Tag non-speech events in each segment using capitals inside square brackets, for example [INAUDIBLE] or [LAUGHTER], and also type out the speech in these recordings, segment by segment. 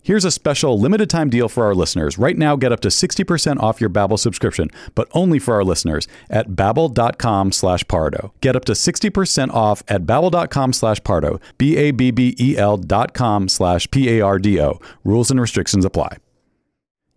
Here's a special limited time deal for our listeners. Right now, get up to 60% off your Babbel subscription, but only for our listeners at babbel.com slash pardo. Get up to 60% off at babbel.com slash pardo, B-A-B-B-E-L E dot com slash P-A-R-D-O. Rules and restrictions apply.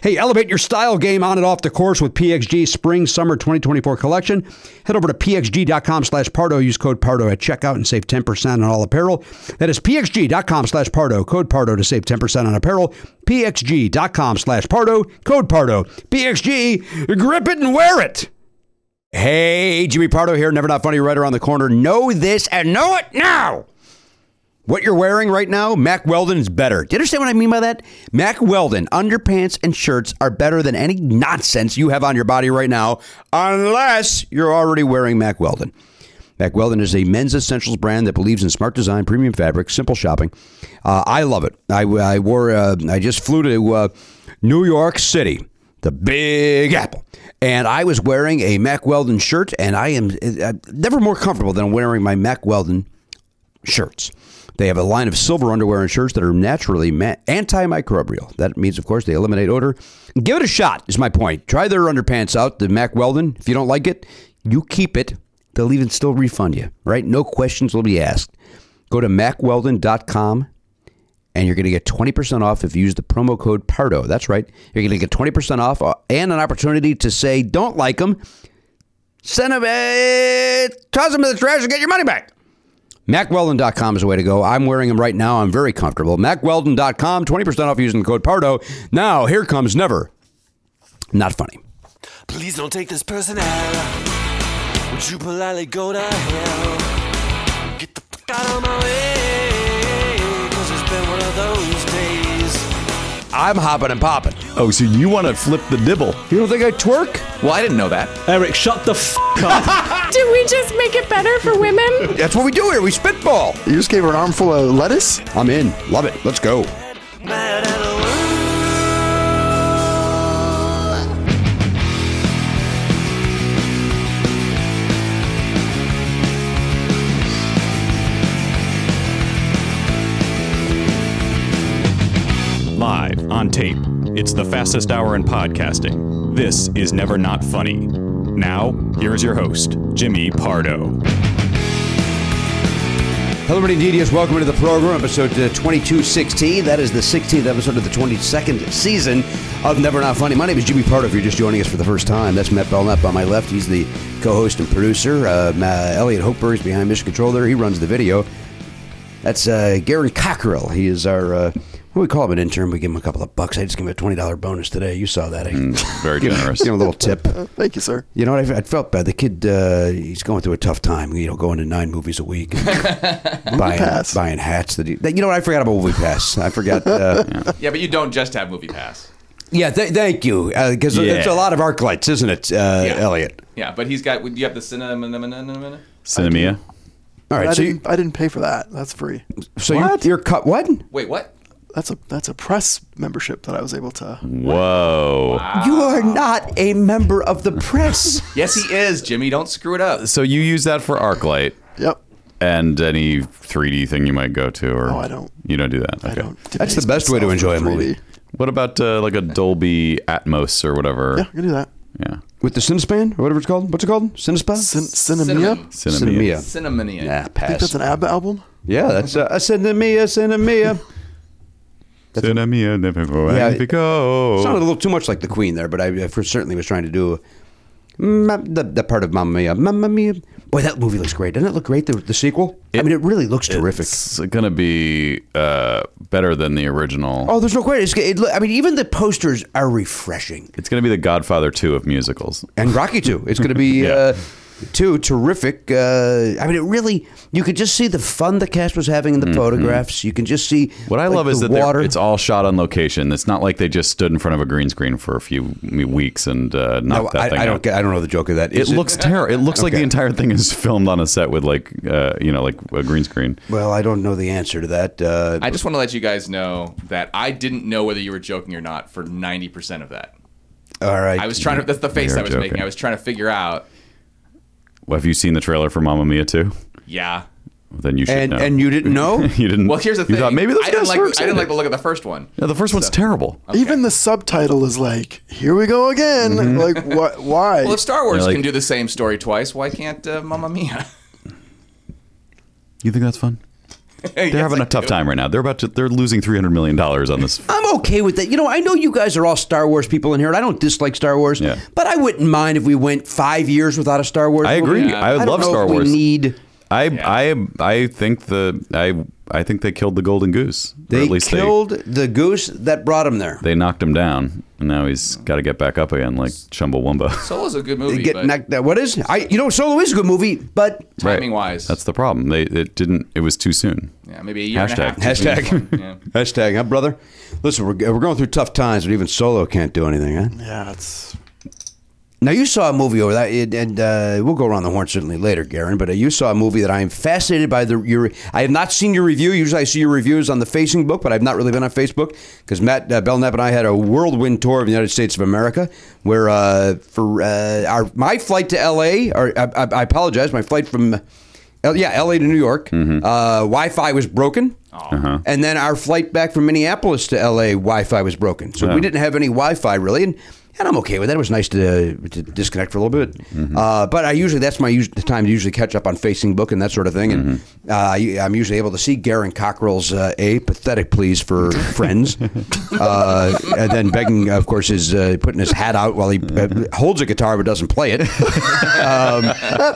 Hey, elevate your style game on and off the course with PXG Spring Summer 2024 collection. Head over to pxg.com slash Pardo. Use code Pardo at checkout and save 10% on all apparel. That is pxg.com slash Pardo. Code Pardo to save 10% on apparel. pxg.com slash Pardo. Code Pardo. PXG, grip it and wear it. Hey, Jimmy Pardo here. Never Not Funny right around the corner. Know this and know it now. What you're wearing right now, Mac Weldon is better. Do you understand what I mean by that? Mac Weldon underpants and shirts are better than any nonsense you have on your body right now, unless you're already wearing Mac Weldon. Mac Weldon is a men's essentials brand that believes in smart design, premium fabric, simple shopping. Uh, I love it. I, I wore. Uh, I just flew to uh, New York City, the Big Apple, and I was wearing a Mac Weldon shirt, and I am uh, never more comfortable than wearing my Mac Weldon shirts. They have a line of silver underwear and shirts that are naturally ma- antimicrobial. That means, of course, they eliminate odor. Give it a shot, is my point. Try their underpants out, the Mac Weldon. If you don't like it, you keep it. They'll even still refund you, right? No questions will be asked. Go to macweldon.com and you're going to get 20% off if you use the promo code PARDO. That's right. You're going to get 20% off uh, and an opportunity to say, don't like them, send them, a, toss them to the trash and get your money back MacWeldon.com is the way to go. I'm wearing them right now. I'm very comfortable. MacWeldon.com, 20% off using the code PARDO. Now, here comes never. Not funny. Please don't take this person out. Would you politely go to hell? Get the fuck out of my way. Cause it's been one of those days. I'm hopping and popping. Oh, so you want to flip the dibble? You don't think I twerk? Well, I didn't know that. Eric, shut the f [LAUGHS] up. Did we just make it better for women? That's what we do here. We spitball. You just gave her an armful of lettuce? I'm in. Love it. Let's go. Mad at the world. Live on tape. It's the fastest hour in podcasting. This is Never Not Funny. Now, here's your host, Jimmy Pardo. Hello, everybody. DDS. Welcome to the program, episode uh, 2216. That is the 16th episode of the 22nd season of Never Not Funny. My name is Jimmy Pardo. If you're just joining us for the first time, that's Matt Belknap on my left. He's the co host and producer. Uh, Ma- Elliot Hochberg is behind Mission Control there. He runs the video. That's uh, Garen Cockrell. He is our, uh, what do we call him, an intern? We give him a couple of bucks. I just gave him a $20 bonus today. You saw that. I Very give him- generous. [LAUGHS] give him a little tip. Thank you, sir. You know what? I, I felt bad. The kid, uh, he's going through a tough time. You know, going to nine movies a week, [LAUGHS] buying pass. buying hats. That, he, that you know, what? I forgot about movie pass. I forgot. [LAUGHS] Uh, yeah, Yeah, but you don't just have Movie Pass. th- thank you, because it's Yeah. a lot of arc lights, isn't it, uh, Elliot? Yeah, but he's got. You have the cinema. Cinemia. All right, I, so you, didn't, I didn't pay for that. That's free. so you're, you're cut. What? Wait, what? That's a that's a press membership that I was able to. Whoa. Ah. You are not a member of the [LAUGHS] press. Yes, he is, Jimmy. Don't screw it up. So you use that for ArcLight Yep. and any 3D thing you might go to, or No, Oh, I don't. You don't do that. Okay. I don't. That's the debase best way to myself enjoy a with 3D. movie. What about uh, like a Dolby Atmos or whatever? Yeah, I can do that. Yeah. With the Cinespan or whatever it's called. What's it called? Cinespan. Cin- Cinemia. Cinnamon. Cinemia. Cinemia. Cinnamon. Yeah, I think pass. that's an ABBA album. Yeah, that's uh, a Cinemia. Cinemia. Cinemia never go Yeah, and it- go. Sounded a little too much like the Queen there, but I, I for- certainly was trying to do mm, ma- the, the part of Mamma Mia. Mamma Mia. Boy, that movie looks great. Doesn't it look great, the, the sequel? I mean, it really looks terrific. It's gonna be uh, better than the original. Oh, there's no question. It's, it, look- I mean, even the posters are refreshing. It's gonna be the Godfather two of musicals. And Rocky 2. It's going to [LAUGHS] be. Yeah. uh, Two terrific. Uh, I mean, it really. You could just see the fun the cast was having in the photographs. You can just see Mm-hmm. What I like, love is the that they're- water. it's all shot on location. It's not like they just stood in front of a green screen for a few weeks and uh, knocked No, that thing I, I out. don't. Get, I don't know the joke of that. it Is looks terrible. It looks like the Okay. entire thing is filmed on a set with like uh, you know like a green screen. Well, I don't know the answer to that. Uh, I just want to let you guys know that I didn't know whether you were joking or not for 90% of that. all right. I was trying to. That's the face You're I was joking. making. I was trying to figure out. Have you seen the trailer for Mamma Mia two? Yeah. Then you should and know. and you didn't [LAUGHS] know. you didn't. Well, here's the you thing. Thought, Maybe this I didn't guy's like. so I excited." didn't like the look of the first one. Yeah, the first one's terrible. Even the subtitle is like, "Here we go again." Mm-hmm. Like, what? Why? Well, if Star Wars Yeah, like- can do the same story twice, why can't uh, Mamma Mia? [LAUGHS] You think that's fun? They're having a tough time right now. They're about to. They're losing three hundred million dollars on [LAUGHS] this. I'm okay with that. You know, I know you guys are all Star Wars people in here, and I don't dislike Star Wars, Yeah. but I wouldn't mind if we went five years without a Star Wars. I agree. Movie. I don't love know Star if Wars. We need. I I I think the I I think they killed the golden goose. or They at least killed the goose that brought him there. they they knocked him down, and now he's got to get back up again, like Chumbawamba. [LAUGHS] Solo's a good movie, Get but knocked down. What is? I you know, Solo is a good movie, but timing wise, That's the problem. They it didn't. It was too soon. yeah, maybe a year and a half. Hashtag. between each one. Yeah. hashtag [LAUGHS] hashtag, huh, brother. Listen, we're, we're going through tough times, but even Solo can't do anything. Huh? yeah, it's Now you saw a movie over that, it- and uh, we'll go around the horn certainly later, Garen. But uh, you saw a movie that I am fascinated by. The your I have not seen your review. Usually I see your reviews on the Facebook, book, but I've not really been on Facebook because Matt uh, Belknap and I had a whirlwind tour of the United States of America, where uh, for uh, our my flight to L.A. or I, I, I apologize, my flight from. L- yeah, L.A. to New York. Uh, Wi-Fi was broken, and then our flight back from Minneapolis to L.A. Wi-Fi was broken, so we didn't have any Wi-Fi really. And and I'm okay with that. It was nice to, to disconnect for a little bit. Uh, but I usually that's my us- the time to usually catch up on Facebook and that sort of thing. And uh, I, I'm usually able to see Garen Cockrell's uh, a pathetic pleas for friends, uh, and then begging, of course, is uh, putting his hat out while he uh, holds a guitar but doesn't play it. [LAUGHS] um,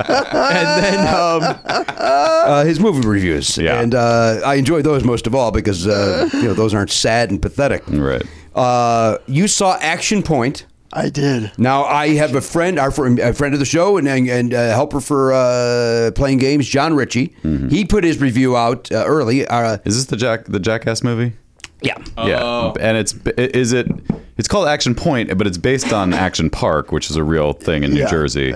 and then um, [LAUGHS] uh, his movie reviews, Yeah. and uh, I enjoy those most of all because uh, you know those aren't sad and pathetic. Right. Uh, you saw Action Point. I did. Now I have a friend, our friend, a friend of the show, and and, and uh, helper for uh, playing games, John Ritchie. He put his review out uh, early. Uh, Is this the Jack the Jackass movie? yeah, Yeah, and it's is it it's called Action Point, but it's based on Action Park, which is a real thing in New Yeah. Jersey.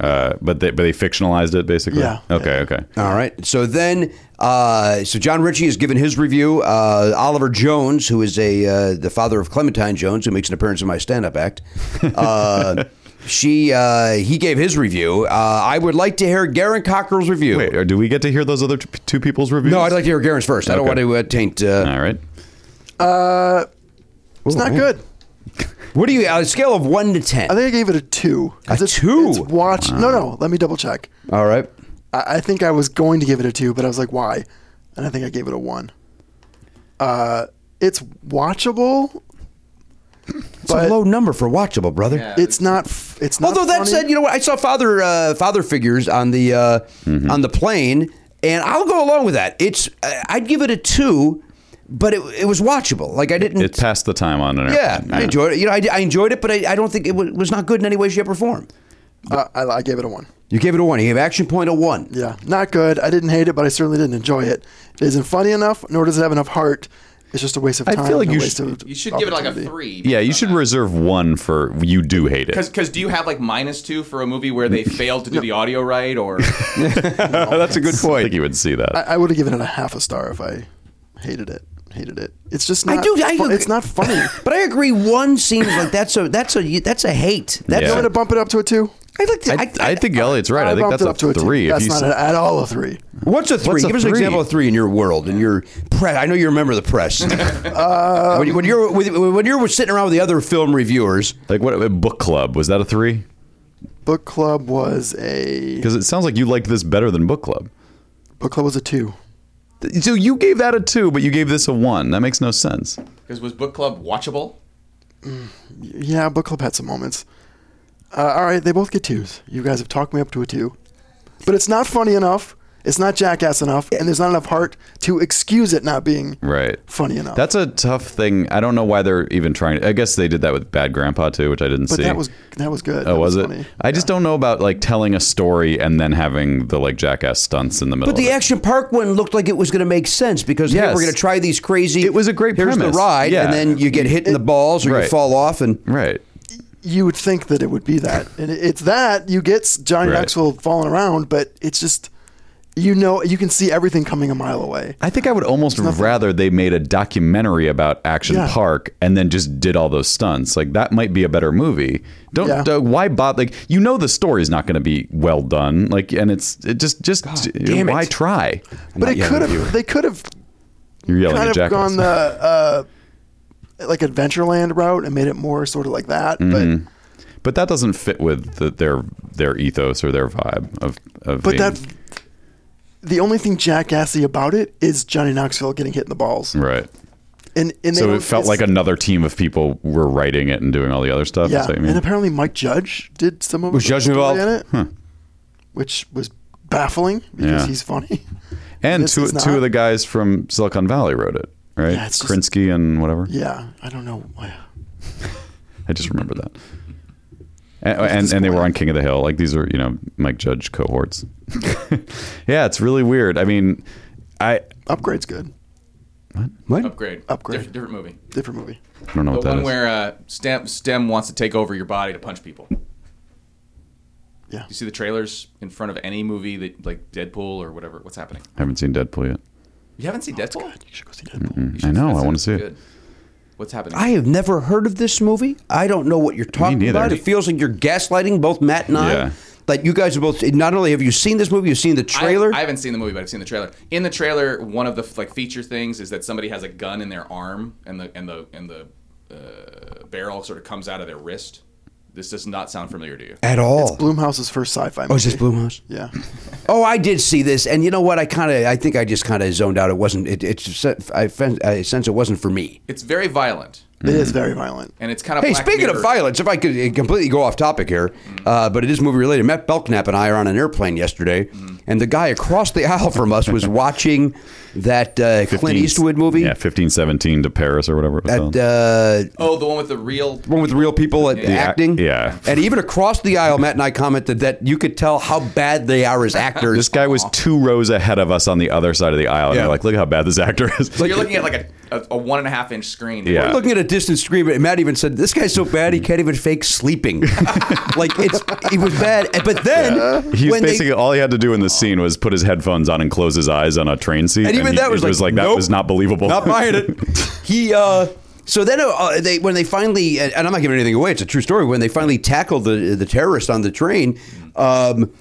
Uh, but they but they fictionalized it basically. Yeah. Okay. Okay. All right. So then, uh, so John Ritchie has given his review. Uh, Oliver Jones, who is a uh, the father of Clementine Jones, who makes an appearance in my stand-up [LAUGHS] act. Uh, She, uh, he gave his review. Uh, I would like to hear Garen Cockrell's review. Wait, or do we get to hear those other t- two people's reviews? no, I'd like to hear Garen's first. I don't want Okay. to uh, taint. Uh, All right. Uh, it's not good. What do you? On a scale of one to ten. I think I gave it a two. 'Cause A it's- two? It's watch. No, no. Let me double check. All right. I, I think I was going to give it a two, but I was like, why? And I think I gave it a one. Uh, it's watchable, It's but a low number for watchable, brother. it's not. f- It's not. Although that funny. said, you know what? I saw father uh, father figures on the uh, on the plane, and I'll go along with that. It's I- I'd give it a two, but it, it was watchable. Like I [LAUGHS] didn't. It's past the time on an yeah, I enjoyed it. You know, I, I enjoyed it, but I, I don't think it wa- was not good in any way, shape, or form. uh, I, I gave it a one. You gave it a one. You gave Action Point a one. Yeah, not good. I didn't hate it, but I certainly didn't enjoy it. It isn't funny enough, nor does it have enough heart. It's just a waste of I time. feel like and a you waste should- of You should give it like a opportunity. three. Yeah, you should reserve one for you do hate it. Because do you have like minus two for a movie where they failed to do the audio [LAUGHS] right or [LAUGHS] That's a good point. I think you would see that. I, I would have given it a half a star if I hated it. Hated it. It's just I not. do- I fu- agree. it's not funny. [LAUGHS] But I agree. One seems like that's a that's a that's a hate. That's Yeah. I'm gonna bump it up to a two. I'd like to. I, I, think Elliot's right. I, think bumped that's it a up to a two. three. That's if you not s- a- at all a three. What's a three? a Give us an three? example of three in your world, in your press. I know you remember the press. [LAUGHS] Uh, when, you, when you're when when you're sitting around with the other film reviewers, like what book club was that a three? Book club was a Because it sounds like you liked this better than book club. book club was a two. So you gave that a two, but you gave this a one. That makes no sense. because was book club watchable? Yeah, book club had some moments. Uh, all right, they both get twos. You guys have talked me up to a two, but it's not funny enough. It's not jackass enough, and there's not enough heart to excuse it not being Right. funny enough. That's a tough thing. I don't know why they're even trying. I guess they did that with Bad Grandpa too, which I didn't but see. that was that was good. oh, That was, it? funny. I just don't know about like telling a story and then having the like jackass stunts in the middle. but the of it. Action Park one looked like it was going to make sense because hey, Yes. we're going to try these crazy. It was a great here's premise. the ride, Yeah. and then you get hit in the balls or you Right. fall off, and right. you would think that it would [LAUGHS] be that, and it- it's that you get s- Johnny Right. Knoxville falling around, but it's just you know you can see everything coming a mile away. I think I would almost rather they made a documentary about Action Yeah. Park and then just did all those stunts. Like that might be a better movie. Don't Yeah. don't- why bother? Like you know the story's not going to be well done. Like and it's it just just damn it. why try? But it could you. have they could have Oh, You're yelling kind at of Jack. gone the uh, like Adventureland route and made it more sort of like that, but. But that doesn't fit with the, their their ethos or their vibe of of. being, But that the only thing jackassy about it is Johnny Knoxville getting hit in the balls. right. And, and they So don't- it felt it's- like another team of people were writing it and doing all the other stuff. yeah. Is that what you mean? And apparently Mike Judge did some of Was Judge involved? in it, which was baffling because Yeah. he's funny. [LAUGHS] And this two is two not- of the guys from Silicon Valley wrote it, right? Yeah, it's just- Krinsky and whatever. Yeah, I don't know. why- I just remember that. And, and, and they were on King of the Hill. Like these are, you know, Mike Judge cohorts. [LAUGHS] yeah, it's really weird. I mean, I, Upgrade's good. Upgrade. Upgrade. Diff- different movie. Different movie. I don't know The what that one is. where uh, Stem Stem wants to take over your body to punch people. Yeah. You see the trailers in front of any movie that like Deadpool or whatever. What's happening? I haven't seen Deadpool yet. You haven't Oh, seen Deadpool? You should go see Deadpool. You I should- know. that I want sounds to see it. good. What's happening? I have never heard of this movie. I don't know what you're talking neither. about. It feels like you're gaslighting both Matt and I. Yeah. Like you guys are both. Not only have you seen this movie, you've seen the I- trailer. I, haven't seen the movie, but I've seen the trailer. In the trailer, one of the like feature things is that somebody has a gun in their arm, and the and the and the uh, barrel sort of comes out of their wrist. This does not sound familiar to you. at all. Bloomhouse's first sci-fi. Movie. Oh, is this Bloomhouse? [LAUGHS] Yeah. Oh, I did see this, and you know what? I kind of, I think I just kind of zoned out. It wasn't. It, it just- I, fen- I sense it wasn't for me. It's very violent, It is very violent. and it's kind of. Hey, Black speaking Mirror. Mm-hmm. of violence, if I could uh, completely go off topic here, uh, but it is movie related. Matt Belknap and I are on an airplane yesterday, Mm-hmm. and the guy across the [LAUGHS] aisle from us was watching that uh, Clint 15 Eastwood movie. Yeah, 1517 to Paris or whatever it was At, called. uh, Oh, the one with the real. one with real people at acting. yeah. And even across the aisle, Matt and I commented that you could tell how bad they [LAUGHS] are as actors. this guy was two rows ahead of us on the other side of the aisle. And Yeah. we're like, look how bad this actor is. you're looking at like a, a, a one and a half inch screen. Yeah. We're looking at a distant screen, but Matt even said, "This guy's so bad he Mm. can't even fake sleeping." [LAUGHS] like it's he was bad, but then [LAUGHS] He was when basically they, all he had to do in this scene was put his headphones on and close his eyes on a train seat. and even he- that was it like, that nope, was not believable. Not buying it. [LAUGHS] he uh, so then uh, they when they finally and I'm not giving anything away. It's a true story. When they finally tackled the the terrorist on the train. Um,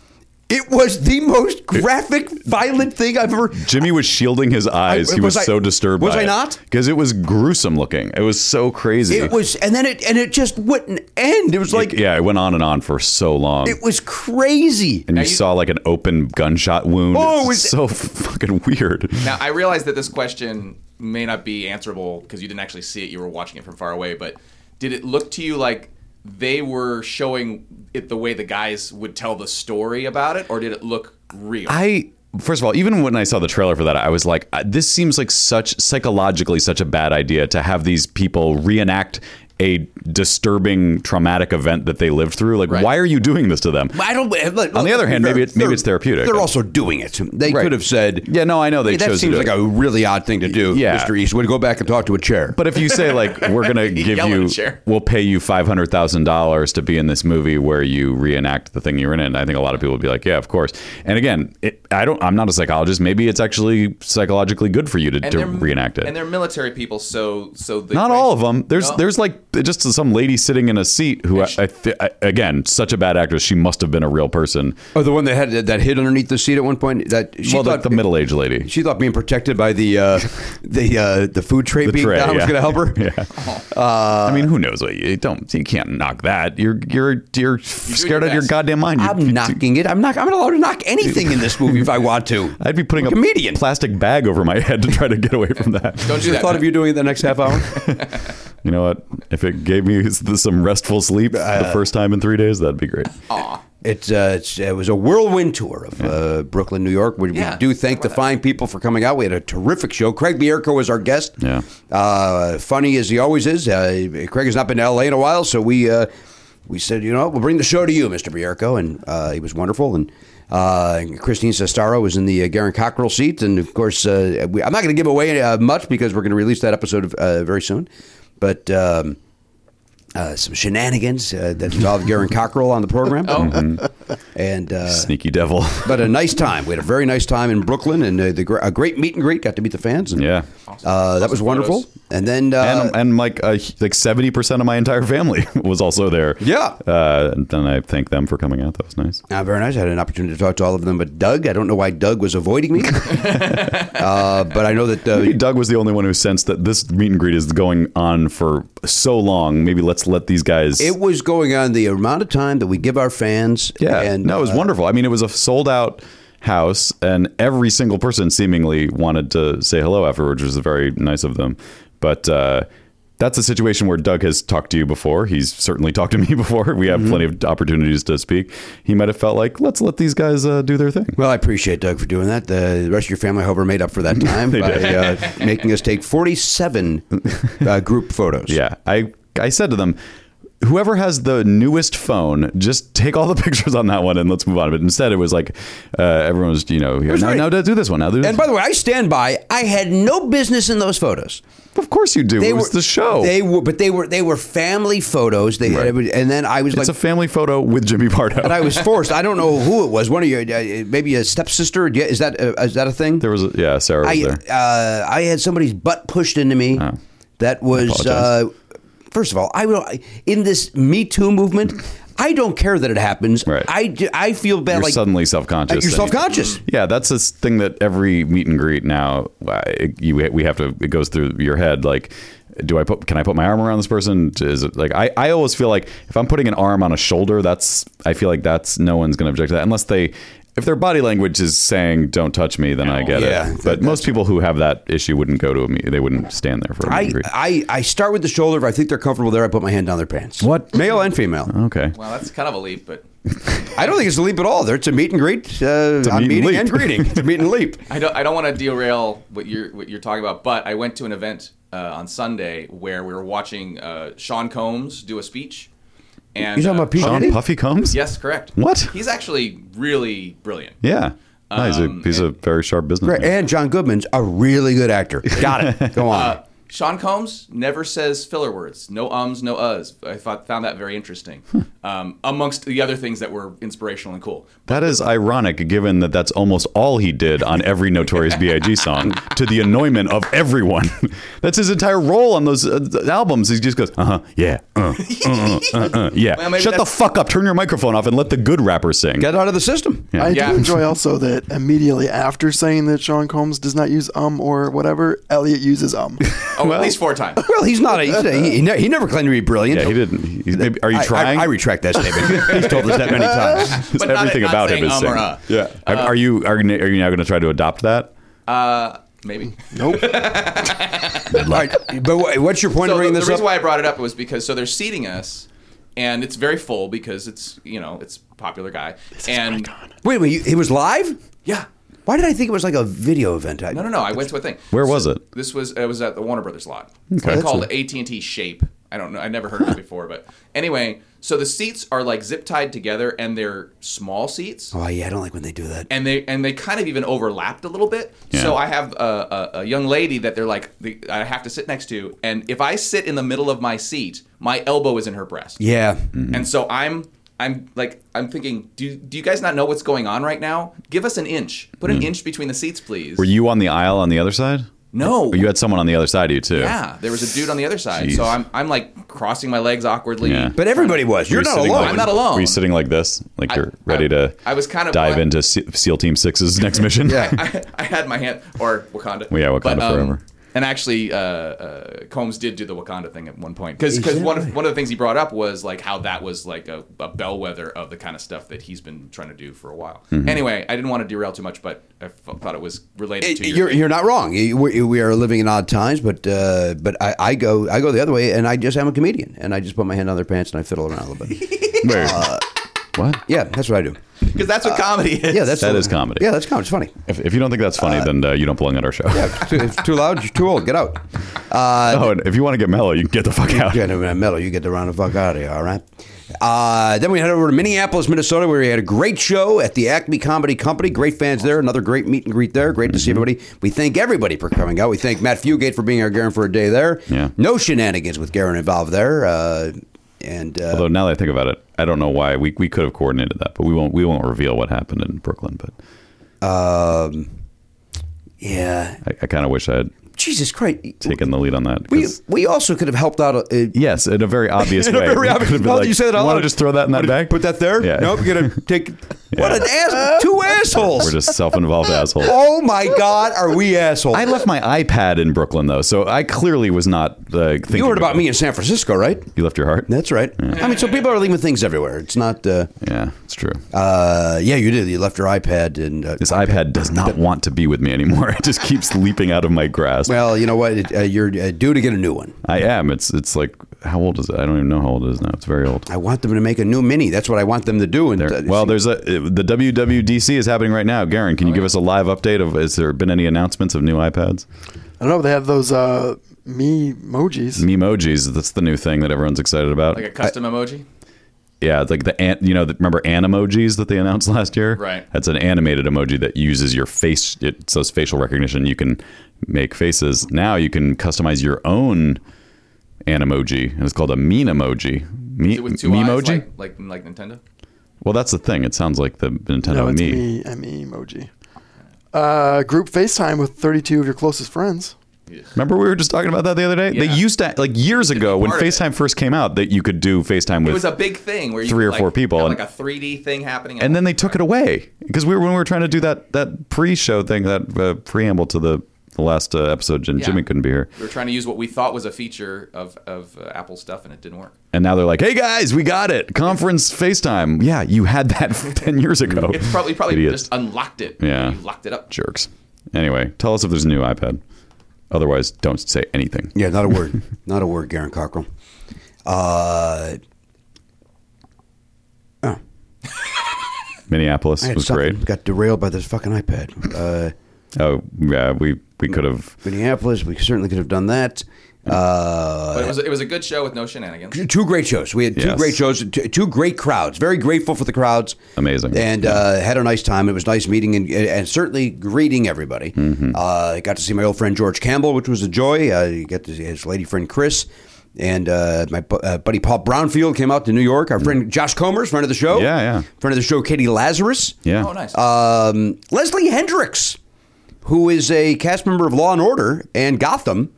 it was the most graphic, violent thing I've ever. [LAUGHS] Jimmy was shielding his eyes. I- he was, was I- so disturbed. was by I it. not? Because it was gruesome looking. It was so crazy. It was, and then it and it just wouldn't end. It was like like yeah, it went on and on for so long. it was crazy. and you, Now you- saw like an open gunshot wound. Oh, it was is- so [LAUGHS] fucking weird. Now I realize that this question may not be answerable because you didn't actually see it; you were watching it from far away. But did it look to you like they were showing it the way the guys would tell the story about it, or did it look real? I first of all, even when I saw the trailer for that, I was like, "Uh, this seems like such psychologically such a bad idea to have these people reenact a disturbing traumatic event that they lived through. Like, why are you doing this to them? I don't. Look, On the other hand, maybe it- maybe it's therapeutic. They're also doing it. They Right. could have said, Yeah, no, I know they "Hey, that chose to seems do like it." a really odd thing to do, Yeah. Mr. Eastwood. Go back and talk to a chair." But if you say like [LAUGHS] we're gonna give Yell at you, a chair. we'll pay you five hundred thousand dollars to be in this movie where you reenact the thing you're in, it, I think a lot of people would be like, yeah, of course. And again, it, I don't, I'm not a psychologist. Maybe it's actually psychologically good for you to, to they're- reenact it. And they're military people, so so the Not all of them. There's No. there's like just some lady sitting in a seat who I, I th- I, again such a bad actress. She must have been a real person. oh, the one that had that hid underneath the seat at one point. That she well, like thought the middle aged lady. She thought being protected by the uh, [LAUGHS] the uh, the food tray being tray, down was yeah. going to help her. [LAUGHS] Uh, yeah. I mean, who knows? What you don't you can't knock that. You're you're you're scared out of your best. goddamn mind. You- [LAUGHS] I'm knocking it. I'm not. I'm not allowed to knock anything in this movie if I want to. [LAUGHS] I'd be putting I'm a a comedian. plastic bag over my head to try to get away from that. Don't do I that. thought of you doing it the next half hour. [LAUGHS] you know what? If it gave me [LAUGHS] some restful sleep Uh, the first time in three days, that'd be great. It's, uh, it's it was a whirlwind tour of uh, Brooklyn, New York. We, we Yeah. do thank the fine people for coming out. We had a terrific show. Craig Bierko was our guest. Yeah. uh, funny as he always is. Uh, Craig has not been to L.A. in a while, so we uh, we said, you know, we'll bring the show to you, Mr. Bierko, and uh, he was wonderful. And uh, Christine Sestaro was in the uh, Garen Cockrell seat, and of course, uh, we, I'm not going to give away uh, much because we're going to release that episode uh, very soon, but. Um, uh, some shenanigans uh, that involved Garen Cockrell on the program. Oh. Mm-hmm. And uh, Sneaky devil. [LAUGHS] but a nice time. We had a very nice time in Brooklyn, and uh, the gr- a great meet and greet. Got to meet the fans. And, Yeah. uh, that was wonderful. photos. And then uh, and, and like uh, like seventy percent of my entire family [LAUGHS] was also there. Yeah. uh, and I thank them for coming out. That was nice. uh, very nice. I had an opportunity to talk to all of them, but Doug. I don't know why Doug was [LAUGHS] avoiding me, uh, but I know that uh, Doug was the only one who sensed that this meet and greet is going on for so long. Maybe let's let these guys. it was going on the amount of time that we give our fans. yeah, and no, it was uh, wonderful. I mean, it was a sold out house, and every single person seemingly wanted to say hello afterwards, which was very nice of them. But uh, that's a situation where Doug has talked to you before. He's certainly [LAUGHS] talked to me before. We Mm-hmm. have plenty of opportunities to speak. He might have felt like let's let these guys uh, do their thing. Well, I appreciate Doug for doing that. The rest of your family, however, made up [LAUGHS] for that time by uh, making us take forty-seven [LAUGHS] uh, group photos. Yeah, I I said to them, whoever has the newest phone, just take all the [LAUGHS] pictures on that one and let's move on. But instead, it was like uh, everyone was, you know, here, was now, very- now do this one. Now do this. And by the way, I stand by. I had no business in those photos. of course you do. They it was were the show. They were, but they were they were family photos. They Right. and then I was it's like, a family photo with Jimmy Pardo. and [LAUGHS] I was forced. I don't know who it was. One of your uh, maybe a stepsister. Do you- Is that uh, is that a thing? [LAUGHS] there was a, yeah, Sarah was I there. Oh. uh, I had somebody's butt pushed into me. That was uh, apologize. first of all, I will- in this Me Too movement. I don't care that it happens. Right. I, d- I feel bad. You're like uh, suddenly self-conscious. and You're you- self-conscious. Yeah, that's this thing that every meet and greet now uh, you we have to it goes through your head like. do I put can I put my arm around this person? Is it like I, I always feel like if I'm putting an arm on a shoulder, that's I feel like that's no one's gonna object to that unless they if their body language is saying "Don't touch me," then I get yeah, it. But most people who have that issue wouldn't go to a meet. They wouldn't stand there for a meet I, uh, and greet. I, I start with the shoulder. If I think they're comfortable there, I put my hand down their pants. What? Male and female. Okay. Well, that's kind of a leap, but I don't think it's a leap at all. There, It's a meet and greet. Uh, meet I'm and meeting leap. and greeting. It's [LAUGHS] a meet and leap. I don't. I don't want to derail what you're what you're talking about. But I went to an event uh, on Sunday where we were watching uh, Sean Combs do a speech. And You talking uh, about P. Sean Diddy? Puffy Combs. Yes, correct. What? He's actually really brilliant. Yeah. No, he's Um, a, he's a very sharp Right, businessman. And John Goodman's a really good actor. [LAUGHS] Got it. Go on. Uh, Sean Combs never says filler words. No ums, no uhs. I thought, found that very interesting. Um, amongst the other things that were inspirational and cool. That is ironic, given that that's almost all he did on every Notorious B.I.G. song, to the annoyment of everyone. [LAUGHS] that's his entire role on those uh, th- albums. He just goes, uh huh, yeah, uh, uh, uh, uh, [LAUGHS] uh, yeah. Well, maybe Shut the that's- fuck up. Turn your microphone off and let the good rapper sing. Get out of the system. I Yeah. do enjoy also that immediately after saying that Sean Combs does not use um or whatever, Elliot uses um. Oh, at least four [LAUGHS] times. Well, he's not. A, he's a- he, he ne- he never claimed to be brilliant. yeah, he didn't. He's, maybe, are you I- I- trying? I, retract that statement. he's told us that many times. But not- Everything not about him saying is um or singing. uh. Yeah. Are- are you are, you na- are you now going to try to adopt that? Uh, maybe. nope. All right, but wha- what's your point So of the, bringing the this reason up? why I brought it up was because so they're seating us, and it's very full because it's you know it's a popular guy and Wait a minute. you- It was live. yeah Why did I think it was like a video event? I, no no no I went to a thing. Where was it? This was it was at the Warner Brothers lot. Okay. It's called AT and T Shape. I don't know. I never heard of it before, but anyway, so the seats are like zip tied together and they're small seats. Oh yeah, I don't like when they do that. and they and they kind of even overlapped a little bit. So I have a, a, a young lady that they're like the, I have to sit next to, and if I sit in the middle of my seat, my elbow is in her breast. Yeah. And so I'm I'm like I'm thinking, do do you guys not know what's going on right now? Give us an inch. Put an inch between the seats, please. Hmm. Were you on the aisle on the other side? No. Or you had someone on the other side of you too. yeah, there was a dude on the other side. Jeez. So I'm I'm like crossing my legs awkwardly. Yeah. But everybody was. You're Were you not sitting alone. like- I'm not alone. Were you sitting like this, like you're ready I- to? I was kind of- dive I- into Se- SEAL Team 6's next mission. [LAUGHS] Yeah. [LAUGHS] I, I had my hand or Wakanda. um, Well, yeah, Wakanda forever. And actually, uh, uh, Combs did do the Wakanda thing at one point because one of one of the things he brought up was like how that was like a, a bellwether of the kind of stuff that he's been trying to do for a while. Mm-hmm. Anyway, I didn't want to derail too much, but I f- thought it was related It- to your. you're, you're not wrong. You- We, we are living in odd times, but uh, but I, I go I go the other way, and I just am a comedian, and I just put my hand on their pants and I fiddle around a little bit. Wait. what? yeah, that's what I do. Because that's what comedy is. uh, Yeah, that's That the- is comedy. Yeah, that's comedy. It's funny. If, if you don't think that's funny, then uh, you don't belong at our show. Yeah, too, it's too loud. You're too old. Get out. [LAUGHS] oh, and if you want to get mellow, you can get the fuck out. Get over that metal. You get the round the fuck out of here. All right. Uh, then we head over to Minneapolis, Minnesota, where we had a great show at the Acme Comedy Company. Great fans there. Another great meet and greet there. Great to Mm-hmm. see everybody. We thank everybody for coming out. We thank Matt Fugate for being our Garen for a day there. Yeah. No shenanigans with Garen involved there. Uh, and uh, Although now that I think about it, I don't know why we, we could have coordinated that, but we won't we won't reveal what happened in Brooklyn. But um, yeah, I, I kind of wish I had Jesus Christ. taken the lead on that. We 'cause- we also could have helped out. Uh, yes, in a very obvious [LAUGHS] in a way. very We obvious- could have been Well, like, you said it out want loud. to just throw that in that bag? Put that there. Yeah. Nope. You're [LAUGHS] gonna take. What Yeah. an [LAUGHS] ass! Two assholes. We're just [LAUGHS] self-involved assholes. oh my God, are we assholes? I left my iPad in Brooklyn though, so I clearly was not the. thinking You heard about me in San Francisco, right? You left your heart. That's right. I mean, so people are leaving things everywhere. It's not. Uh, Yeah, it's true. uh, yeah, you did. You left your iPad and. Uh, This iPad does [LAUGHS] not want to be with me anymore. [LAUGHS] It just keeps leaping out of my grasp. well, you know what? It, uh, you're uh, due to get a new one. I am. It's it's like how old is it? I don't even know how old it is now. It's very old. I want them to make a new mini. That's what I want them to do. And uh, There- well, there's a the WWDC is happening right now. Garen, can you Oh, give us a live update of has there been any announcements of new iPads? I don't know. They have those uh, me emojis. Memojis, that's the new thing that everyone's excited about. like a custom emoji. yeah, it's like the ant. You know, the, remember animojis that they announced [LAUGHS] last year? Right. That's an animated emoji that uses your face. It does facial recognition. You can make faces. Now you can customize your own animoji, and it's called a mean emoji. Me- Is it with two memoji? eyes, like, like like Nintendo. well, that's the thing. It sounds like the Nintendo No, it's me. me. M E emoji. Uh, group FaceTime with 32 of your closest friends. Remember we were just talking about that the other day? They Yeah. used to like years ago when part of it. FaceTime first came out that you could do FaceTime It with was a big thing where you Three could, or like, four people have, and- like a 3D thing happening. at and then once. they took it away because we were when we were trying to do that that pre-show thing that uh, preamble to the the last uh, episode, and Yeah. Jimmy couldn't be here. We were trying to use what we thought was a feature of of uh, Apple stuff, and it didn't work. And now they're like, "Hey guys, we got it! Conference FaceTime. Yeah, you had that [LAUGHS] ten years ago. [LAUGHS] It's probably probably Idiots. just unlocked it. Yeah. you locked it up. jerks." Anyway, tell us if there's a new iPad. Otherwise, don't say anything. Yeah, not a [LAUGHS] word. not a word, Garen Cockrell. Uh, oh, Minneapolis I had was something. great. Got derailed by this fucking iPad. Uh, Oh yeah, we we could have. Minneapolis, we certainly could have done that. Uh, But it was it was a good show with no shenanigans. two great shows. We had two Yes. great shows, two, two great crowds. Very grateful for the crowds. Amazing. And uh, had a nice time. It was nice meeting and, and certainly greeting everybody. Mm-hmm. Uh, I got to see my old friend George Campbell, which was a joy. Uh, you got to see his lady friend Chris. And uh, my bu- uh, buddy Paul Brownfield came out to New York. Our friend Josh Comers, friend of the show. Mm. Yeah, yeah. Friend of the show, Katie Lazarus. Yeah. Oh, nice. Um, Leslie Hendricks, who is a cast member of Law and Order and Gotham.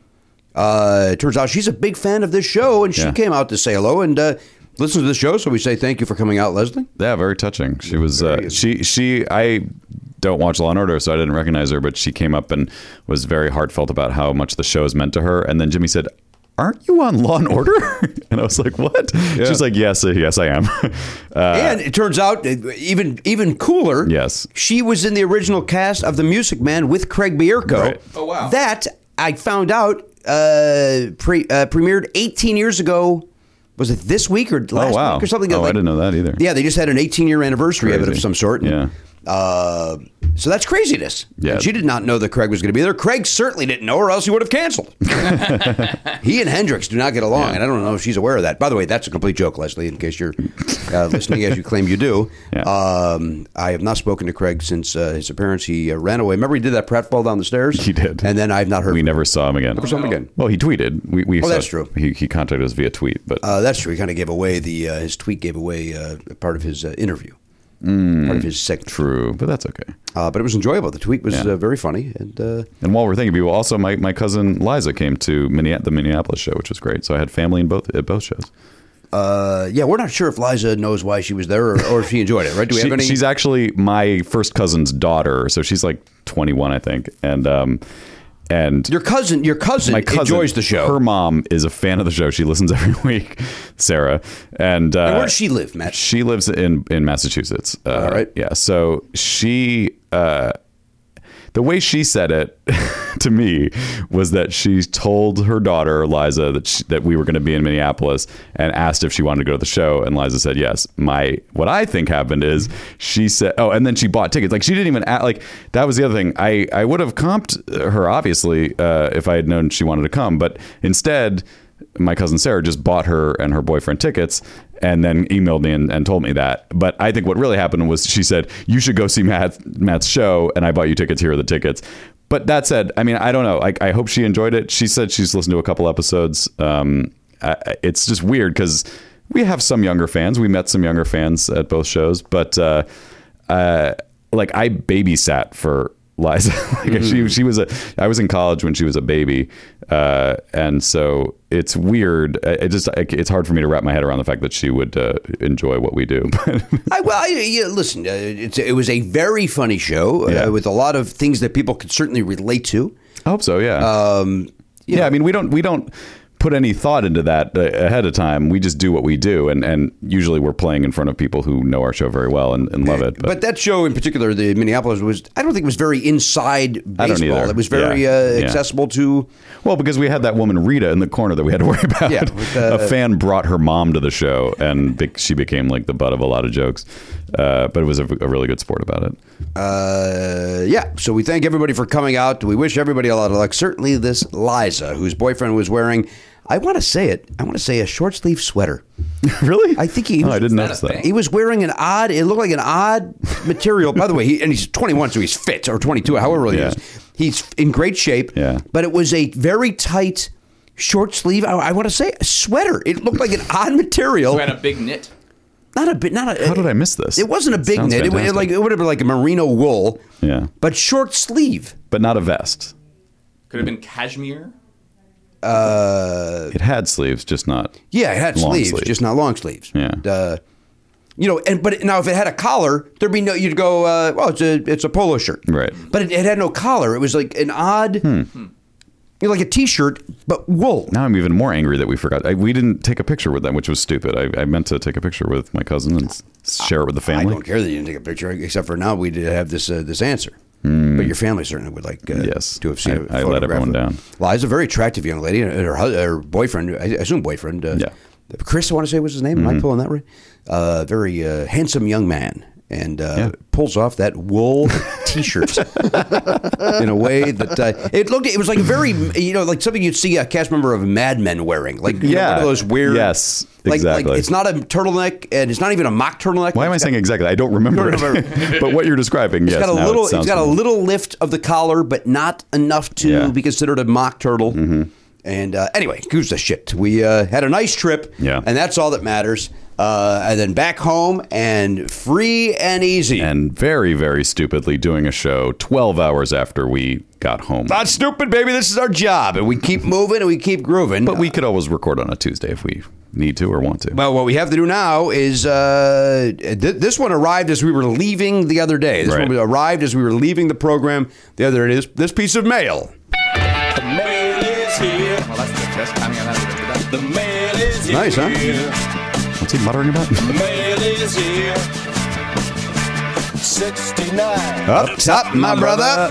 Uh, it turns out she's a big fan of this show, and she Yeah. came out to say hello and uh, listen to the show. So we say thank you for coming out, Leslie. Yeah, very touching. She was uh, she she I don't watch Law and Order, so I didn't recognize her, but she came up and was very heartfelt about how much the show has meant to her. And then Jimmy said, "Aren't you on Law and Order?" [LAUGHS] and I was like, "What?" She's like, "Yes, uh, yes, I am." [LAUGHS] uh, and it turns out, uh, even even cooler, Yes. she was in the original cast of The Music Man with Craig Bierko. Right. Oh, wow. That I found out uh, pre, uh, premiered 18 years ago. Was it this week or last wow. week or something? Oh, I Like- didn't know that either. Yeah, they just had an 18 year anniversary of it Crazy. of some sort. Yeah. Uh, so that's craziness. Yeah. And She did not know that Craig was going to be there. Craig certainly didn't know, or else he would [LAUGHS] have canceled. he and Hendrix do not get along, and I don't know if she's aware of that. By the way, that's a complete joke, Leslie, in case you're uh, listening as you claim you do. Yeah. Um, I have not spoken to Craig since uh, his appearance. He uh, ran away. Remember, he did that pratfall down the stairs? He did. And then I've not heard we from him. never saw him again. Never saw him again. Well, he tweeted. We, we Oh, saw- that's true. He, he contacted us via tweet, but Uh, that's true. He kind of gave away the uh, his tweet gave away uh, part of his uh, interview, Hmm. part of his segment. true. But that's okay. Uh, but it was enjoyable. The tweet was Yeah. uh, very funny, and uh, And while we're thinking of people, also my, my cousin Liza came to Minne- the Minneapolis show, which was great. So I had family in both at both shows. uh, yeah, we're not sure if Liza knows why she was there or, or if she enjoyed it. Right? Do we She- have any? She's actually my first cousin's daughter, so she's like 21, I think, and um, and your cousin, your cousin, my cousin enjoys the show. Her mom is a fan of the show. She listens [LAUGHS] every week, Sarah. And, uh, And where does she live, Matt? She lives in in Massachusetts. Uh, All right. Yeah. So she. Uh, the way she said it [LAUGHS] to me was that she told her daughter Liza that she, that we were going to be in Minneapolis and asked if she wanted to go to the show and Liza said yes. My what I think happened is she said oh and then she bought tickets like she didn't even a like that was the other thing I I would have comped her obviously uh, if I had known she wanted to come but instead my cousin Sarah just bought her and her boyfriend tickets and then emailed me and, and told me that. But I think what really happened was she said, You should go see Matt, Matt's show, and I bought you tickets. Here are the tickets. But that said, I mean, I don't know. I, I hope she enjoyed it. She said she's listened to a couple episodes. Um, I, I- it's just weird because we have some younger fans. We met some younger fans at both shows, but uh, uh, like I babysat for Liza. [LAUGHS] like Mm-hmm. she she was a I was in college when she was a baby, uh, and so it's weird. I- It just I- it's hard for me to wrap my head around the fact that she would uh, enjoy what we do. [LAUGHS] I, well, I, yeah, listen, uh, it's, it was a very funny show Yeah. uh, with a lot of things that people could certainly relate to. I hope so. Yeah. Um, yeah. I mean, we don't we don't put any thought into that uh, ahead of time. We just do what we do, and and usually we're playing in front of people who know our show very well and, and love it. But that show in particular, the Minneapolis was, I don't think it was very inside I don't baseball. either. It was very Yeah. uh, Yeah. accessible to Well, because we had that woman Rita in the corner that we had to [LAUGHS] worry about. Yeah, with, uh, a fan brought her mom to the show, and be- she became like the butt of a lot of jokes. Uh, but it was a, a really good sport about [LAUGHS] it. uh, yeah, so we thank everybody for coming out. We wish everybody a lot of luck. Certainly, this Liza, whose boyfriend was wearing, I want to say it, I want to say a short sleeve sweater. really? I think he Oh, was- I didn't Is that notice a that. thing? He was wearing an odd, it looked like an odd material. By the way, he, and he's 21, so he's fit, or 22, however old Yeah. he is. He's in great shape. Yeah. But it was a very tight, short sleeve, I, I want to say, a sweater. It looked like an odd material. Who had a big knit? not a bit, not a. How did I miss this? It wasn't a big Sounds knit. It, wa- it fantastic. like, it would have been like a merino wool, Yeah, but short sleeve. but not a vest. Could have been cashmere. It had sleeves, just not. Yeah, it had Long sleeves, sleeve. just not long sleeves. Yeah. And, uh, You know, and but now if it had a collar, there'd be no. You'd go, uh, well, it's a it's a polo shirt, Right. Hmm. But it, it had no collar. It was like an odd, you know, like a t-shirt, but wool. Now I'm even more angry that we forgot. I, we didn't take a picture with them, which was stupid. I, I meant to take a picture with my cousin and s- share it with the I family. don't care that you didn't take a picture, except for now we did have this uh, this answer. But your family certainly would like uh, Hmm. Yes. to have seen. I- I a let photograph everyone of- down. Liza's a very attractive young lady, and her, hus- her boyfriend, I assume boyfriend, uh, Yeah. Mm-hmm. Chris, I want to say was his name. Am I pulling that right? Uh, very uh, handsome young man, and uh, Yeah. pulls off [LAUGHS] that wool T-shirt in a way that uh, it looked. It was like very, you know, like something you'd see a cast member of Mad Men wearing, like you know, Yeah. one of those weird. Yes, like, exactly. Like it's not a turtleneck, and it's not even a mock turtleneck. Why am I It's got- saying exactly? I don't [LAUGHS] remember. You don't it. [LAUGHS] but what you're describing, yes, it's got now a it little. It's sounds got a familiar. little lift of the collar, but not enough to Yeah. Mm-hmm. be considered a mock turtle. And uh, anyway, who's the shit? We uh, had a nice trip, Yeah. and that's all that matters. Uh, and then back home and free and easy. and very, very stupidly doing a show 12 hours after we got home. not stupid, baby. This is our job, and we keep moving and we keep grooving. But we could always record on a Tuesday if we need to or want to. Well, what we have to do now is uh, th- this one arrived as we were leaving the other day. This Right. one arrived as we were leaving the program the other day. This, this piece of mail. The mail is here. Well, that's disgusting. I mean, I'm not even that. The mail is here. Nice, huh? What's he muttering about? Mail is here. 69. Up top, my brother.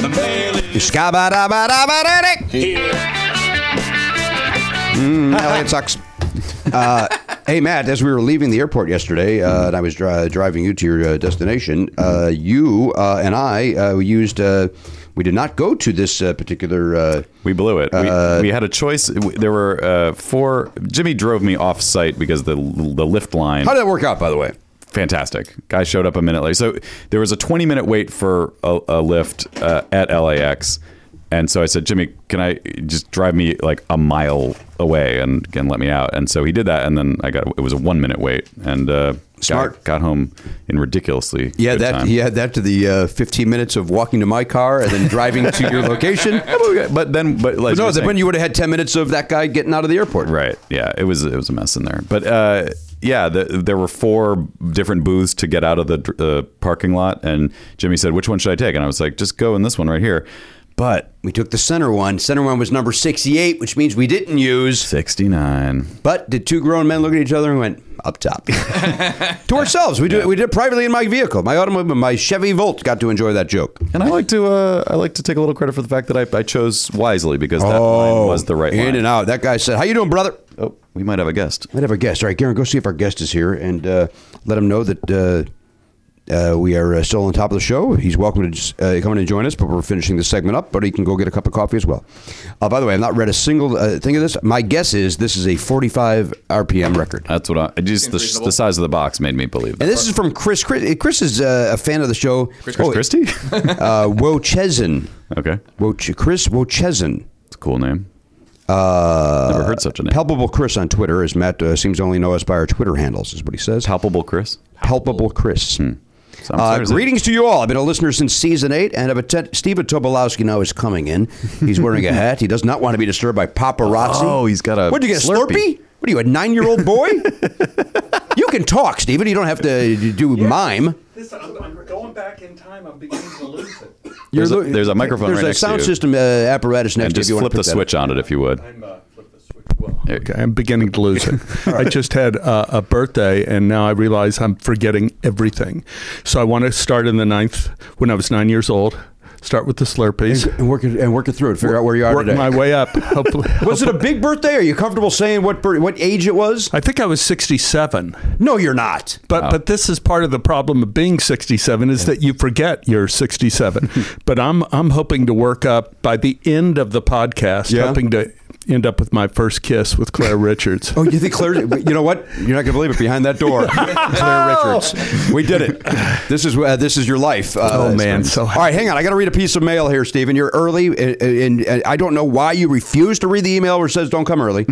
The mail is Skabadabadabadadic. here. Mm, Elliot sucks. Uh, hey Matt, as we were leaving the airport yesterday, uh, and I was dri- driving you to your uh, destination, uh, you uh, and I uh, we used uh, we did not go to this uh, particular. Uh, We blew it. We, we had a choice. There were uh, four. Jimmy drove me off site because the the lift line. how did that work out, by the way? fantastic. Guy showed up a minute later. So there was a 20 minute wait for a, a lift uh, at LAX. And so I said, Jimmy, can I just drive me like a mile away and, and let me out? And so he did that. And then I got, it was a one minute wait and, uh, got- Smart. Got, home in ridiculously. Yeah, good that time. he had that to the uh, 15 minutes of walking to my car and then driving to [LAUGHS] your location. But then, but like, no, you're saying- then you would have had 10 minutes of that guy getting out of the airport. Right. Yeah. It was it was a mess in there. But uh, yeah, the, there were four different booths to get out of the dr- uh, parking lot, and Jimmy said, "Which one should I take?" And I was like, "Just go in this one right here." But Uh, We took the center one. Center one was number 68, which means we didn't use. sixty nine. But did two grown men look at each other and went up [LAUGHS] top to ourselves? We did we did it privately in my vehicle, my automobile, my Chevy Volt. Got to enjoy that joke. And I like to uh, I like to take a little credit for the fact that I, I chose wisely because that line was the right Oh, in line. and out. That guy said, "How you doing, brother?" Oh, we might have a guest. Let have a guest. All right, Garen, go see if our guest is here and uh, let him know that. Uh, uh, we are uh, still on top of the show. He's welcome to just, uh, come in and join us, but we're finishing this segment up. But he can go get a cup of coffee as well. Uh, by the way, I've not read a single uh, thing of this. My guess is this is a 45 RPM record. That's what I just the, Seems reasonable. the size of the box made me believe that. And this is from Chris. Chris, Chris is uh, a fan of the show. Chris Oh, Christie. uh, Wochezin. [LAUGHS] okay, Woch- Chris Wochezin. it's a cool name. Uh, Never heard such a name. Palpable Chris on Twitter, as Matt uh, seems to only know us by our Twitter handles, is what he says. Palpable Hmm. Chris. Palpable Chris. Sounds Uh, seriously- greetings to you all. I've been a listener since season eight, and I've atten- Stephen Tobolowski now is coming in. He's [LAUGHS] wearing a hat. He does not want to be disturbed by paparazzi. Oh, he's got a What would you get, a Slurpee. Slurpee? What are you, a nine year [LAUGHS] old boy? you can talk, Stephen. You don't have to do mime. This, I'm, I'm going back in time. I'm beginning to lose it. There's a- You're lo- there's a microphone There's right a next to sound you. system uh, apparatus next And to you. if just you wanna flip the pick that up. switch on it if you would. I'm uh, flip the switch. Well, There you go. okay, I'm beginning to lose [LAUGHS] it. I just had uh, a birthday, and now I realize I'm forgetting everything. So I want to start in the ninth when I was nine years old. Start with the Slurpees. and work it and work it through it. Figure out where you are Work today. my [LAUGHS] way up. Hopefully, was it a big birthday? Are you comfortable saying what bir- what age it was? I think I was 67. No, you're not. But but this is part of the problem of being 67 is that you forget you're 67. [LAUGHS] but I'm I'm hoping to work up by the end of the podcast, Yeah. hoping to end up with my first kiss with [LAUGHS] Claire Richards. Oh, you think Claire? you know what? You're not going to believe it. Behind [LAUGHS] that door, Claire Richards. We did it. This is uh, this is your life. Uh, Oh, man, so- all right, hang on. I got to read a piece of mail here, Stephen. You're early, and, and, and I don't know why you refuse to read the email where it says don't come early.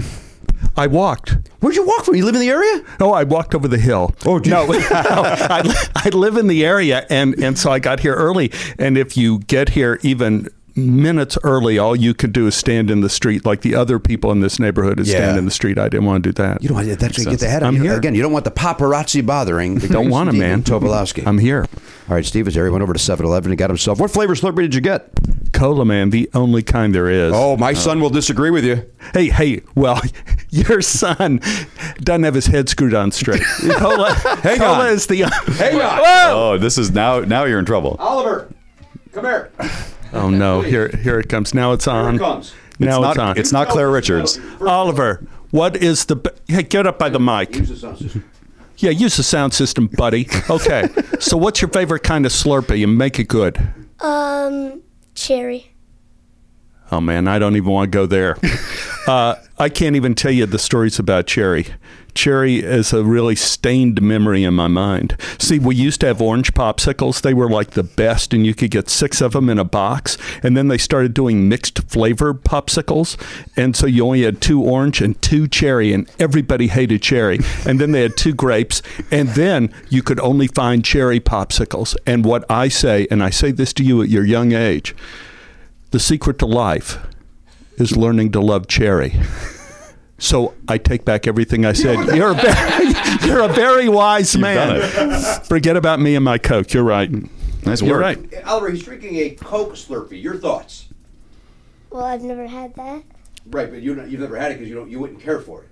I walked. Where'd you walk from? You live in the area? Oh, I walked over the hill. Oh, no, [LAUGHS] no, I, li- I live in the area, and and so I got here early. And if you get here even minutes early, all you could do is stand in the street like the other people in this neighborhood is Yeah. stand in the street. I didn't want to do that. You don't want that's what you get the head of I'm you. here. Again, you don't want the paparazzi bothering. the [LAUGHS] Don't want him, Stephen man. Tobolowsky. I'm here. All right, Steve is there. He went over to 7 Eleven and got himself. What flavor Slurpee did you get? Cola man, the only kind there is. Oh, my son will disagree with you. Hey, hey, well, [LAUGHS] your son doesn't have his head screwed on straight. Cola, Hang Cola on. is the. Hang on. Oh, this is now. Now you're in trouble. Oliver, come here. Oh no! Here, here it comes. Now it's on. comes. Now it's, it's not. on. It's not Claire Richards. Oliver. What is the? b- Hey, get up by the mic. Yeah, use the sound system, buddy. Okay. so, what's your favorite kind of Slurpee, and make it good? Um, cherry. Oh man, I don't even want to go there. uh, I can't even tell you the stories about Cherry. Cherry is a really stained memory in my mind. See, we used to have orange popsicles. They were like the best, and you could get six of them in a box. And then they started doing mixed flavor popsicles. And so you only had two orange and two cherry, and everybody hated cherry. And then they had two grapes. And then you could only find cherry popsicles. And what I say, and I say this to you at your young age, the secret to life is learning to love cherry. So I take back everything I said. You're a very, you're a very wise man. Forget about me and my Coke. You're right. Nice You're work. right. Oliver, he's drinking a Coke Slurpee. Your thoughts? Well, I've never had that. Right, but you don't, you've never had it because you don't. You wouldn't care for it.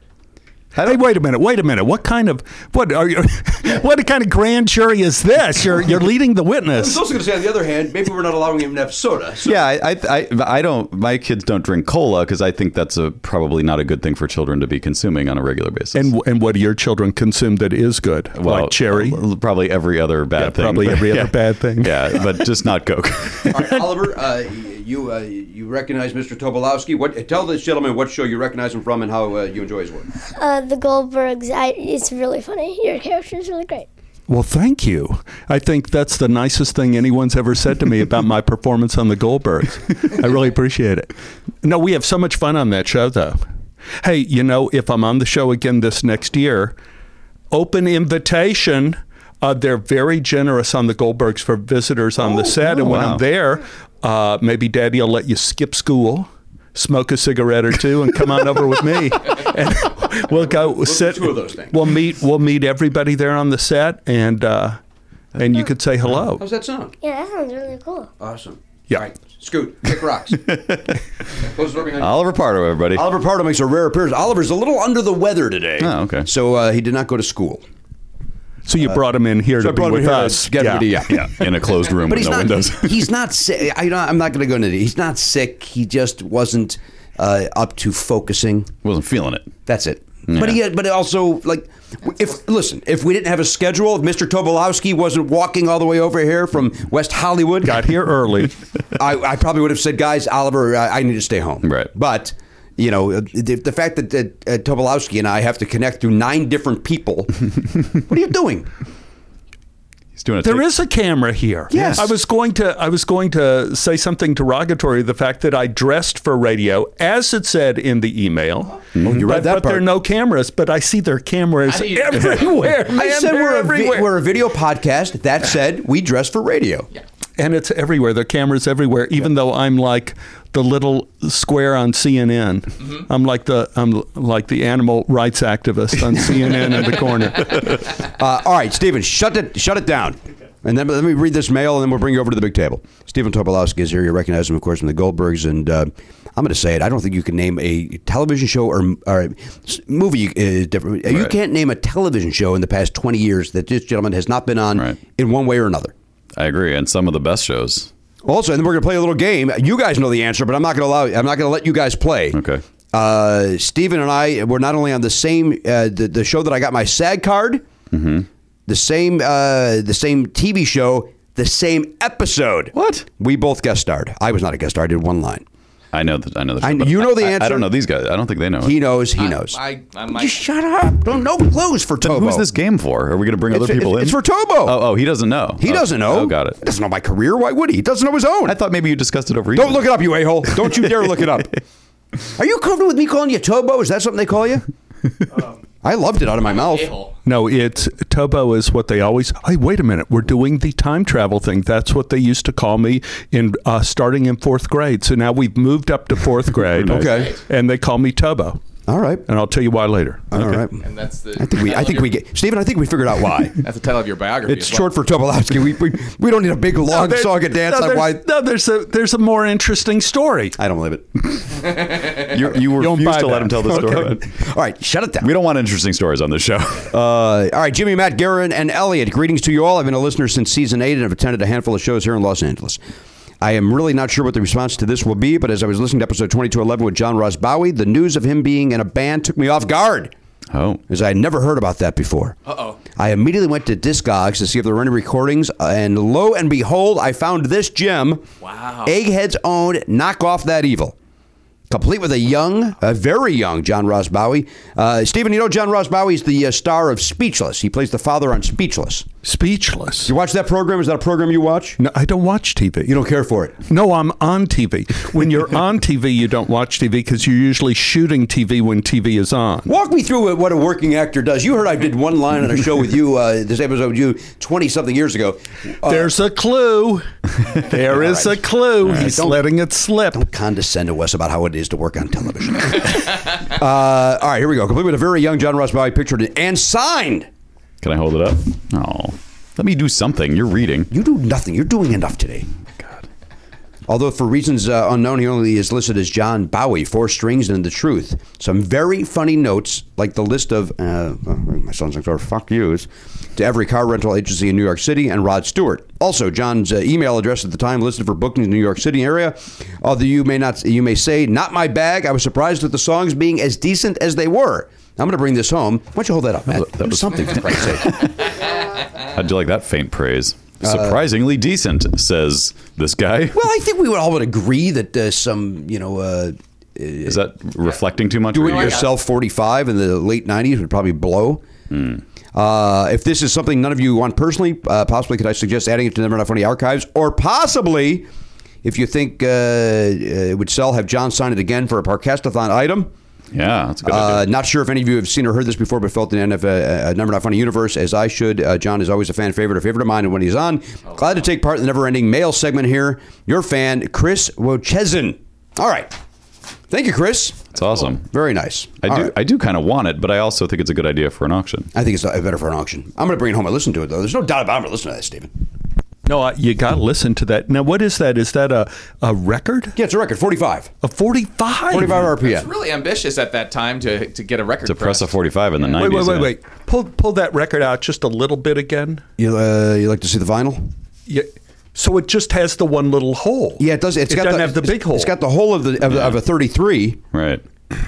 Hey, wait a minute. Wait a minute. What kind of what are you? [LAUGHS] What kind of grand jury is this? You're you're leading the I [LAUGHS] was witness. also going to say, on the other hand, maybe we're not allowing him to have soda. [LAUGHS] So Yeah, I, I, I, I don't. My kids don't drink cola because I think that's a probably not a good thing for children to be consuming on a regular basis. And and what do your children consume that is good? like cherry. l- uh, probably every other bad thing. probably every [LAUGHS] other Yeah. bad thing. Yeah, but just not [LAUGHS] Coke. All right, Oliver, uh, you uh, you recognize Mr. Tobolowski. What? Tell this gentleman what show you recognize him from and how uh, you enjoy his work. Uh, the Goldbergs. I. It's really funny. Your character is really great. Well, thank you. I think that's the nicest thing anyone's ever said to me about [LAUGHS] my performance on the Goldbergs. I really appreciate it. No, we have so much fun on that show, though. Hey, you know, if I'm on the show again this next year, open invitation. Uh, they're very generous on the Goldbergs for visitors on the Oh, set. and when I'm there, uh, maybe daddy will let you skip school. Smoke a cigarette or two and come on over [LAUGHS] with me. And we'll go sit. two of those things. We'll meet. We'll meet everybody there on the set, and uh, and you could say hello. How's that sound? Yeah, that sounds really cool. Awesome. Yeah. All right, Scoot, kick rocks. Close the door behind you. Oliver Pardo, everybody. Oliver Pardo makes a rare appearance. Oliver's a little under the weather today. Oh, okay. So uh, he did not go to school. So you brought him in here So I to be brought him with here to us. get rid of you. Yeah, in a closed room [LAUGHS] But with he's no not. windows. [LAUGHS] he's not sick. I, you know, I'm not going to go into it. He's not sick. He just wasn't uh, up to focusing. Wasn't feeling it. That's it. But he, but also like, if listen, if we didn't have a schedule, if Mr. Tobolowski wasn't walking all the way over here from West Hollywood, Got here early. [LAUGHS] I, I probably would have said, guys, Oliver, I, I need to stay home. Right. But you know, the, the fact that uh, uh, Tobolowski and I have to connect through nine different people. what are you doing? He's doing it. There is a camera here. Yes. I was going to I was going to say something derogatory the fact that I dressed for radio as it said in the email. Oh, you read but, that but there are part. no cameras, but I see their cameras [LAUGHS] think you- everywhere. I man, said they're we're a, vi- everywhere. we're a video podcast. That said, we dress for radio. and it's everywhere. There are cameras everywhere. Even though I'm like the little square on CNN, Mm-hmm. I'm like the I'm like the animal rights activist on CNN in [LAUGHS] the corner. Uh, all right, Stephen, shut it, shut it down. And then let me read this mail, and then we'll bring you over to the big table. Stephen Tobolowsky is here. You recognize him, of course, from the Goldbergs, and uh, I'm going to say it. I don't think you can name a television show or, or s- movie is different. You can't name a television show in the past 20 years that this gentleman has not been on Right. in one way or another. I agree. And some of the best shows. Also, and then we're going to play a little game. You guys know the answer, but I'm not going to allow. I'm not going to let you guys play. Okay. Uh, Steven and I were not only on the same uh, the, the show that I got my SAG card, Mm-hmm. the same uh, the same TV show, the same episode. What? We both guest starred. I was not a guest star. I did one line. I know that. I know the. I- show, but you know the I- I- I answer? don't know these guys. I don't think they know. He it. knows. He knows. I, I Just might. shut up. Don't no clues for Tobo. Who's this game for? Are we going to bring It's- other people in? it's- it's for Tobo. Oh, oh, he doesn't know. He Oh, doesn't know. Oh, got it. He doesn't know my career. Why would he? He doesn't know his own. I thought maybe you discussed it over. Don't look it up, you a hole. Don't [LAUGHS] Um, you dare look it up. Are you comfortable with me calling you Tobo? Is that something they call you? I loved it out of my mouth. No, it's Tobo is what they always. Hey, wait a minute. We're doing the time travel thing. That's what they used to call me in uh, starting in fourth grade. So now we've moved up to fourth [LAUGHS] grade. Okay. And they call me Tobo. All right. And I'll tell you why later. All right. And that's the. I think we, I think we get Stephen. I think we figured out [LAUGHS] why. That's the title of your biography. It's short for Tobolowski. We, we we don't need a big long there- song and dance no, on there's- why. No, there's a there's a more interesting story. I don't believe it. You, you don't refuse buy to that. let him tell [LAUGHS] the Okay. story. All right, shut it down. We don't want interesting stories on this show. [LAUGHS] Uh, all right, Jimmy, Matt, Garin, and Elliot, greetings to you all. I've been a listener since season eight and have attended a handful of shows here in Los Angeles. I am really not sure what the response to this will be, but as I was listening to episode 2211 with John Ross Bowie, the news of him being in a band took me off guard, oh, as I had never heard about that before. Uh oh. I immediately went to Discogs to see if there were any recordings, and lo and behold, I found this gem. Wow. Egghead's own Knock Off That Evil. Complete with a young, a very young John Ross Bowie. Uh, Stephen, you know John Ross Bowie is the uh, star of Speechless. He plays the father on Speechless. Speechless. You watch that program? Is that a program you watch? No, I don't watch TV. You don't care for it. No, I'm on TV. When you're on TV, you don't watch TV because you're usually shooting TV when TV is on. Walk me through what- what a working actor does. You heard I did one line on a show with you, uh, this episode with you, twenty something years ago. Uh, There's a clue. There is right. a clue. He's Don't- letting it slip. Don't condescend to us about how it is to work on television. [LAUGHS] uh, all right, here we go. Complete with a very young John Ross Bowie pictured and signed. can I hold it up? Oh, let me do something. You're reading. You do nothing. You're doing enough today. God. Although for reasons uh, unknown, he only is listed as John Bowie, four strings and the truth. Some very funny notes, like the list of uh, my son's next door fuck yous, to every car rental agency in New York City and Rod Stewart. Also, John's uh, email address at the time listed for bookings in the New York City area. Although you may not, you may say, not my bag. I was surprised with the songs being as decent as they were. I'm going to bring this home. Why don't you hold that up, Matt? That Do was- something for Christ's sake. How'd you like that faint praise? Uh, Surprisingly decent, says this guy. Well, I think we would all would agree that uh, some, you know, uh, Is that reflecting too much? do it Or- yourself 45 in the late 90s would probably blow. Uh, if this is something none of you want personally, uh, possibly could I suggest adding it to the Never Not Funny archives? Or possibly, if you think uh, uh, it would sell, have John sign it again for a Parkastathon item. Yeah, that's a good Uh, idea. not sure if any of you have seen or heard this before, but felt the NF uh, uh, number not funny universe as I should. Uh, John is always a fan favorite, a favorite of mine, and when he's on, Oh. glad to take part in the never-ending mail segment here. Your fan, Chris Wojcezin. All right, thank you, Chris. It's awesome. Very nice. I All do. right. I do kind of want it, but I also think it's a good idea for an auction. I think it's uh, better for an auction. I'm going to bring it home. I listen to it though. There's no doubt about it. I'm going to listen to that, Stephen. No, I, you got to listen to that. Now, what is that? Is that a, a record? Yeah, it's a record. 45. A 45? 45 RPM. It's really ambitious at that time to to get a record. To press a forty-five in the Wait, nineties. wait, wait, wait. Pull, pull that record out just a little bit again. You uh, you like to see the vinyl? Yeah. So it just has the one little hole. Yeah, it does. It's it got doesn't the, have the big hole. It's got the hole of the of, of a 33. Right.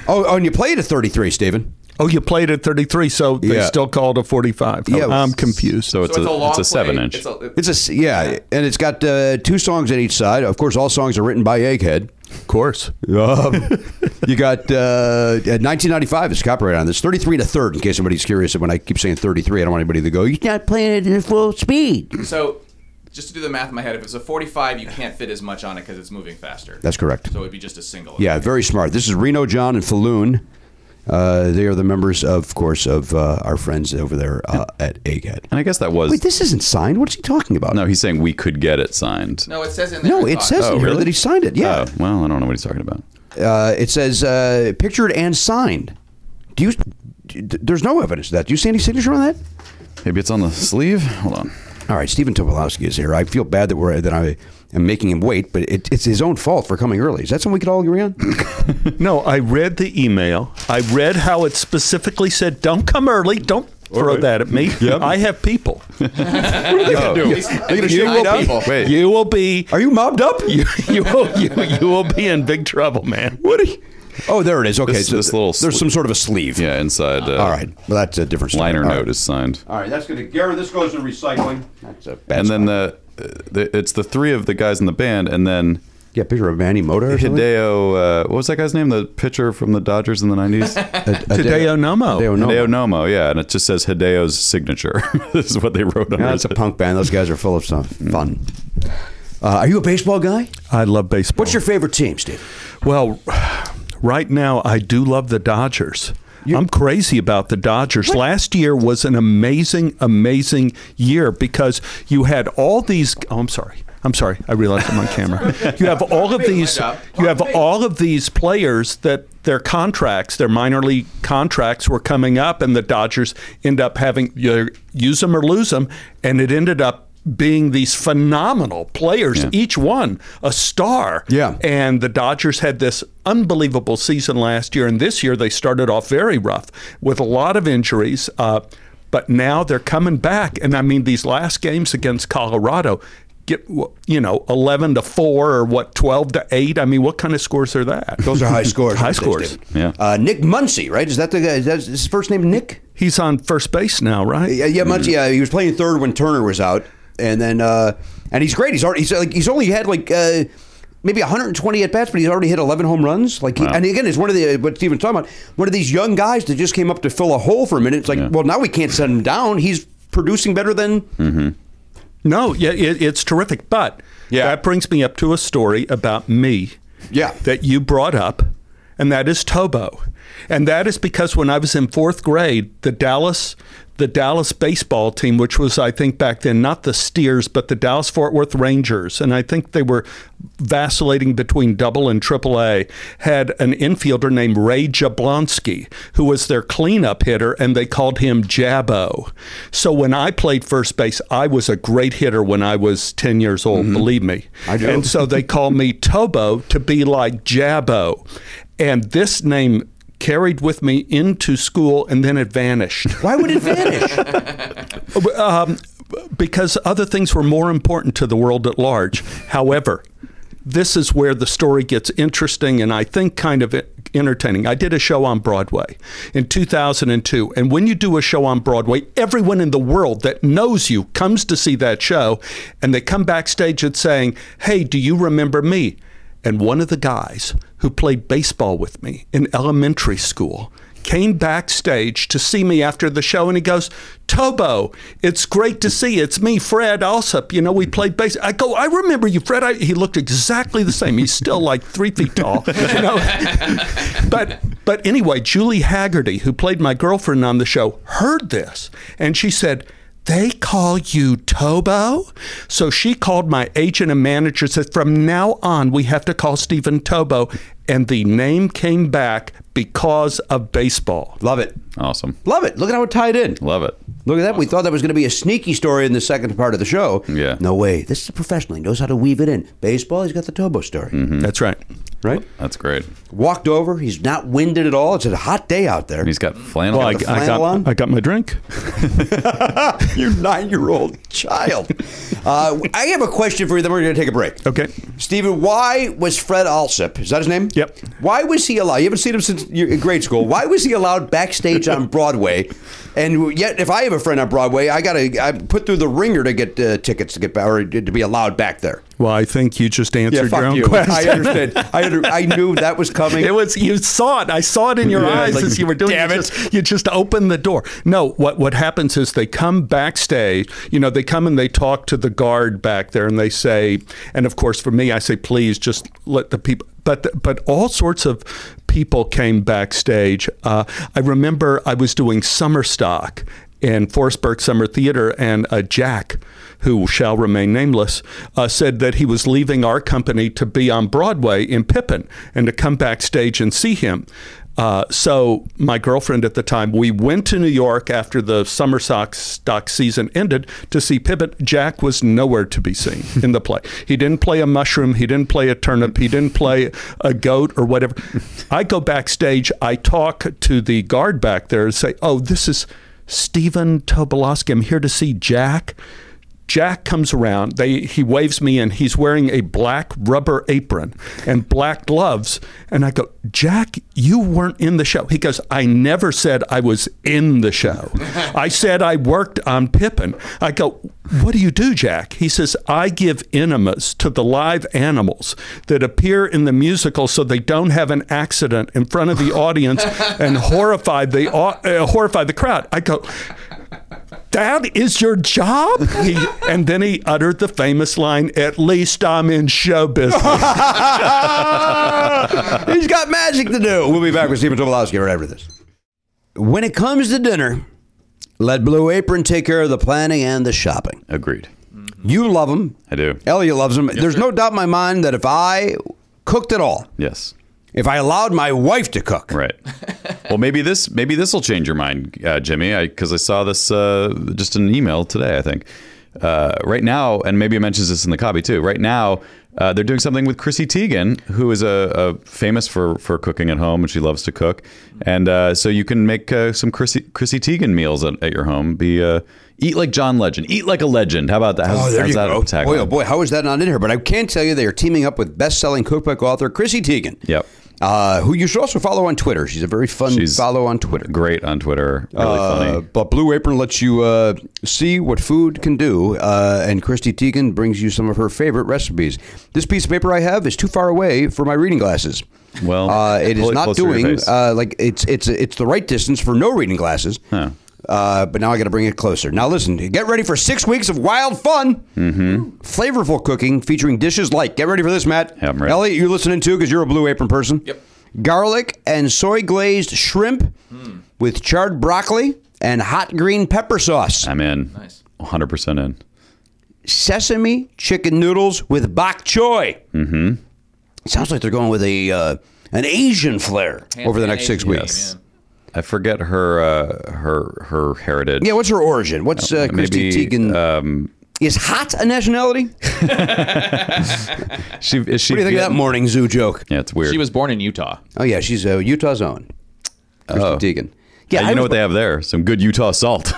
Oh, oh, and you played a 33, Stephen. oh, you played at 33, so they Yeah. still called a 45. Yeah. I'm confused. So it's, So it's a, a, long it's a play. seven-inch. It's a- It's a s- yeah, and it's got uh, two songs on each side. Of course, all songs are written by Egghead. Of course. Um, [LAUGHS] you got uh, at 1995 is copyright on this. 33 and a third, in case anybody's curious. When I keep saying 33, I don't want anybody to go. You're not playing it at full speed. So, just to do the math in my head, if it's a 45, you can't fit as much on it because it's moving faster. That's correct. So it'd be just a single. Yeah, very smart. This is Reno John and Falloon. Uh, they are the members, of course, of uh, our friends over there uh, at Egghead. and I guess that was Wait, this isn't signed. What's he talking about? no. He's saying we could get it signed. No, it says in there. no, I it thought. says Oh, in here really? that he signed it. Yeah, Oh, well, I don't know what he's talking about. uh, it says uh, pictured and signed. Do you? d- d- There's no evidence of that. Do you see any signature on that? Maybe it's on the sleeve. Hold on. All right, Stephen Tobolowsky is here. I feel bad that we're that I am making him wait, but it, it's his own fault for coming early. Is that something we could all agree [LAUGHS] on? No, I read the email. I read how it specifically said, don't come early. Don't throw that at me. I have [LAUGHS] people. You will be- Wait. You will be. Are you mobbed up? You, you, will, you, you will be in big trouble, man. What? Are you? Oh, there it is. Okay, This- so this little there's some sleeve. sort of a sleeve. Yeah, inside. Uh, All right. Well, that's a different story. Liner All right. note is signed. All right, that's going to Gary. This goes in recycling. That's a bad. and then the, the it's the three of the guys in the band, and then yeah, picture of Manny Motor. Or something? Hideo. Uh, what was that guy's name? The pitcher from the Dodgers in the nineties. oh, Hideo Nomo. Hideo Nomo. Hideo Nomo. Yeah, and it just says Hideo's signature. [LAUGHS] this is what they wrote on Yeah, it. it's a punk band. Those guys are full of some fun. Uh, are you a baseball guy? I love baseball. What's your favorite team, Steve? Well, right now I do love the Dodgers. I'm crazy about the Dodgers. Last year was an amazing, amazing year because you had all these. Oh, I'm sorry. I'm sorry. I realized I'm on camera. You have all of these. You have all of these players that their contracts, their minor league contracts, were coming up, and the Dodgers end up having you use them or lose them, and it ended up being these phenomenal players, each one a star. Yeah. And the Dodgers had this unbelievable season last year, and this year they started off very rough with a lot of injuries. Uh, but now they're coming back, and I mean these last games against Colorado. Get you know eleven to four or what twelve to eight. I mean, what kind of scores are that? Those [LAUGHS] are high scores. high scores. Yeah. Uh, Nick Muncy, right? Is that the guy? Is that his first name Nick? He's on first base now, right? Yeah, yeah, Muncy. Yeah, he was playing third when Turner was out, and then uh, and he's great. He's already he's like he's only had like. Uh, Maybe 120 at bats, but he's already hit 11 home runs. Like, he, and again, it's one of the uh, what Steven's talking about. One of these young guys that just came up to fill a hole for a minute. It's like, well, now we can't send him down. He's producing better than No, yeah, it, it's terrific. But Yeah. that brings me up to a story about me. Yeah. That you brought up, and that is Tobo, and that is because when I was in fourth grade, the Dallas, the Dallas baseball team, which was I think back then not the Steers but the Dallas Fort Worth Rangers, and I think they were vacillating between double and triple A, had an infielder named Ray Jablonski who was their cleanup hitter, and they called him Jabbo. So when I played first base, I was a great hitter when I was 10 years old, believe me. Mm-hmm. I do. And so they called me Tobo to be like Jabbo. And this name carried with me into school and then it vanished Why would it vanish? um, because other things were more important to the world at large. However, this is where the story gets interesting and I think kind of entertaining. I did a show on Broadway in 2002, and when you do a show on Broadway, everyone in the world that knows you comes to see that show, and they come backstage and saying, "Hey, do you remember me?" And one of the guys who played baseball with me in elementary school came backstage to see me after the show and he goes, Tobo, it's great to see. you. It's me, Fred Alsop. You know, we played bass. I go, I remember you, Fred. I, he looked exactly the same. He's still like three feet tall. [LAUGHS] You know? but but anyway, Julie Haggerty, who played my girlfriend on the show, heard this and she said, they call you Tobo? So she called my agent and manager and said, From now on, we have to call Stephen Tobo. And the name came back because of baseball. Love it. Awesome. Love it. Look at how it tied in. Love it. Look at that. We thought that was going to be a sneaky story in the second part of the show. Yeah. No way. This is a professional. He knows how to weave it in. Baseball, he's got the Tobo story, Mm-hmm. That's right. right? That's great. And Walked over. He's not winded at all. It's a hot day out there. he's got flannel. Well, I, I flannel on? got, I got [LAUGHS] my drink. Your nine year old child. [LAUGHS] uh, I have a question for you, then we're going to take a break. Okay. Stephen, why was Fred Alsop? Is that his name? Yep. Why was he allowed? You haven't seen him since you're in grade school. Why was he allowed backstage on Broadway? And yet, if I have a friend on Broadway, I gotta I put through the ringer to get uh, tickets to get back or to be allowed back there. Well, I think you just Yeah, answered your fuck own you. question. I understand. I, under, I knew that was [LAUGHS] coming. [LAUGHS] It was you saw it. I saw it in your eyes like, as you were doing damn it. it. Just, you just open the door. No, what what happens is they come backstage. You know, they come and they talk to the guard back there, and they say, and of course for me, I say, please just let the people. But the, but all sorts of people came backstage. Uh, I remember I was doing summer stock in Forestburg Summer Theater, and uh, Jack, who shall remain nameless, uh, said that he was leaving our company to be on Broadway in Pippin and to come backstage and see him. Uh, so my girlfriend at the time, we went to New York after the summer sock stock season ended to see Pippin. Jack was nowhere to be seen in the play. He didn't play a mushroom. He didn't play a turnip. He didn't play a goat or whatever. I go backstage. I talk to the guard back there and say, "Oh, this is." Stephen Tobolowsky. I'm here to see Jack. Jack comes around. They, he waves me in. He's wearing a black rubber apron and black gloves. And I go, Jack, you weren't in the show. He goes, I never said I was in the show. I said I worked on Pippin. I go, What do you do, Jack? He says, I give enemas to the live animals that appear in the musical so they don't have an accident in front of the audience and horrify the, au- uh, horrify the crowd. I go, that is your job? [LAUGHS] He, and then he uttered the famous line, At least I'm in show business. [LAUGHS] He's got magic to do. We'll be back with Stephen Tobolowsky right after this. When it comes to dinner, let Blue Apron take care of the planning and the shopping. Agreed. You love them. I do. Elliot loves them. There's no doubt in my mind that if I cooked at all, Yes. if I allowed my wife to [LAUGHS] cook, Right. well, maybe this maybe this will change your mind, uh, Jimmy, because I, saw this uh, just in an email today. I think uh, right now, and maybe it mentions this in the copy too. Right now, uh, they're doing something with Chrissy Teigen, who is a, a famous for for cooking at home, and she loves to cook. And uh, so you can make uh, some Chrissy, Chrissy Teigen meals at, at your home. Be uh, eat like John Legend, eat like a legend. How about that? How's, Oh, there how's you that go. tagline? Boy, oh boy, how is that not in here? But I can tell you they are teaming up with best-selling cookbook author Chrissy Teigen. Yep. Uh, who you should also follow on Twitter. She's a very fun She's follow on Twitter. Great on Twitter, really Uh, funny. but Blue Apron lets you uh, see what food can do, uh, and Christy Teigen brings you some of her favorite recipes. This piece of paper I have is too far away for my reading glasses. Well, uh, it pull is it not closer to your doing face. uh, like it's it's it's the right distance for no reading glasses. Huh. Uh, but now I got to bring it closer. Now listen, get ready for six weeks of wild fun, mm-hmm. flavorful cooking featuring dishes like. Get ready for this, Matt. Yeah, I'm ready. Elliot, you listening too because you're a blue apron person. Yep. Garlic and soy glazed shrimp with charred broccoli and hot green pepper sauce. I'm in. Nice. 100% in. Sesame chicken noodles with bok choy. Mm-hmm. Sounds like they're going with a uh, an Asian flair over the next six Asian, weeks. yeah. I forget her uh, her her heritage. Yeah, what's her origin? What's uh, Christy maybe, Teigen? is hot a nationality? What She is she do you think of that morning zoo joke? Yeah, it's weird. She was born in Utah. Oh yeah, she's uh, Utah's own. Christy Teigen. Yeah, you I know was- what they have there? Some good Utah salt.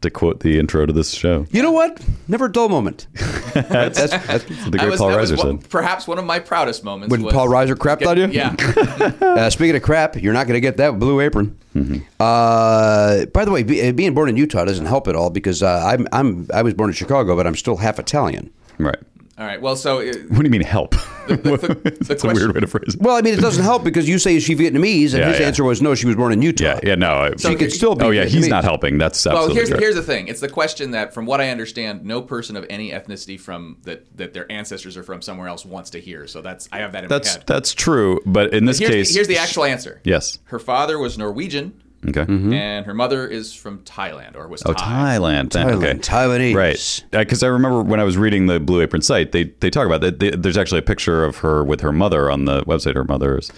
to quote the intro to this show, You know what? Never a dull moment. that's, that's- the I great was- Paul that was Reiser one- said. Perhaps one of my proudest moments. When was- Paul Reiser crapped Yeah, on you? Yeah. uh, speaking of crap, you're not going to get that with Blue Apron. Mm-hmm. Uh, by the way, be, uh, being born in Utah doesn't help at all because uh, I'm, I'm I was born in Chicago, but I'm still half Italian. Right. All right. Well, so it, What do you mean help? [LAUGHS] That's a question- weird way to phrase it. Well, I mean, it doesn't help because you say is she Vietnamese, and Yeah, his yeah. answer was no, she was born in Utah. yeah, yeah, no. I- She could still be Oh yeah, he's Vietnamese. not helping. That's absolutely well, here's correct. here's the thing. It's the question that, from what I understand, no person of any ethnicity from that that their ancestors are from somewhere else wants to hear. So that's I have that in that's my head. that's true, but in this here's, case, here's the actual answer. Yes. Her father was Norwegian, Okay. and her mother is from Thailand or was Hmm? Oh, Thai. Thailand. Then. Okay. Thailand, Taiwanese. Right. Because I remember when I was reading the Blue Apron site, they, they talk about that. They, there's actually a picture of her with her mother on the website. Her mother is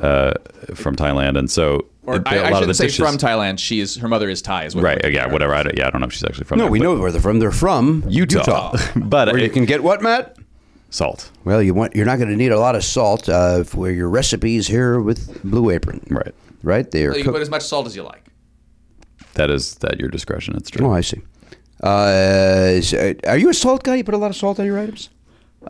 uh, from Thailand. And so Or it- I, I shouldn't say dishes- from Thailand. She is her mother is Thai as well. Right. Yeah. Whatever. I don't, yeah. I don't know if she's actually from. No, there, we but know where they're from. They're from Utah. [LAUGHS] but where you it- can get what, Matt? salt. Well, you want you're not going to need a lot of salt uh, for your recipes here with Blue Apron. Right. Right. They are. So you cooked- put as much salt as you like. That is that your discretion. It's true. Oh, I see. Uh, so, are you a salt guy? You put a lot of salt on your items?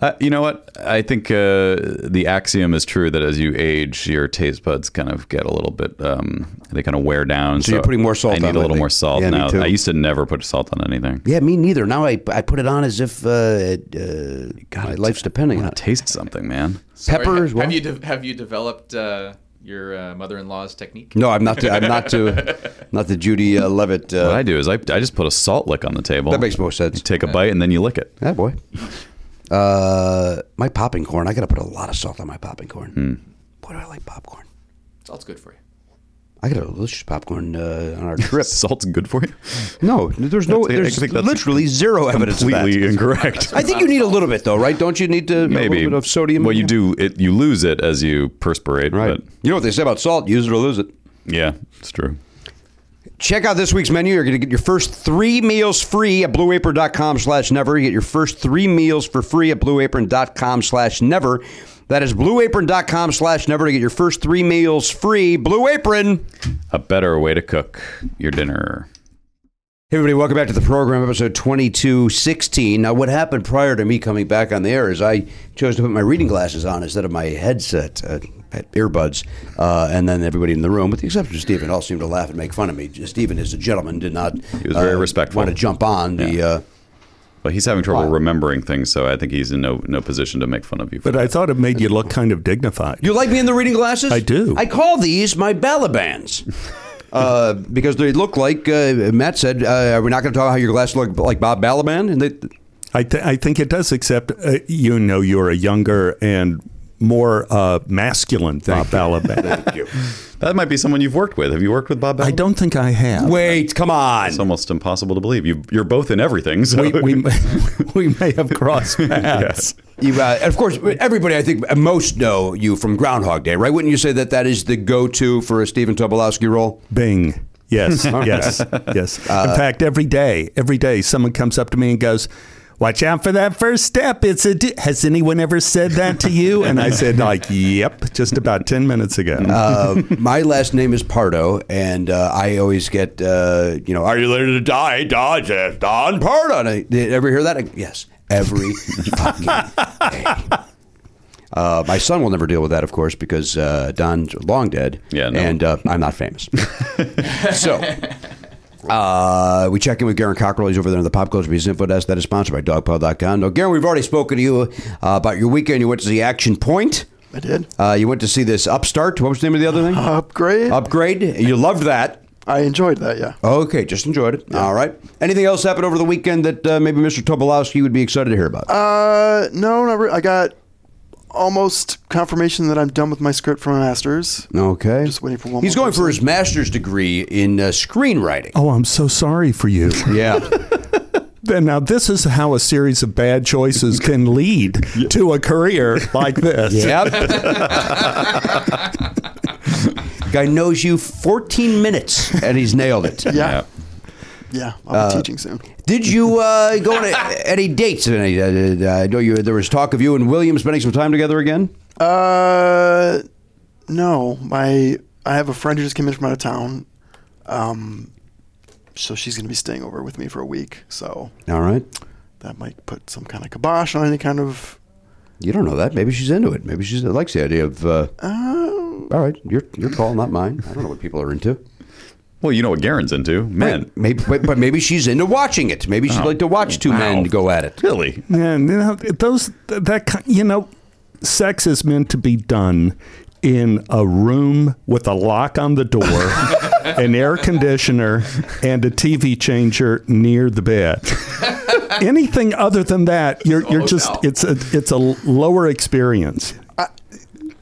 Uh, you know what? I think uh, the axiom is true that as you age, your taste buds kind of get a little bit. Um, they kind of wear down. So, you're putting more salt I need on a little lately. more salt Yeah, me now. too. I used to never put salt on anything. Yeah, me neither. Now I, I put it on as if uh, uh, my life's depending on I it. taste something, man. Pepper Sorry, as well. Have you de- have you developed uh, your uh, mother-in-law's technique? no, I'm not. To, I'm [LAUGHS] not to. Not the Judy uh, Levitt. Uh, What I do is I, I just put a salt lick on the table. That makes more sense. You take a bite and then you lick it. that boy. Uh, my popping corn. I got to put a lot of salt on my popping corn. Boy, do I like popcorn. Salt's good for you. I got a delicious popcorn uh, [LAUGHS] on our trip. Salt's good for you. no, there's no. That's- I There's think that's literally zero evidence. of that. Completely [LAUGHS] incorrect. I think you need a little bit though, right? Don't you need to a Maybe little bit of sodium? Well, you do. It you lose it as you perspirate. Right. But You know what they say about salt: use it or lose it. yeah, it's true. Check out this week's menu. You're going to get your first three meals free at blueapron.com slash never. You get your first three meals for free at blueapron.com slash never. That is blueapron.com slash never to get your first three meals free. Blue Apron. A better way to cook your dinner. Hey everybody, welcome back to the program, episode 2216. Now, what happened prior to me coming back on the air is I chose to put my reading glasses on instead of my headset, uh, earbuds, uh, and then everybody in the room, with the exception of Stephen, all seemed to laugh and make fun of me. Stephen, as a gentleman, did not He was very respectful. want to jump on the... Uh, But he's having trouble Wow. remembering things, so I think he's in no no position to make fun of you. For uh, But I thought it made you look kind of dignified. You like me in the reading glasses? I do. I call these my [LAUGHS] balabands. Uh, because they look like uh, Matt said, uh, we're not going to talk about how your glasses look like Bob Balaban, and they, I, th- I think it does, except uh, you know you're a younger and more uh, masculine than Bob Alabama. Thank you. That might be someone you've worked with. Have you worked with Bob? Bell? I don't think I have. Wait, come on. It's almost impossible to believe. You, you're both in everything. So. [LAUGHS] [LAUGHS] We, we, we may have crossed paths. You, uh, and of course, everybody I think most know you from Groundhog Day, right? Wouldn't you say that that is the go-to for a Stephen Tobolowsky role? Bing. Yes, yes, yes. In fact, every day, every day, someone comes up to me and goes, "Watch out for that first step." It's a. D- Has anyone ever said that to you? And I said, "Like, yep, just about ten minutes ago." Uh, my last name is Pardo, and uh, I always get, uh, you know, are you ready to die, Dodge? It's Don Pardo. And I, did you ever hear that? I- yes, [LAUGHS] every fucking day. Uh, my son will never deal with that, of course, because uh, Don's long dead, Yeah, no. and uh, I'm not [LAUGHS] famous. so. Uh, we check in with Garen Cockrell. He's over there in the Pop Culture Beats Info Desk. That is sponsored by DogPile.com. Now, Garen, we've already spoken to you uh, about your weekend. You went to see Action Point. I did. Uh, you went to see this Upstart. What was the name of the other thing? Uh, Upgrade. Upgrade. You loved that. I enjoyed that. Yeah. Okay, just enjoyed it. All right. Anything else happened over the weekend that uh, maybe Mr. Tobolowski would be excited to hear about? Uh, no, not re- I got almost confirmation that I'm done with my script for my master's. okay. Just waiting for one. He's more going for his master's degree in uh, screenwriting. Oh, I'm so sorry for you. [LAUGHS] Yeah. Then now this is how a series of bad choices can lead to a career like this. Yep. [LAUGHS] Guy knows you 14 minutes and he's nailed it. person. [LAUGHS] Yeah. Yeah. I'll be teaching soon. Did you uh, go on a- any dates? Any- uh, uh, I know you. There was talk of you and William spending some time together again. Uh, no, my I have a friend who just came in from out of town. Um, so she's going to be staying over with me for a week. So All right. that might put some kind of kibosh on any kind of. You don't know that. Maybe she's into it. Maybe she likes the idea of. Uh, all right, your your call, not mine. I don't know what people are into. Well, you know what Garen's into. Men. Right, maybe, but, but maybe she's into watching it. Maybe Oh. she'd like to watch two men go at it. Really? Man, you know, those that ki- you know, sex is meant to be done in a room with a lock on the door, an air conditioner, and a TV changer near the bed. Anything other than that, you're you're just hotel. it's a it's a lower experience.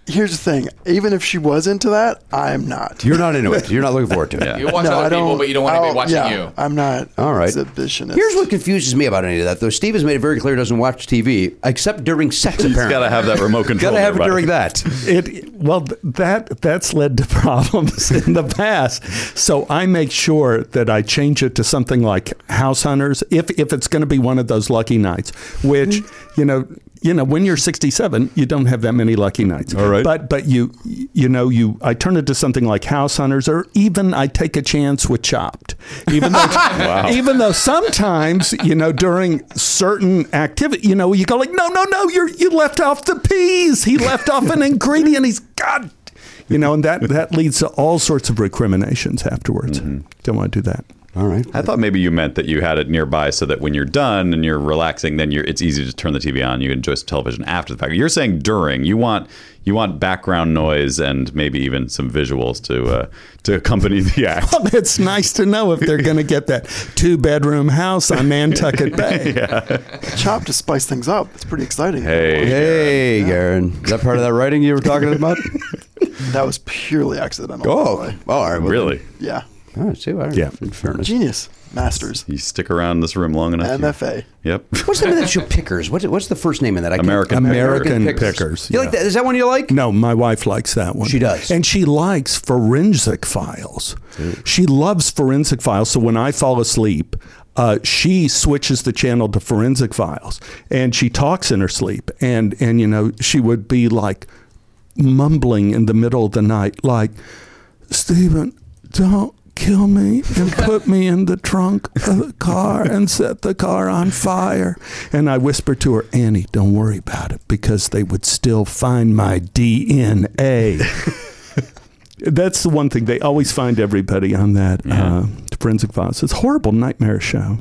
Here's the thing: even if she was into that, I'm not. You're not into it. You're not looking forward to [LAUGHS] it. You [LAUGHS] watch other people, but you don't want I'll- anybody watching Oh, yeah, you. I'm not. All right. Exhibitionist. Here's what confuses me about any of that, though. Steve has made it very clear he doesn't watch TV except during sex. Apparently, He's got to have that [LAUGHS] remote control. Gotta have it nearby. during that. It well th- that that's led to [LAUGHS] problems in the past. So I make sure that I change it to something like House Hunters if if it's going to be one of those lucky nights, which Hmm. you know you know when you're 67 you don't have that many lucky nights. All right. But but you you know you I turn it to something like House Hunters or even I take a chance with Chopped. Even though even though sometimes you know during certain activity you know you go like no no no you are you left off the peas he left off an ingredient he's god you know and that that leads to all sorts of recriminations afterwards. Don't want to do that. All right. I thought maybe you meant that you had it nearby so that when you're done and you're relaxing, then you're, it's easy to turn the TV on. You enjoy some television after the fact. You're saying during. You want you want background noise and maybe even some visuals to uh, to accompany the [LAUGHS] act. Well, [LAUGHS] it's nice to know if they're going to get that two bedroom house on Nantucket Bay. [LAUGHS] Chop to spice things up. It's pretty [LAUGHS] exciting. Hey, Hey, Garen. Is that part of that writing you were talking [LAUGHS] about? That was purely accidental. oh, by the way. oh, all right. well, really? Yeah. All right, see, all right. Yeah. In fairness. Genius. Masters. You stick around this room long enough. you- MFA. Yep. [LAUGHS] What's the name of that show? Pickers. What's what's the first name of that? I can't- American American Pickers, You like yeah. that? Is that one you like? No, my wife likes that one. She does. And she likes forensic files. She loves forensic files. So when I fall asleep, uh, she switches the channel to forensic files and she talks in her sleep. And, and, you know, she would be like mumbling in the middle of the night, like, Stephen, don't kill me and put me in the trunk of the car and set the car on fire. And I whispered to her, Annie, don't worry about it because they would still find my DNA. That's the one thing they always find everybody on that uh, forensic files. It's a horrible nightmare show.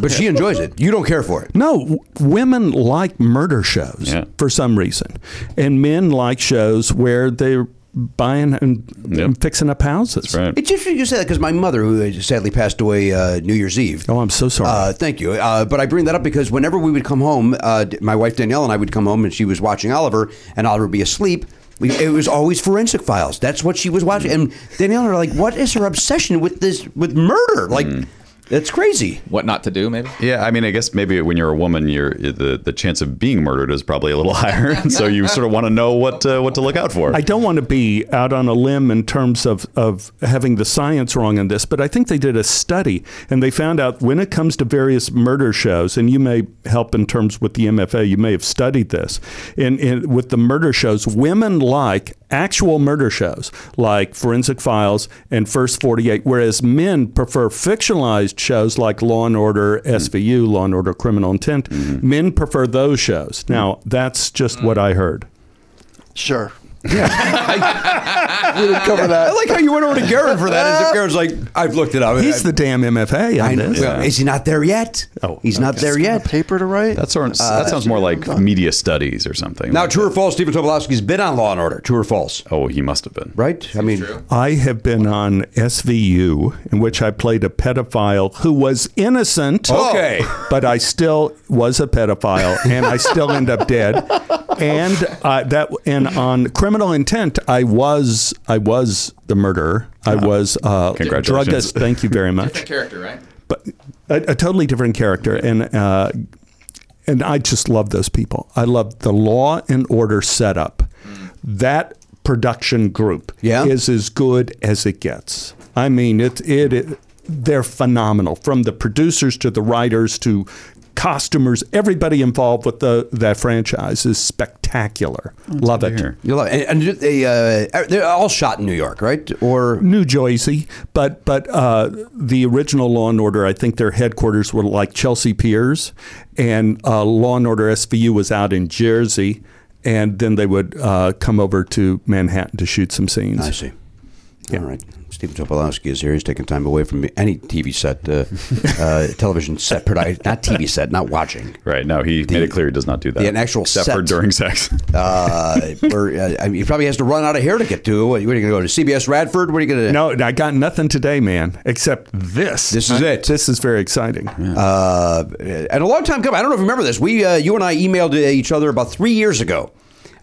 But she enjoys it. You don't care for it. No, w- women like murder shows Yeah. for some reason, and men like shows where they're buying and, and fixing up houses. right. It's interesting you say that because my mother, who sadly passed away uh, New Year's Eve. Oh, I'm so sorry. Uh, thank you. Uh, but I bring that up because whenever we would come home, uh, d- my wife Danielle and I would come home, and she was watching Oliver, and Oliver would be asleep. We, it was always forensic files. That's what she was watching. And Danielle and I are like, "What is her obsession with this with murder? Like, Hmm. that's crazy." What not to do, maybe? Yeah, I mean, I guess maybe when you're a woman, you're the the chance of being murdered is probably a little [LAUGHS] higher, and so you sort of want to know what uh, what to look out for. I don't want to be out on a limb in terms of, of having the science wrong on this, but I think they did a study and they found out when it comes to various murder shows, and you may help in terms with the MFA, you may have studied this. In, in with the murder shows, women like actual murder shows like Forensic Files and First 48, whereas men prefer fictionalized shows like Law and Order, SVU, Law and Order Criminal Intent. Men prefer those shows. Now, that's just what I heard. Sure. We didn't cover that. I like how you went over to Garen for that, and Garen's like, "I've looked it up." He's the damn MFA on I know. this. Well, Is he not there yet? Oh, he's not there A yet. paper to write. That sounds Uh, that sounds more like media studies or something. Now, Like true or that. false? Stephen Tobolowsky's been on Law and Order. True or false? Oh, he must have been. Right? I mean, I have been on SVU, in which I played a pedophile who was innocent. Oh. Okay. But I still was a pedophile, and I still end up dead. And uh, that, and on criminal intent, I was, I was the murderer. I Ah. was uh, Congratulations. drugged us. Thank you very much. Different character, right? but a, a totally different character and uh, and I just love those people. I love the law and order setup. That production group Yeah. is as good as it gets. I mean, it, it it they're phenomenal from the producers to the writers to costumers. Everybody involved with the that franchise is spectacular. love it. you love and, and they uh, they're all shot in New York, right? Or New Jersey, but but uh, the original Law and Order, I think their headquarters were like Chelsea Piers, and uh, Law and Order SVU was out in Jersey, and then they would uh, come over to Manhattan to shoot some scenes. I see. All right. Stephen Tobolowsky is here. He's taking time away from any TV set, [LAUGHS] uh, uh, television set, produ- not TV set, not watching. Right. No, he made it clear he does not do that. the- an actual except set. for during [LAUGHS] sex. Uh, or, uh, I mean, he probably has to run out of hair to get to. What, what are you going to go to CBS Radford? What are you going to? No, I got nothing today, man, except this. This is it. This is very exciting. uh, and a long time coming. I don't know if you remember this. We, uh, you and I, emailed each other about three years ago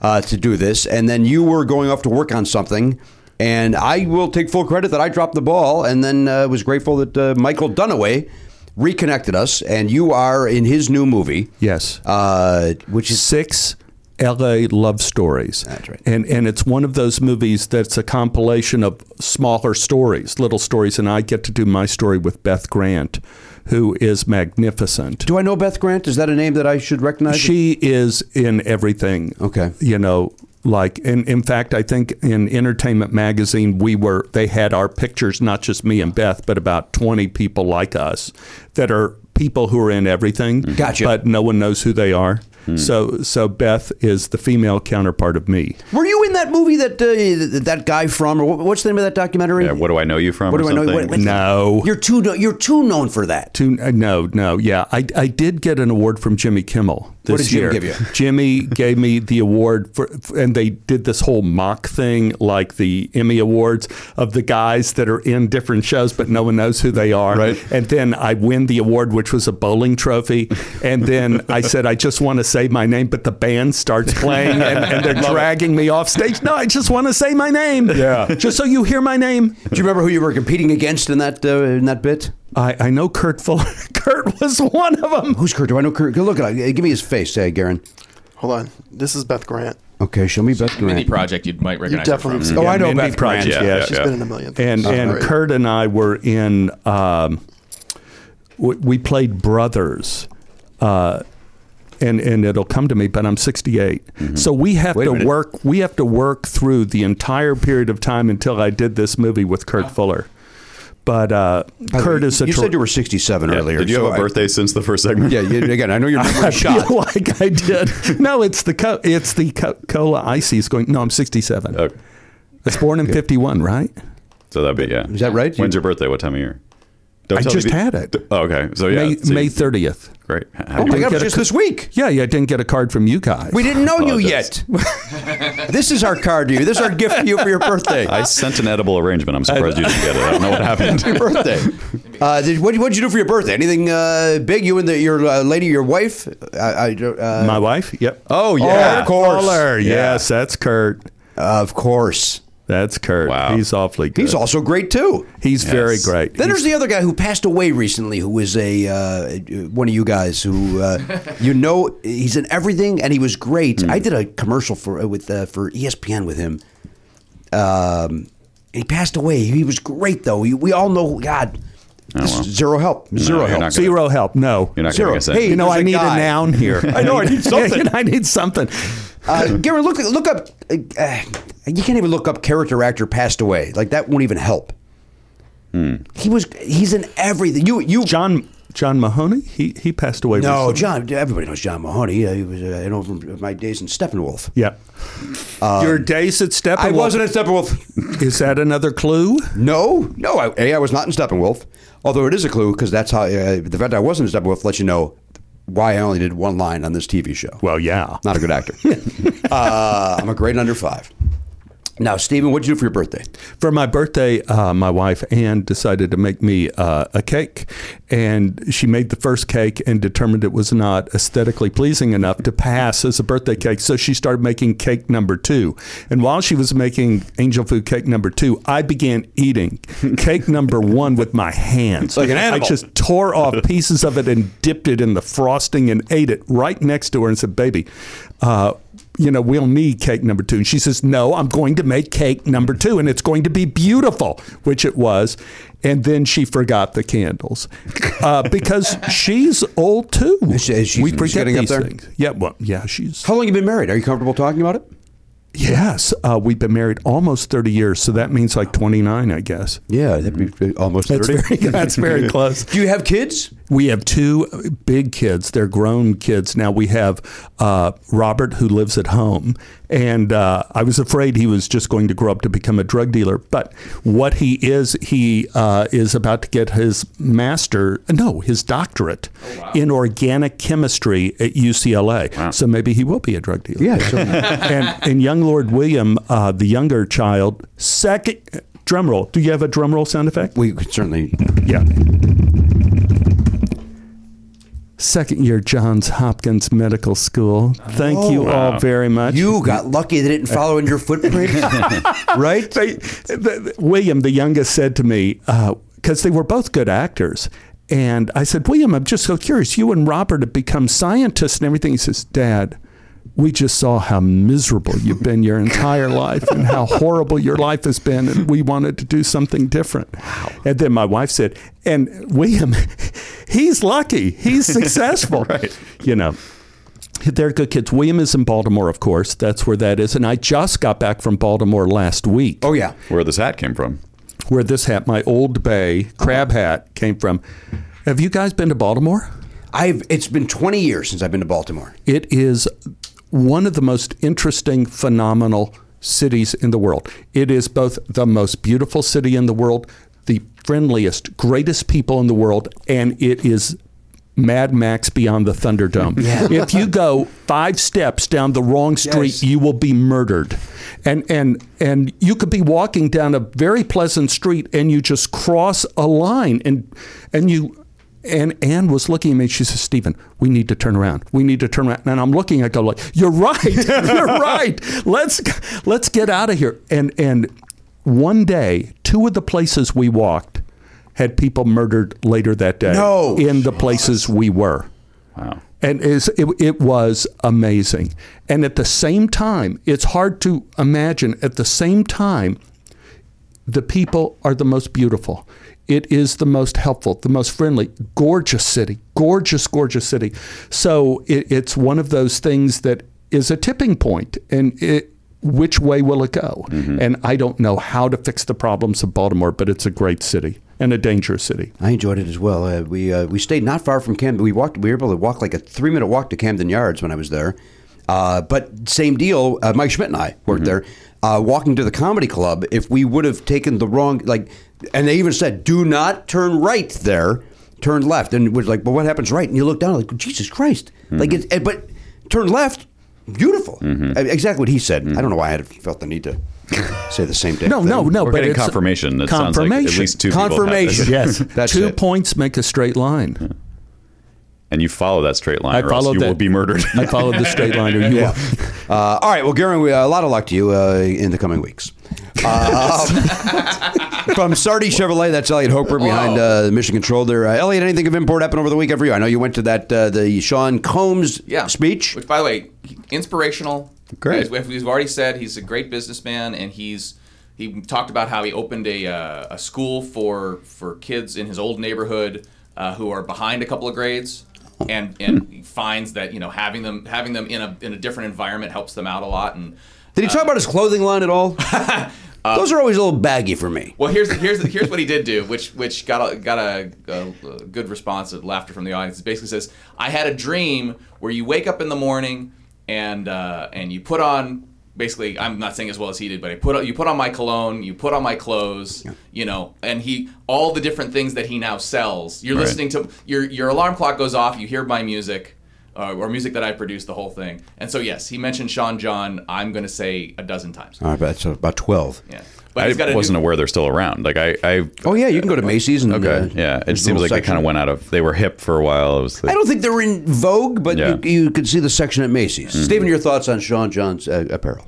uh, to do this, and then you were going off to work on something. And I will take full credit that I dropped the ball, and then uh, was grateful that uh, Michael Dunaway reconnected us. And you are in his new movie, Yes. uh, which is six LA love stories. That's right. And and it's one of those movies that's a compilation of smaller stories, little stories, and I get to do my story with Beth Grant, who is magnificent. Do I know Beth Grant? Is that a name that I should recognize? She is in everything. Okay. You know, like and in fact I think in Entertainment magazine we were they had our pictures, not just me and Beth, but about twenty people like us that are people who are in everything. Gotcha. Hmm. But no one knows who they are. So so Beth is the female counterpart of me. Were you in that movie that uh, that guy from, or what's the name of that documentary? yeah, what do I know you from? What or do I know? something? What- No. You're too kno- you're too known for that. To, uh, no, no, yeah, I, I did get an award from Jimmy Kimmel this What did Jimmy year. give you? Jimmy gave me the award for, for- and they did this whole mock thing, like the Emmy Awards of the guys that are in different shows, but no one knows who they are. Right. And then I win the award, which was a bowling trophy. And then I said, I just want to say my name, but the band starts playing and, and [LAUGHS] they're dragging me off stage. No, I just want to say my name. Yeah, just so you hear my name. Do you remember who you were competing against in that uh, in that bit? I, I know Kurt Fuller. [LAUGHS] Kurt was one of them. Who's Kurt? Do I know Kurt? Go look at it. Give me his face, uh, Garen. Hold on. This is Beth Grant. Okay, show me Beth Any Grant. project you might You recognize. her definitely. from. Oh, I know Mindy Beth Project, Grant. Yeah, yes. she's yeah. been in a million things. And and Right. Kurt and I were in. Um, we, we played brothers, uh, and and it'll come to me. But I'm 68, so we have Mm-hmm. Wait a to minute. work. We have to work through the entire period of time until I did this movie with Kurt Uh-huh. Fuller. But uh, By the way, Kurt is a You ter- said you were 67 Yeah. earlier. Did you so have a I- birthday since the first segment? [LAUGHS] yeah, you, again, I [LAUGHS] know you're I not [LAUGHS] shot. feel like I did. No, it's the co- it's the co- cola ices going. No, I'm 67. Okay. I was born in 51, right? Oh, So that'd be yeah. Is that right? When's your birthday? What time of year? Don't I tell me just the- had it. Oh, okay. So yeah, May- so you- May thirtieth. Great. Oh my God, it was just this week. Yeah, yeah, I didn't get a card from you guys. We didn't know you Apologize. yet. [LAUGHS] this is our card to you. This is our gift to you for [LAUGHS] your birthday. I sent an edible arrangement. I'm surprised you didn't get it. I don't know what happened. your birthday. Uh, did, what did you do for your birthday? Anything uh, big? You and the, your uh, lady, your wife? I, I, don't- uh, My wife. Yep. Oh yeah, of course. Fuller. Yeah. Yes, that's Kurt. Of course. That's Kurt. Wow. He's awfully good. He's also great too. He's very great. Then He's- there's the other guy who passed away recently, who was a uh, one of you guys [LAUGHS] who uh, you know he's in everything, and he was great. Mm. I did a commercial for with uh, for ESPN with him. Um, he passed away. He was great though. We, we all know God. this is Oh, well. zero help. No, Zero you're help. not [LAUGHS] gonna- zero help. No. You're not zero. going to get Hey, You know, There's I a need guy. a noun here. I know, I [LAUGHS] need something. I need something. Uh, Gary, look look up. Uh, uh, you can't even look up character actor passed away. Like that won't even help. Hmm. He was. He's in everything. You you John John Mahoney. He he passed away. No, recently. John. Everybody knows John Mahoney. Uh, he was, uh, I know from my days in Steppenwolf. Yeah. Your days at Steppenwolf. I wasn't in Steppenwolf. Is that another clue? [LAUGHS] No, no. I, a, I was not in Steppenwolf. Although it is a clue because that's how uh, the fact I wasn't in Steppenwolf lets you know why I only did one line on this TV show. Well, yeah. [LAUGHS] not a good [LAUGHS] actor. uh, I'm a grade under five. Now, Stephen, what'd you do for your birthday? For my birthday, uh, my wife Ann decided to make me uh, a cake, and she made the first cake and determined it was not aesthetically pleasing enough to pass as a birthday cake. So she started making cake number two, and while she was making angel food cake number two, I began [LAUGHS] eating cake number one with my hands, Like an animal. I just tore [LAUGHS] off pieces of it and dipped it in the frosting and ate it right next to her and said, "Baby." Uh, you know, we'll need cake number two. And she says, No, I'm going to make cake number two and it's going to be beautiful, which it was. And then she forgot the candles uh, [LAUGHS] because she's old too. she- is she- we she's forget getting up these there? things. Yeah, well, yeah, she's. How long you been married? Are you comfortable talking about it? Yes, uh, we've been married almost 30 years. So that means like 29, I guess. Yeah, that'd be uh, almost That's thirty. very, [LAUGHS] [LAUGHS] that's very close. do you have kids? We have two big kids. They're grown kids now. We have uh, Robert, who lives at home, and uh, I was afraid he was just going to grow up to become a drug dealer. But what he is, he uh, is about to get his master, no, his doctorate Oh, in organic chemistry at UCLA. So maybe he will be a drug dealer. Yeah, so- [LAUGHS] and, and young Lord William, uh, the younger child, second drum roll. Do you have a drum roll sound effect? We could certainly. Yeah. Second year Johns Hopkins Medical School. Thank you all very much. You got lucky they didn't follow in your footprint, [LAUGHS] right? They, the, the- William, the youngest, said to me, because they were both good actors. And I said, William, I'm just so curious. You and Robert have become scientists and everything. He says, Dad, we just saw how miserable you've been your entire life and how horrible your life has been. And we wanted to do something different. And then my wife said, and William, [LAUGHS] he's lucky. He's successful. [LAUGHS] You know. They're good kids. William is in Baltimore, of course. That's where that is. And I just got back from Baltimore last week Oh yeah. Where this hat came from? where this hat, my old bay crab hat, came from. Have you guys been to Baltimore? I've it's been 20 years since I've been to Baltimore. It is one of the most interesting, phenomenal cities in the world. It is both the most beautiful city in the world, the friendliest, greatest people in the world, and it is Mad Max Beyond the Thunderdome. If you go five steps down the wrong street, Yes. you will be murdered. And and and you could be walking down a very pleasant street and you just cross a line and and you and Anne was looking at me. She says, "Stephen, we need to turn around. We need to turn around." And I'm looking. I go like, "You're right. [LAUGHS] You're right. Let's let's get out of here." And and one day, two of the places we walked had people murdered later that day. No. in the places we were. Wow. And is it, it was amazing. And at the same time, it's hard to imagine. At the same time, the people are the most beautiful. It is the most helpful, the most friendly, gorgeous city, gorgeous, gorgeous city. So it, it's one of those things that is a tipping point, and it, which way will it go? Mm-hmm. And I don't know how to fix the problems of Baltimore, but it's a great city and a dangerous city. I enjoyed it as well. Uh, we uh, we stayed not far from Camden. We walked. We were able to walk like a three minute Mm-hmm. walk to Camden Yards when I was there. Uh, but same deal. Uh, Mike Schmidt and I worked there. uh, walking to the comedy club if we would have taken the wrong like, and they even said, "Do not turn right there, turn left." And it was like, "But what happens right?" And you look down like, "Jesus Christ!" Like, Mm-hmm. it's, and- but turn left, beautiful, Uh, exactly what he said. I don't know why I had felt the need [LAUGHS] to say the same damn Mm-hmm. No, thing. no, no. We're but getting it's- confirmation. It sounds like at confirmation. least two people have this. Confirmation. [LAUGHS] Yes. That's two it. points make a straight line. And you follow that straight line, I or else followed you that- will be murdered. I followed the straight line, or you Yeah. [LAUGHS] Uh, all right. Well, Garen, we, uh, a lot of luck to you uh, in the coming [LAUGHS] weeks. Uh, from Sardi Chevrolet, that's Elliot Hoper behind uh, the Mission Control there. Uh, Elliot, anything of import happened over the weekend for you? I know you went to that uh, the Sean Combs yeah. speech. Which, by the way, inspirational. Great. As we've we've already said, he's a great businessman, and he's he talked about how he opened a, uh, a school for for kids in his old neighborhood uh, who are behind a couple of grades, and and he finds that you know having them having them in a in a different environment helps them out a lot. And Did he talk uh, about his clothing line [LAUGHS] at all? Those are always a little baggy for me. well, here's here's here's what he did do, which which got a got a, a, a good response of laughter from the audience. It basically says, "I had a dream where you wake up in the morning and uh, and you put on basically I'm not saying as well as he did, but I put on, you put on my cologne, you put on my clothes, you know, and he all the different things that he now sells. You're Right. listening to your your alarm clock goes off, you hear my music." Uh, or music that I produced, the whole thing. And so, yes, he mentioned Sean John, I'm going to say a dozen times. All right, but that's about 12. Yeah. But he's [LAUGHS] Oh. got a I new- wasn't aware they're still around. Like I, I Oh, yeah, you can go to Macy's and. uh, okay, yeah. It seems like they kind of went out of. They were hip for a while. It was. I The, don't think they were in vogue, but Yeah. Mm-hmm. you, you could see the section at Macy's. Stephen, your thoughts on Sean John's uh, apparel?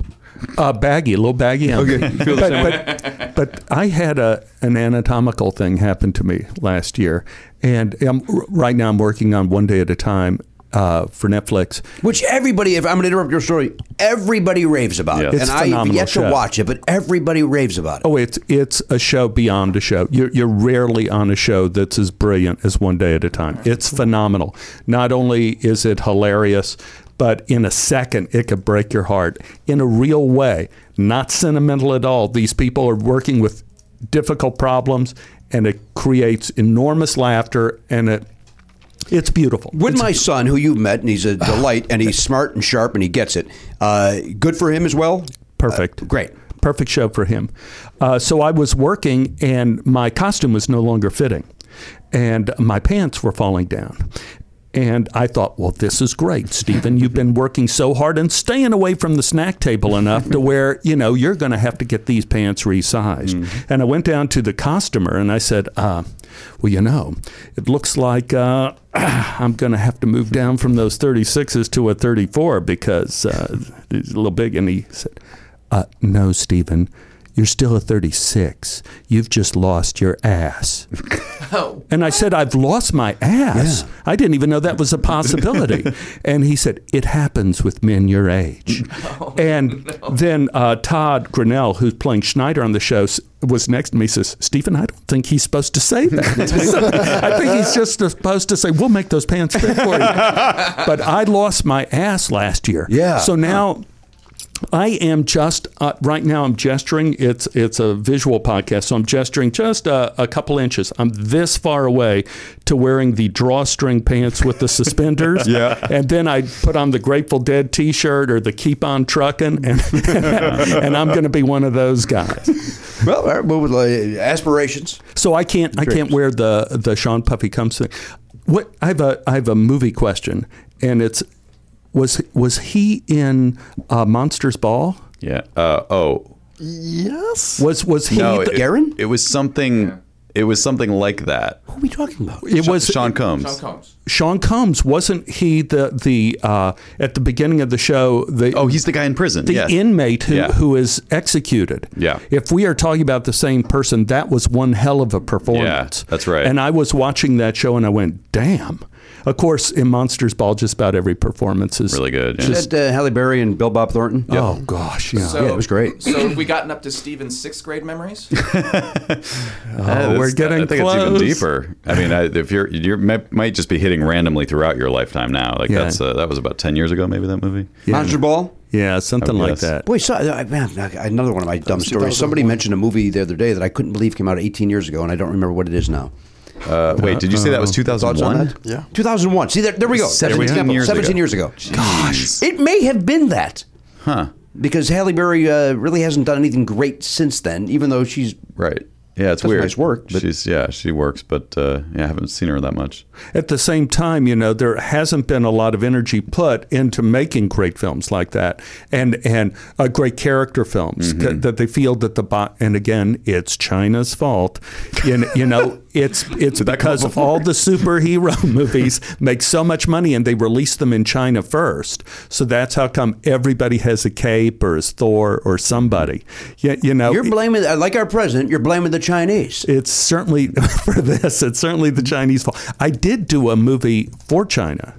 Uh, baggy, a little baggy. on Okay, me. feel the same but, but, but I had a an anatomical thing happen to me last year, and I'm, right now I'm working on one day at a time uh, for Netflix. Which everybody, if I'm going to interrupt your story, everybody raves about Yeah. it. It's and I've phenomenal yet to show. watch it, but everybody raves about it. Oh, it's it's a show beyond a show. You're, you're rarely on a show that's as brilliant as One Day at a Time. It's phenomenal. Not only is it hilarious, but in a second it could break your heart in a real way. Not sentimental at all. These people are working with difficult problems, and it creates enormous laughter, and it it's beautiful. When my son, who you've met, and he's [SIGHS] a delight, and he's smart and sharp, and he gets it. Uh, good for him as well. Perfect. great. Perfect show for him. Uh, so I was working, and my costume was no longer fitting, and my pants were falling down. And I thought, well, this is great, Stephen. You've been working so hard and staying away from the snack table enough to where, you know, you're going to have to get these pants resized. And I went down to the customer and I said, uh, well, you know, it looks like uh, [CLEARS THROAT] I'm going to have to move down from those 36s to a 34 because uh, it's a little big. And he said, uh, no, Stephen, you're still a 36. You've just lost your ass. Oh, And I said, I've lost my ass. I didn't even know that was a possibility. and he said, It happens with men your age. and then uh, Todd Grinnell, who's playing Schneider on the show, s- was next to me. Says, Stephen, I don't think he's supposed to say that. [LAUGHS] I think he's just supposed to say, We'll make those pants fit for you. but I lost my ass last year. Yeah. So now. I am just uh, right now. I'm gesturing. It's it's a visual podcast, so I'm gesturing just a, a couple inches. I'm this far away to wearing the drawstring pants with the suspenders. Yeah. and then I put on the Grateful Dead T-shirt or the Keep on Truckin', and and [LAUGHS] I'm going to be one of those guys. Well, all right, well, with, uh, aspirations. So I can't I can't wear the the Sean Puffy Combs thing. What I have a I have a movie question, and it's was was he in uh, Monsters Ball? yeah. Uh, oh Yes. Was was he? no, the- it, Garen? It was something. It was something like that. What are we talking about? it Sean- was Sean Combs. Sean Combs. Sean Combs wasn't he the the uh, at the beginning of the show the Oh, he's the guy in prison. the yes. inmate who, Yeah. who is executed. Yeah. If we are talking about the same person, that was one hell of a performance. Yeah, that's right. And I was watching that show and I went, damn. Of course, in Monsters Ball, just about every performance is Really good, yeah. Is Just, that uh, Halle Berry and Bill Bob Thornton? Oh gosh, yeah. So, Uh-huh. it was great. Uh, So have we gotten up to Steven's sixth grade memories? Yeah, Oh, we're that's- getting I think close. it's even deeper. I mean, I, if you're you might, might just be hitting randomly throughout your lifetime now. Like Yeah. that's uh, that was about ten years ago, maybe that movie. Monster Ball? yeah, something Oh, like yes. that. Boy, so, I- man, another one of my dumb stories. Somebody mentioned a movie the other day that I couldn't believe came out 18 years ago, and I don't remember what it is now. Uh, wait, did you say that was two thousand Thoughts on one? that? Yeah. 2001. See, there, there we go. There's an 17 example. years 17 ago. years ago. Gosh, It may have been that. huh? because Halle Berry uh, really hasn't done anything great since then, even though she's right. Yeah, it's Does weird. nice work, She's yeah, she works, but uh, yeah, I haven't seen her that much. At the same time, you know, there hasn't been a lot of energy put into making great films like that and and uh, great character films that- that they feel that the bo- and again, it's China's fault. You, kn- you know, it's it's because all the superhero [LAUGHS] movies make so much money and they release them in China first. So that's how come everybody has a cape or is Thor or somebody. You, you know, you're blaming uh, like our president. You're blaming the Chinese. it's certainly [LAUGHS] for this. It's certainly the Chinese fault. I did do a movie for China.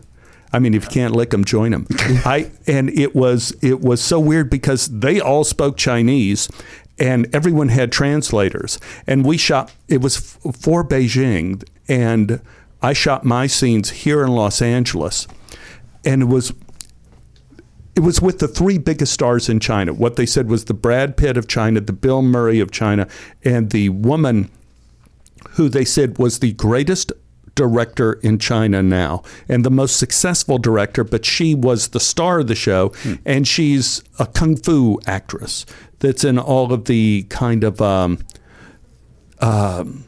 I mean, if you can't lick them, join them. I and it was it was so weird because they all spoke Chinese, and everyone had translators. And we shot. It was f- for Beijing, and I shot my scenes here in Los Angeles, and it was it was with the three biggest stars in China. What they said was the Brad Pitt of China, the Bill Murray of China, and the woman who they said was the greatest director in China now and the most successful director, but she was the star of the show, and she's a kung fu actress that's in all of the kind of. Um, um,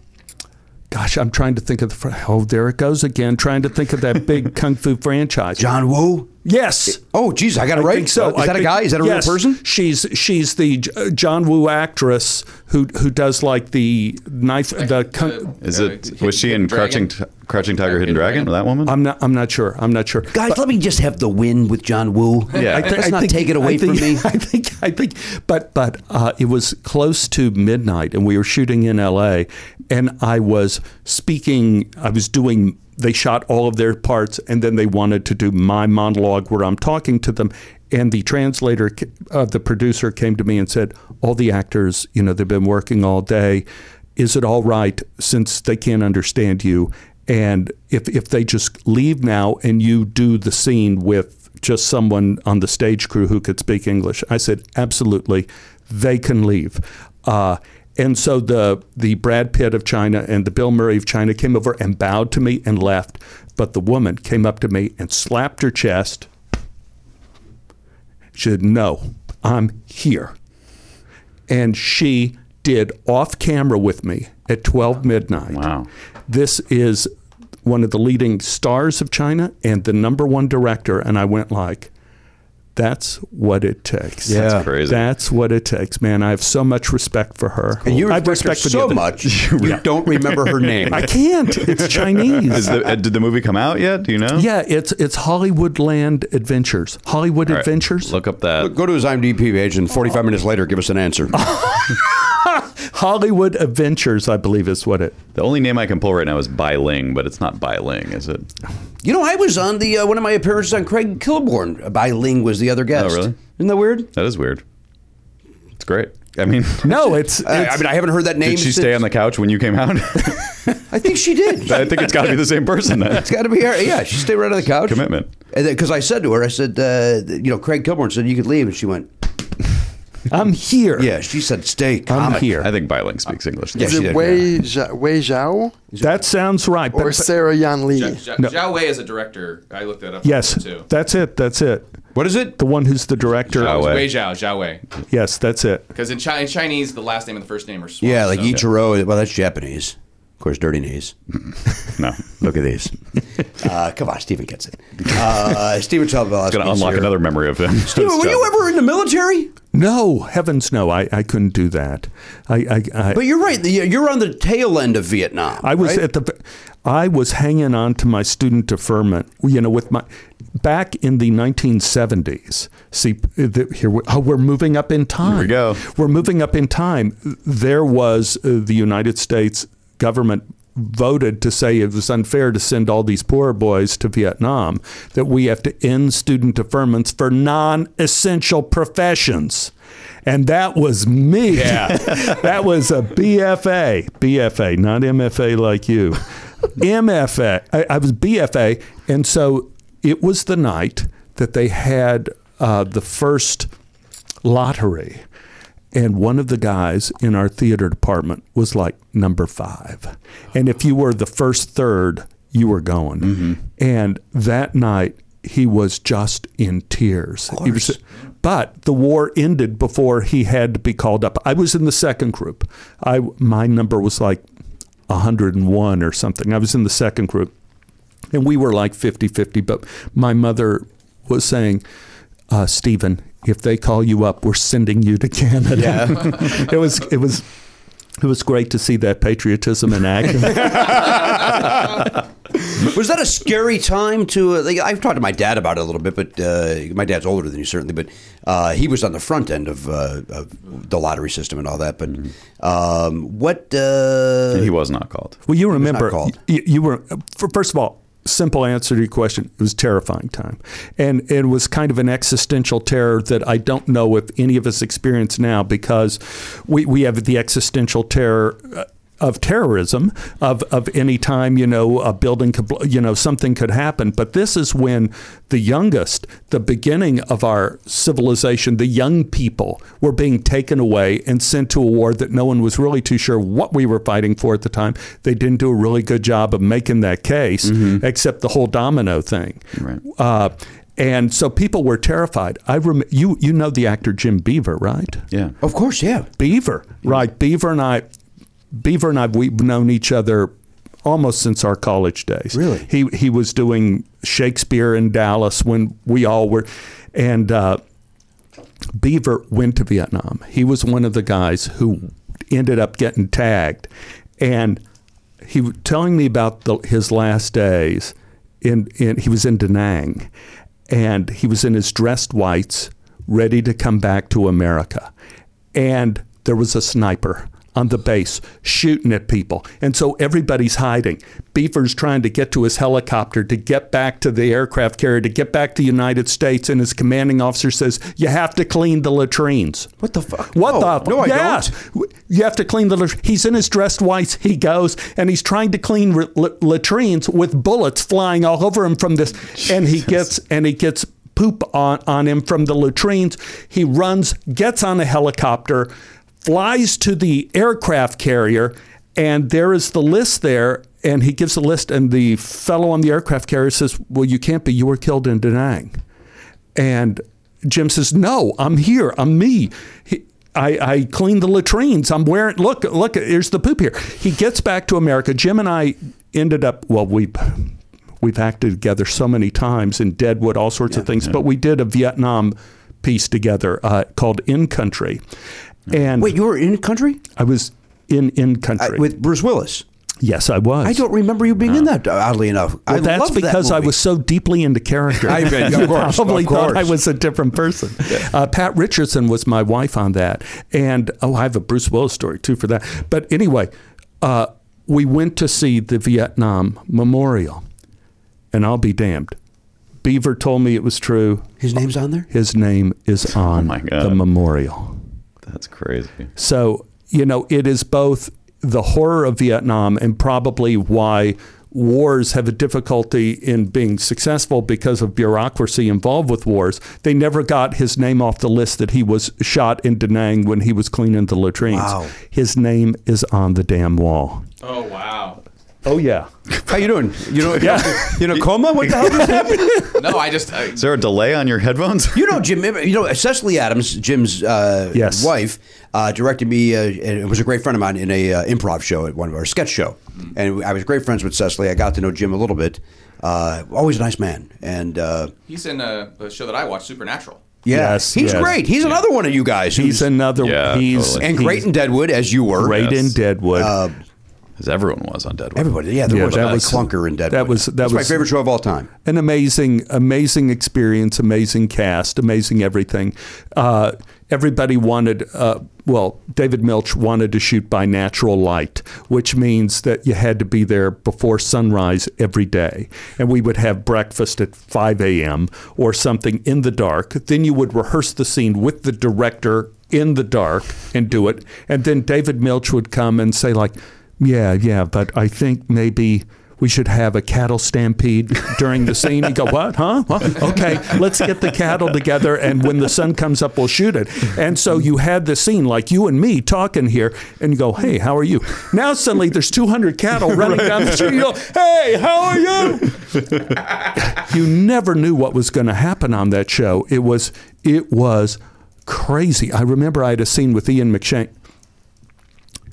Gosh, I'm trying to think of the. fr- Oh, there it goes again. Trying to think of that big kung fu franchise. John Woo. Yes. Oh, geez, I got it right. think so. Is I that a think- guy? Is that a yes. real person? She's she's the J- uh, John Woo actress who who does like the knife Uh, the. Kung, Is it? Was she in Crouching T- Crouching Tiger, Hidden Dragon? That woman? I'm not. I'm not sure. I'm not sure. Guys, let me just have the win with John Woo. Yeah. I thi- let's I not think- take it away I think- from me. [LAUGHS] I think, I think, but but uh, it was close to midnight, and we were shooting in L.A. And I was speaking. I was doing. They shot all of their parts, and then they wanted to do my monologue where I'm talking to them. And the translator ca- of the producer came to me and said, "All the actors, you know, they've been working all day. Is it all right since they can't understand you?" And if, if they just leave now and you do the scene with just someone on the stage crew who could speak English. I said, absolutely, they can leave. Uh, and so the the Brad Pitt of China and the Bill Murray of China came over and bowed to me and left. But the woman came up to me and slapped her chest. She said, "No, I'm here." and she did off camera with me at 12 midnight. Wow. This is one of the leading stars of China and the number one director and I went like that's what it takes. That's Yeah. crazy. That's what it takes, man. I have so much respect for her. [LAUGHS] And you I have respect her respect for the so other- much, [LAUGHS] you don't remember [LAUGHS] her name. [LAUGHS] I can't. It's Chinese. [LAUGHS] Is the, uh, did the movie come out yet? Do you know? yeah, it's it's Hollywoodland Adventures. Hollywood All right, Adventures. Look up that. Go to his IMDb page and 45 minutes later, give us an answer. Hollywood Adventures, I believe is what it. The only name I can pull right now is Bai Ling, but it's not Bai Ling, is it? [LAUGHS] you know, I was on the uh, one of my appearances on Craig Kilborn. By Ling was the other guest. Oh, really? Isn't that weird? That is weird. It's great. I mean, No, it's, I, it's I mean, I haven't heard that name. did she since- stay on the couch when you came out? I think she did. [LAUGHS] [LAUGHS] I think it's got to be the same person then. It's got to be her. Yeah, she stayed right on the couch. Commitment. Because I said to her, I said, uh, th- you know, Craig Kilborn said you could leave, and she went, I'm here. yeah. She said, stay. I'm comic." here. I think Bai Ling speaks English. Yeah, Is she it did, Wei, Zha- Wei Zhao That sounds right. or but- Sarah Yan Li? Zha- Zha- No. Zhao Wei is a director. I looked that up. Yes, too. that's it. That's it. What is it? The one who's the director. Zhao It's Wei. Wei Zhao, Zhao Wei. Yes, that's it. Because in, chi- in Chinese, the last name and the first name are swapped. Yeah, like so- Ichiro. Well, that's Japanese. Of course, dirty knees. No. Look at [LAUGHS] these. uh, come on, Stephen gets it. Uh, Stephen Chalbalas. Going to unlock another memory of [LAUGHS] him. Stephen, were you ever in the military? No, heavens no. I, I couldn't do that. I I, I, But you're right. the- You're on the tail end of Vietnam. I was right? at the I was hanging on to my student deferment. You know, with my back in the 1970s. See, the, here we, oh, we're moving up in time. we go. We're moving up in time. There was uh, the United States government voted to say it was unfair to send all these poor boys to Vietnam, that we have to end student deferments for non essential professions. And that was me. Yeah. [LAUGHS] that was a BFA, BFA, not MFA like you. MFA. I, I was BFA. And so it was the night that they had uh, the first lottery. And one of the guys in our theater department was like number five. And if you were the first third, you were going. And that night, he was just in tears. He was- but the war ended before he had to be called up. I was in the second group. I my number was like 101 or something. I was in the second group. And we were like 50 50, but my mother was saying, uh, Stephen, if they call you up, we're sending you to Canada. Yeah. [LAUGHS] it was, it was, it was great to see that patriotism in action. was that a scary time to? Uh, like, I've talked to my dad about it a little bit, but uh, my dad's older than you certainly, but uh, he was on the front end of, uh, of the lottery system and all that. But um, what? Uh, he was not called. Well, you not remember, called. You, you were f- first of all. Simple answer to your question: It was a terrifying time, and it was kind of an existential terror that I don't know if any of us experience now because we we have the existential terror. uh, Of terrorism, of of any time you know a building could bl- you know something could happen, but this is when the youngest, the beginning of our civilization, the young people were being taken away and sent to a war that no one was really too sure what we were fighting for at the time. They didn't do a really good job of making that case, except the whole domino thing. Uh, and so people were terrified. I rem- you you know the actor Jim Beaver, right? Yeah. Of course, yeah. Beaver, right? Beaver and I, Beaver and I, we've known each other almost since our college days. Really? He he was doing Shakespeare in Dallas when we all were, and uh, Beaver went to Vietnam. He was one of the guys who ended up getting tagged, and he was telling me about the, his last days. In, in he was in Da Nang, and he was in his dressed whites, ready to come back to America, and there was a sniper on the base shooting at people. And so everybody's hiding. Beaver's trying to get to his helicopter to get back to the aircraft carrier to get back to the United States and his commanding officer says, "You have to clean the latrines." What the fuck? What the fuck? no, I don't. You have to clean the latrines. He's in his dressed whites. He goes and he's trying to clean r- la- latrines with bullets flying all over him from this and he gets and he gets poop on, on him from the latrines. He runs, gets on a helicopter, flies to the aircraft carrier, and there is the list there. And he gives the list, and the fellow on the aircraft carrier says, Well, you can't be. You were killed in Da Nang. And Jim says, No, I'm here. I'm me. He, I, I clean the latrines. I'm wearing, look, look, here's the poop here. He gets back to America. Jim and I ended up, well, we. We've acted together so many times in Deadwood, all sorts of things, but we did a Vietnam piece together uh, called In Country. And Wait, you were in country I was in In Country. with Bruce Willis. yes, I was. I don't remember you being in that. Oddly enough, Well, I that's love that because I movie. was so deeply into character. I bet, of [LAUGHS] You course, probably of thought I course. was a different person. Uh, Pat Richardson was my wife on that, and oh, I have a Bruce Willis story too for that. But anyway, uh, we went to see the Vietnam Memorial, and I'll be damned. Beaver told me it was true. His name's on there. His name is Oh, on my God. the memorial. That's crazy. So, you know, it is both the horror of Vietnam and probably why wars have a difficulty in being successful because of bureaucracy involved with wars. They never got his name off the list that he was shot in Da Nang when he was cleaning the latrines. Wow. His name is on the damn wall. Oh wow. Oh, yeah. How you doing? You know, [LAUGHS] Yeah. you know, coma. What the hell just happened? No, I just I, Is there a delay on your headphones? You know, Jim. You know, Cecily Adams, Jim's uh, Yes. wife, uh, directed me. Uh, and it was a great friend of mine in a uh, improv show at one of our sketch show, and I was great friends with Cecily. I got to know Jim a little bit. Uh, always a nice man, and uh, he's in a, a show that I watch, Supernatural. yeah, Yes, he's yes. great. He's another one of you guys. He's who's- another Yeah, He's totally. and Uh, great in Deadwood as you were. Great in Deadwood. Because everyone was on Deadwood. Everybody, yeah, there Yeah, was that a was- clunker in Deadwood. that was- that It's was- my favorite show of all time. an amazing, amazing experience, amazing cast, amazing everything. Uh, everybody wanted, uh, well, David Milch wanted to shoot by natural light, which means that you had to be there before sunrise every day. And we would have breakfast at 5 a.m. or something in the dark. Then you would rehearse the scene with the director in the dark and do it. And then David Milch would come and say, like, yeah, yeah, but I think maybe we should have a cattle stampede during the scene. He go, what? Huh? What? Okay, let's get the cattle together, and when the sun comes up, we'll shoot it. And so you had the scene like you and me talking here, and you go, hey, how are you? Now suddenly there's 200 cattle running down the street. You go, hey, how are you? you never knew what was going to happen on that show. It was it was crazy. I remember I had a scene with Ian McShane.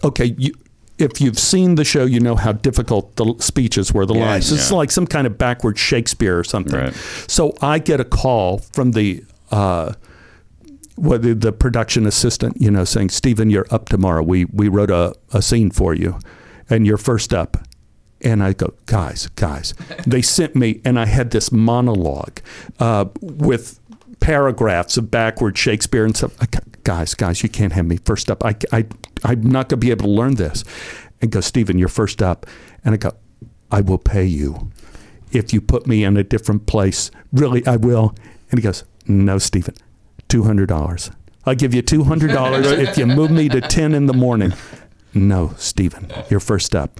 Okay, you, if you've seen the show, you know how difficult the l- speeches were. The Yeah, lines. It's yeah. like some kind of backward Shakespeare or something. So I get a call from the. Uh, what the, the production assistant, you know, saying, Stephen, you're up tomorrow. We we wrote a, a scene for you, and you're first up. And I go, guys, guys. they sent me, and I had this monologue uh, with paragraphs of backward Shakespeare and stuff. I go, guys, guys, you can't have me first up. I, I, I'm not going to be able to learn this. And go, Stephen, you're first up. And I go, I will pay you if you put me in a different place. Really, I will. And he goes, No, Stephen, two hundred dollars. I'll give you two hundred dollars if you move me to ten in the morning. No, Stephen, you're first up.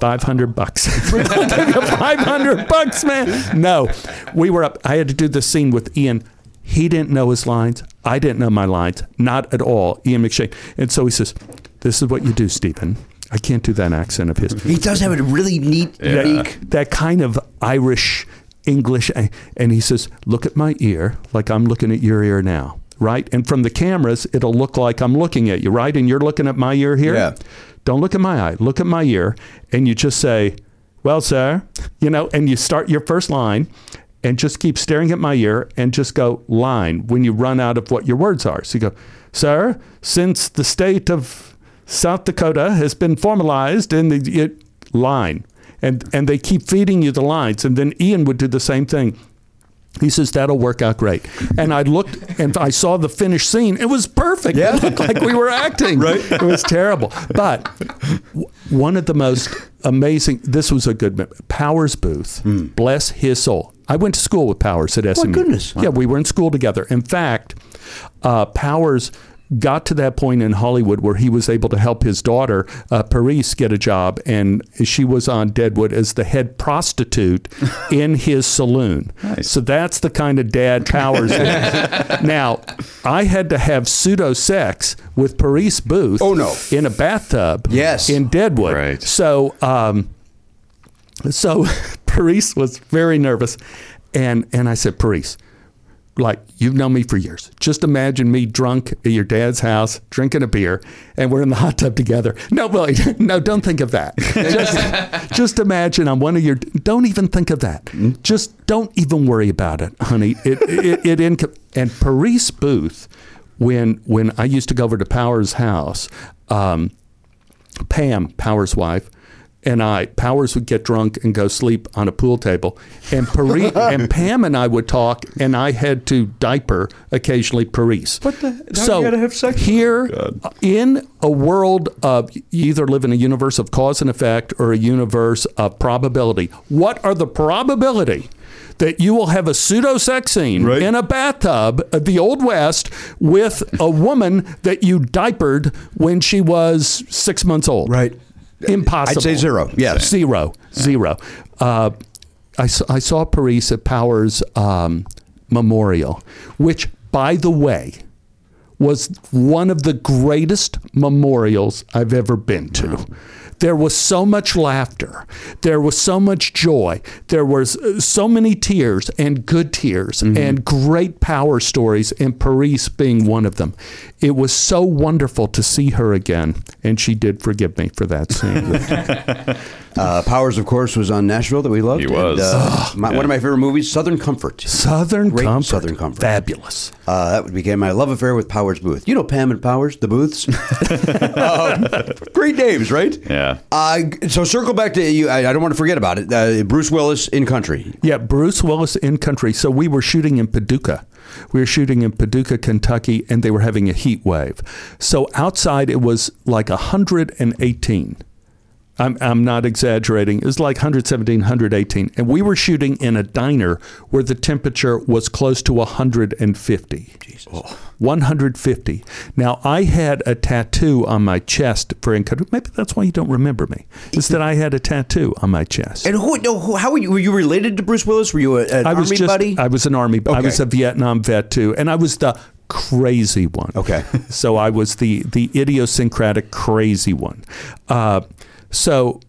Five hundred bucks. [LAUGHS] We're gonna give you Five hundred bucks, man. No, we were up. I had to do this scene with Ian. He didn't know his lines. I didn't know my lines. Not at all. Ian McShane. And so he says, "This is what you do, Stephen." I can't do that accent of his. He does have a really neat, Yeah. unique. that kind of Irish English. eh, And he says, Look at my ear like I'm looking at your ear now, right? And from the cameras, it'll look like I'm looking at you, right? And you're looking at my ear here. Yeah. Don't look at my eye, look at my ear. And you just say, Well, sir, you know, and you start your first line. And just keep staring at my ear and just go line when you run out of what your words are. So you go, Sir, since the state of South Dakota has been formalized in the it, line and and they keep feeding you the lines and then ian would do the same thing he says that'll work out great and i looked and i saw the finished scene it was perfect it looked like we were acting right it was terrible but w- one of the most amazing this was a good mem- powers booth bless his soul i went to school with powers at smu goodness. yeah we were in school together in fact uh, powers got to that point in Hollywood where he was able to help his daughter uh, Paris get a job, and she was on Deadwood as the head [LAUGHS] prostitute in his saloon. So that's the kind of dad Powers [LAUGHS] is. now, I had to have pseudo sex with Paris Booth. Oh no, in a bathtub. Yes, in Deadwood. Right. So. Um, so [LAUGHS] Paris was very nervous, and and I said, Paris, like you've known me for years. Just imagine me drunk at your dad's house, drinking a beer, and we're in the [LAUGHS] hot tub together. No, Willie, [LAUGHS] no, don't think of that. Just, [LAUGHS] just imagine I'm one of your. Don't even think of that. Just don't even worry about it, honey. It it, it inco- and Paris Booth, when when I used to go over to Powers' house. Um, Pam, Power's wife, and I, Powers would get drunk and go sleep on a pool table. And [LAUGHS] Paris, and Pam and I would talk, and I had to diaper occasionally Paris. What the? so you gotta have sex? here in a world of you either live in a universe of cause and effect or a universe of probability. What are the probability? That you will have a pseudo sex scene in a bathtub at the Old West with a woman that you diapered when she was six months old. Right. Impossible. I'd say zero. Yes. Zero. Zero. Uh, I, s- I saw Paris at Powers um, Memorial, which, by the way, was one of the greatest memorials I've ever been to. There was so much laughter. There was so much joy. There was uh, so many tears and good tears and great power stories and Paris being one of them. It was so wonderful to see her again and she did forgive me for that scene. Uh, Powers, of course, was on Nashville that we loved. He was. my, One of my favorite movies, Southern Comfort. Southern Great Comfort. Southern Comfort. Fabulous. Uh, that would became my love affair with Powers Booth. You know Pam and Powers, the [LAUGHS] Booths. Um, great names, right? Yeah. Uh, so circle back to you. I, I don't want to forget about it. Uh, Bruce Willis in Country. Yeah, Bruce Willis in country. So we were shooting in Paducah. We were shooting in Paducah, Kentucky, and they were having a heat wave. So outside it was like 118. I'm, I'm not exaggerating. It was like 117, 118. And we were shooting in a diner where the temperature was close to 150. Jesus. 150. Now, I had a tattoo on my chest for encounter. Maybe that's why you don't remember me, is that I had a tattoo on my chest. And who? No, who, how were you? Were you related to Bruce Willis? Were you a, an I was army just, buddy? I was an army. I Okay. was a Vietnam vet too, and I was the crazy one. Okay, [LAUGHS] so I was the the idiosyncratic crazy one. Uh, so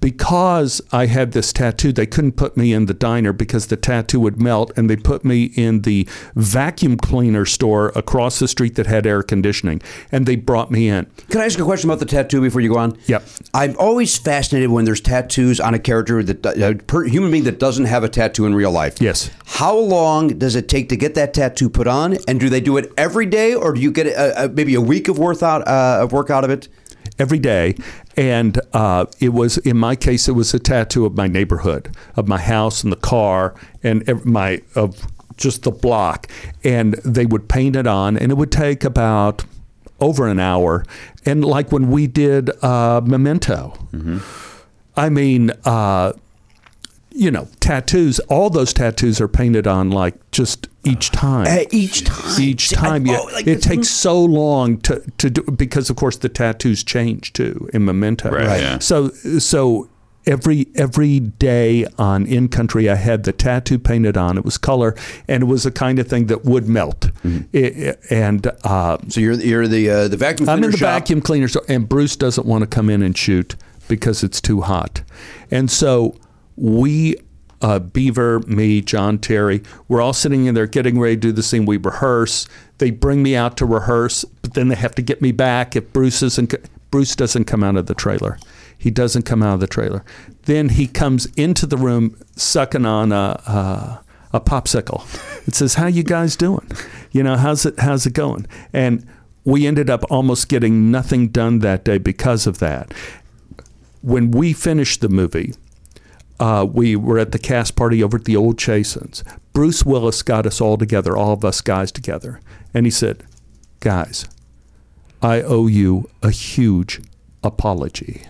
because I had this tattoo, they couldn't put me in the diner because the tattoo would melt, and they put me in the vacuum cleaner store across the street that had air conditioning, and they brought me in. Can I ask a question about the tattoo before you go on? Yep. I'm always fascinated when there's tattoos on a character that a per, human being that doesn't have a tattoo in real life. Yes. How long does it take to get that tattoo put on? And do they do it every day, or do you get a, a, maybe a week of worth out uh, of work out of it? every day. And uh, it was, in my case, it was a tattoo of my neighborhood, of my house and the car, and ev- my of just the block. And they would paint it on, and it would take about over an hour. And like when we did uh, Memento, I mean. Uh, you know, tattoos. All those tattoos are painted on like just each time. Uh, each time. Each time, yeah. oh, like it this- takes so long to, to do because, of course, the tattoos change too in Memento. Right, Right. yeah. So so every every day on In Country, I had the tattoo painted on. It was color, and it was the kind of thing that would melt. It- it- and uh, So you're you're the uh, the vacuum cleaner I'm in the shop. vacuum cleaner store, and Bruce doesn't want to come in and shoot because it's too hot. And so we, uh, Beaver, me, John Terry, we're all sitting in there getting ready to do the scene. We rehearse. They bring me out to rehearse, but then they have to get me back if Bruce isn't. co- Bruce doesn't come out of the trailer. He doesn't come out of the trailer. Then he comes into the room sucking on a. Uh, a popsicle. It says, "How you guys doing? You know, how's it how's it going?" And we ended up almost getting nothing done that day because of that. When we finished the movie, uh, we were at the cast party over at the old Chasins. Bruce Willis got us all together, all of us guys together, and he said, "Guys, I owe you a huge apology."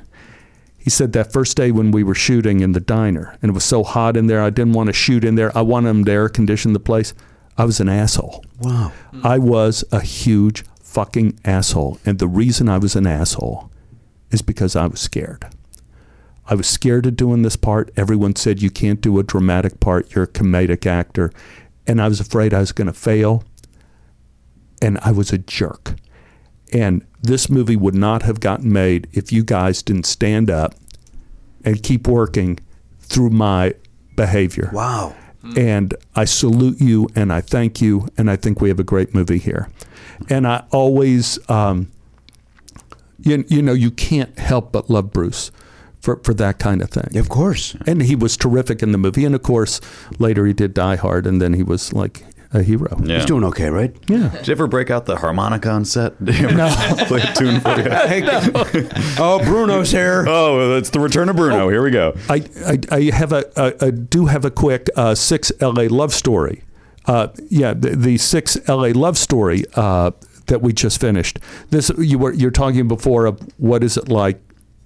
He said that first day when we were shooting in the diner, and it was so hot in there, I didn't want to shoot in there. I wanted them to air condition the place. I was an asshole. Wow. I was a huge fucking asshole. And the reason I was an asshole is because I was scared. I was scared of doing this part. Everyone said, you can't do a dramatic part, you're a comedic actor. And I was afraid I was going to fail and I was a jerk. And this movie would not have gotten made if you guys didn't stand up and keep working through my behavior. Wow. And I salute you and I thank you. And I think we have a great movie here. And I always, um, you, you know, you can't help but love Bruce for, for that kind of thing. Of course. And he was terrific in the movie. And of course, later he did Die Hard and then he was like a hero. Yeah. He's doing okay, [LAUGHS] right? Yeah. Did you ever break out the harmonica on set? [LAUGHS] Did you ever play a tune for you? [LAUGHS] Oh, Bruno's here. Oh, it's the return of Bruno. Here we go. I, I, I have a, a, I do have a quick uh, six LA love story. Uh, yeah, the, the six LA love story uh, that we just finished. This you were you're talking before of what is it like,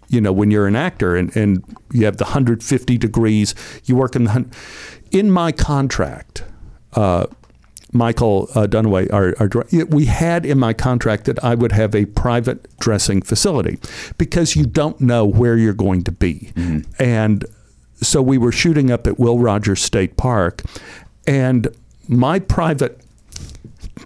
you know, when you're an actor and, and you have the 150 degrees. You work in the hun- in my contract. Uh, Michael uh, Dunaway, our, our dir- we had in my contract that I would have a private dressing facility because you don't know where you're going to be. And so we were shooting up at Will Rogers State Park, and my private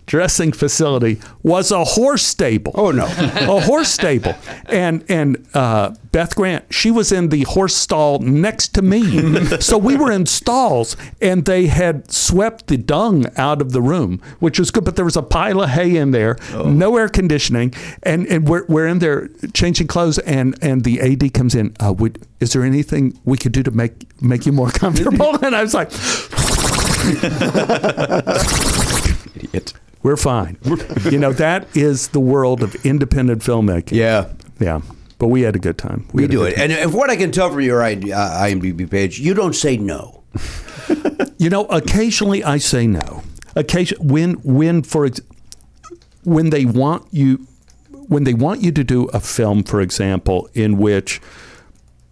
dressing facility was a horse stable. Oh, no. [LAUGHS] a horse stable. And and uh, Beth Grant, she was in the horse stall next [LAUGHS] to me. so we were in stalls, and they had swept the dung out of the room, which was good. But there was a pile of hay in there, Oh. no air conditioning, and and we're, we're in there changing clothes, and and the AD comes in. Uh, would is there anything we could do to make make you [LAUGHS] more [LAUGHS] comfortable? and I was like. Idiot. We're fine. you know, that is the world of independent filmmaking. [LAUGHS] Yeah. Yeah. But we had a good time. We had a do good it. And if what I can tell from your I- uh, IMDb page, you don't say no. You know, occasionally I say no. Occasion when when for ex- when they want you when they want you to do a film, for example, in which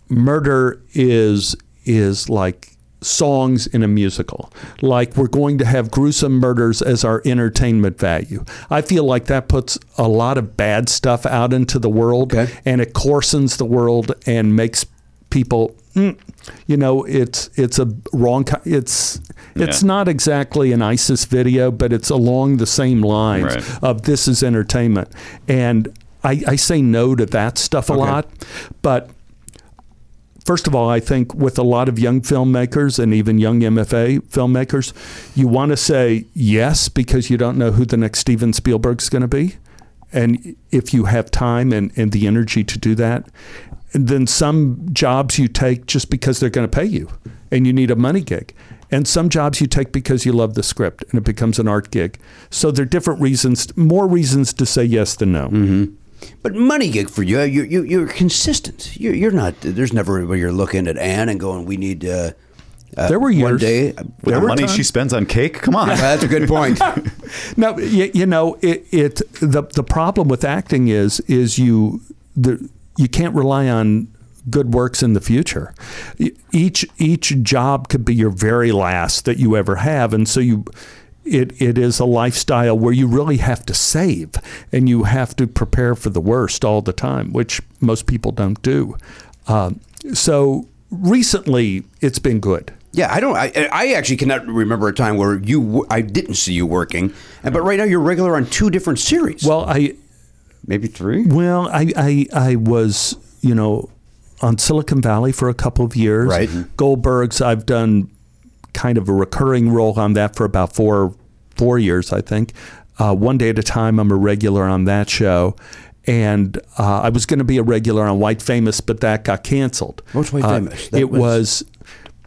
murder is is like songs in a musical. Like we're going to have gruesome murders as our entertainment value. I feel like that puts a lot of bad stuff out into the world and it coarsens the world and makes people mm, you know it's it's a wrong ki- it's it's Yeah. not exactly an ISIS video but it's along the same lines Right. of this is entertainment and I, I say no to that stuff a lot but First of all, I think with a lot of young filmmakers and even young MFA filmmakers, you want to say yes because you don't know who the next Steven Spielberg's going to be. And if you have time and, and the energy to do that, and then some jobs you take just because they're going to pay you and you need a money gig. And some jobs you take because you love the script and it becomes an art gig. So there are different reasons, more reasons to say yes than no. But money gig for you, you, you you're consistent. You're, you're not. There's never where you're looking at Anne and going, "We need." Uh, uh, There were one years- day With the money she spends on cake. Come on, [LAUGHS] that's a good [LAUGHS] point. No, you, you know it, it. The the problem with acting is is you the you can't rely on good works in the future. E- Each each job could be your very last that you ever have, and so you. It, it is a lifestyle where you really have to save and you have to prepare for the worst all the time, which most people don't do. Um, so recently, it's been good. Yeah, I don't. I, I actually cannot remember a time where you. w- I didn't see you working, and but right now you're regular on two different series. Well, I maybe three. Well, I, I I was you know on Silicon Valley for a couple of years. Right. Goldberg's. I've done kind of a recurring role on that for about four four years, I think. Uh, one day at a time, I'm a regular on that show. And uh, I was going to be a regular on White Famous, but that got canceled. What's White Uh, Famous? That it was,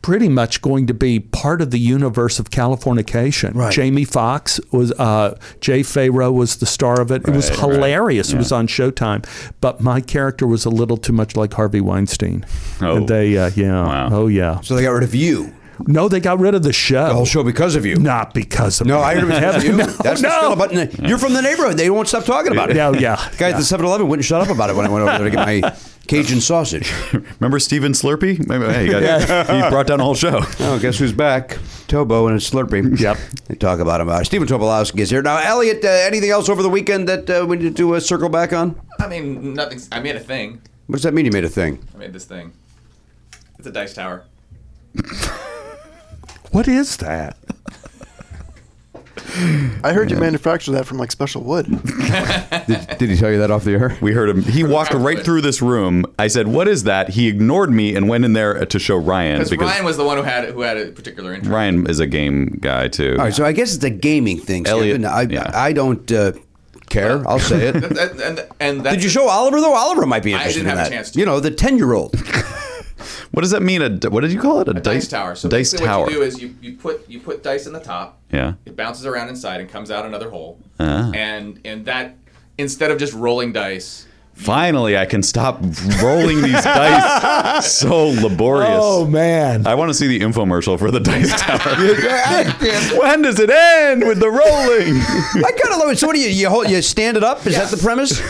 pretty much going to be part of the universe of Californication. Right. Jamie Foxx was, uh, Jay Farrow was the star of it. it was Right, right. hilarious. It Yeah. was on Showtime, but my character was a little too much like Harvey Weinstein. Oh. And they, uh, yeah, oh yeah. So they got rid of you. No, they got rid of the show. The whole show because of you. Not because of Oh, No, me. I remember Heaven- you. [LAUGHS] No, That's the no. spill button. You're from the neighborhood. They won't stop talking about it. Yeah, oh, [LAUGHS] yeah, The guy at yeah. the 7-Eleven wouldn't shut up about it when I went over there to get [LAUGHS] my Cajun sausage. Remember Steven Slurpee? Remember- Hey, you, got, [LAUGHS] you brought down a whole show. Oh, guess who's back? Tobo and his Slurpee. Yep. They talk about him. Uh, Stephen Tobolowsky is here. Now, Elliot, uh, anything else over the weekend that uh, we need to uh, circle back on? I mean, nothing's. I made a thing. What does that mean you made a thing? I made this thing. It's a dice tower. What is that? I heard you manufacture that from like [LAUGHS] special wood. Did, he tell you that off the air? We heard him. He walked right through this room. I said, "What is that?" He ignored me and went in there to show Ryan Because because Ryan was the one who had who had a particular interest. Ryan is a game guy too. All right, so I guess it's a gaming thing. Elliot, I, I don't uh, care. I'll say it. [LAUGHS] and and, and that's Did you show Oliver though? Oliver might be I interested didn't in have a that. chance You know, [LAUGHS] the ten-year-old. What does that mean? A, what did you call it? A, a dice, tower. So dice basically tower. what you do is you, you put you put dice in the top. Yeah. It bounces around inside and comes out another hole. Ah. And and that instead of just rolling dice, Finally, I can stop rolling these [LAUGHS] dice. So laborious. Oh, man. I want to see the infomercial for the [LAUGHS] dice tower. I when does it end with the rolling? kind of love it. So what do you you, hold, you stand it up? Is that the premise?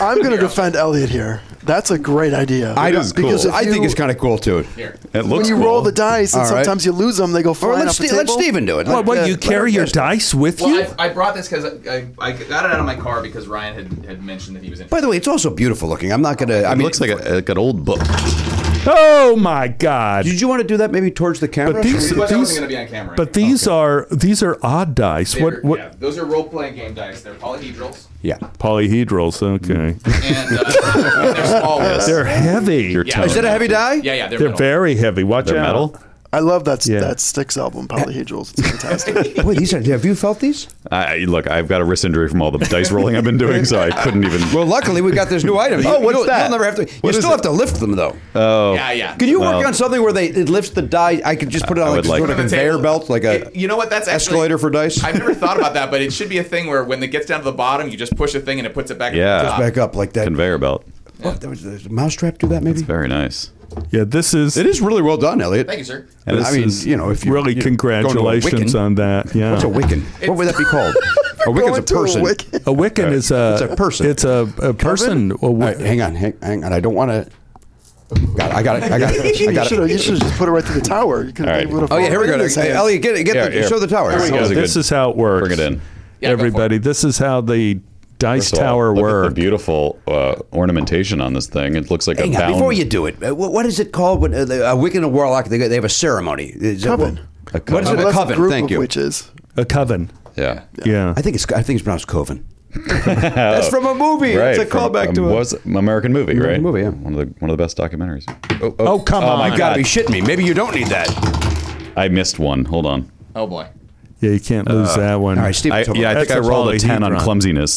[LAUGHS] I'm going to defend Elliot here. That's a great idea. I don't. Because- because if I think you- it's kind of cool too. It when looks you cool. roll the dice, and All right. sometimes you lose them. They go flying let's off the Ste- let uh, table. Steven do it. What, what, you carry your dice with you? well, I, I brought this because I, I, I got it out of my car because Ryan had, had mentioned that he was in. By the way, it's also beautiful looking. I'm not gonna. I It mean, looks like, a, like an old book. oh, my God. Did you want to do that maybe towards the camera? But these, It wasn't these- gonna be on camera. But these are these are odd dice. They were- What what Yeah, those are role playing game dice. They're polyhedrals Yeah. polyhedrals? Okay, and uh, they're small ones. they're heavy. Your Yeah. tone. Is that a Mm. heavy die? Yeah, yeah, They're, they're, metal. very heavy. Watch They're out. metal? I love that Yeah. that Sticks album, [LAUGHS] Polyhedrals. It's fantastic. Boy, these are. Have you felt these? I, look, I've got a wrist injury from all the dice rolling I've been doing, so I couldn't even. Well, luckily we got this new item. Oh, what's you'll, that? You'll never have to. What is you still it? have to lift them though. Yeah, yeah. Can you work Well- on something where they it lifts the die? I could just put it I on like, would like sort of that. conveyor belt, like a. you know what? That's actually, escalator for dice? I've never thought about that, but it should be a thing where when it gets down to the bottom, you just push a thing and it puts it back. Yeah. At the Goes [LAUGHS] top. back up like that. Conveyor belt. Oh, there was, there's a mousetrap do that maybe? It's very nice. Yeah, this is, It is really well done, Elliot. Thank you, sir. And I this mean, is you know, if you really you know, going congratulations to a Wiccan- on that. Yeah, What's a Wiccan? what would that be called? a Wiccan's a Going to person. Wiccan. A Wiccan is a It's a person. It's a, a person. A All wi- right, hang on, hang, hang on. I don't want to. Got it. I got it. I got it. I [LAUGHS] you got should have it. just put it right through the tower. You could All have right. Oh, yeah, here we go. Hey, Elliot, get it- get the- show the tower. Here we go. This is how it works. Bring it in. Everybody, this is how the dice First of all, tower look at works. the beautiful uh, ornamentation on this thing. It looks like Hang a on, bound. before you do it, uh, wh- what is it called when uh, the- a Wiccan and a warlock they, they have a ceremony? Is it- Coven. A What is it? Well, A that's a coven. group Thank of you. witches. A coven. yeah. Yeah. I think it's I think it's pronounced coven. That's from a movie. Uh, Right, It's a from, callback um, to Uh, a- was an American movie, right? American movie, yeah. One of the one of the best documentaries. Oh, Oh, come on. my You God. gotta be shitting me. Maybe you don't need that. I missed one. Hold on. Oh boy. Yeah, you can't lose that one. Uh, All right, Stephen. I, tell me- yeah, I think I That's a rolled a ten on polyhedron. [LAUGHS] clumsiness.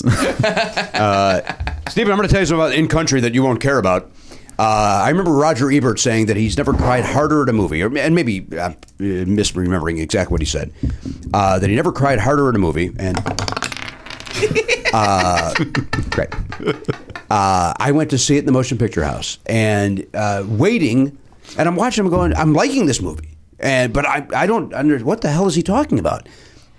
Stephen, I'm going to tell you something about in country that you won't care about. Uh, I remember Roger Ebert saying that he's never cried harder at a movie, or, and maybe I'm uh, misremembering exactly what he said. Uh, that he never cried harder at a movie, and Great. Uh, I went to see it in the motion picture house and uh, waiting, and I'm watching. I'm going. I'm liking this movie, and but I I don't under what the hell is he talking about.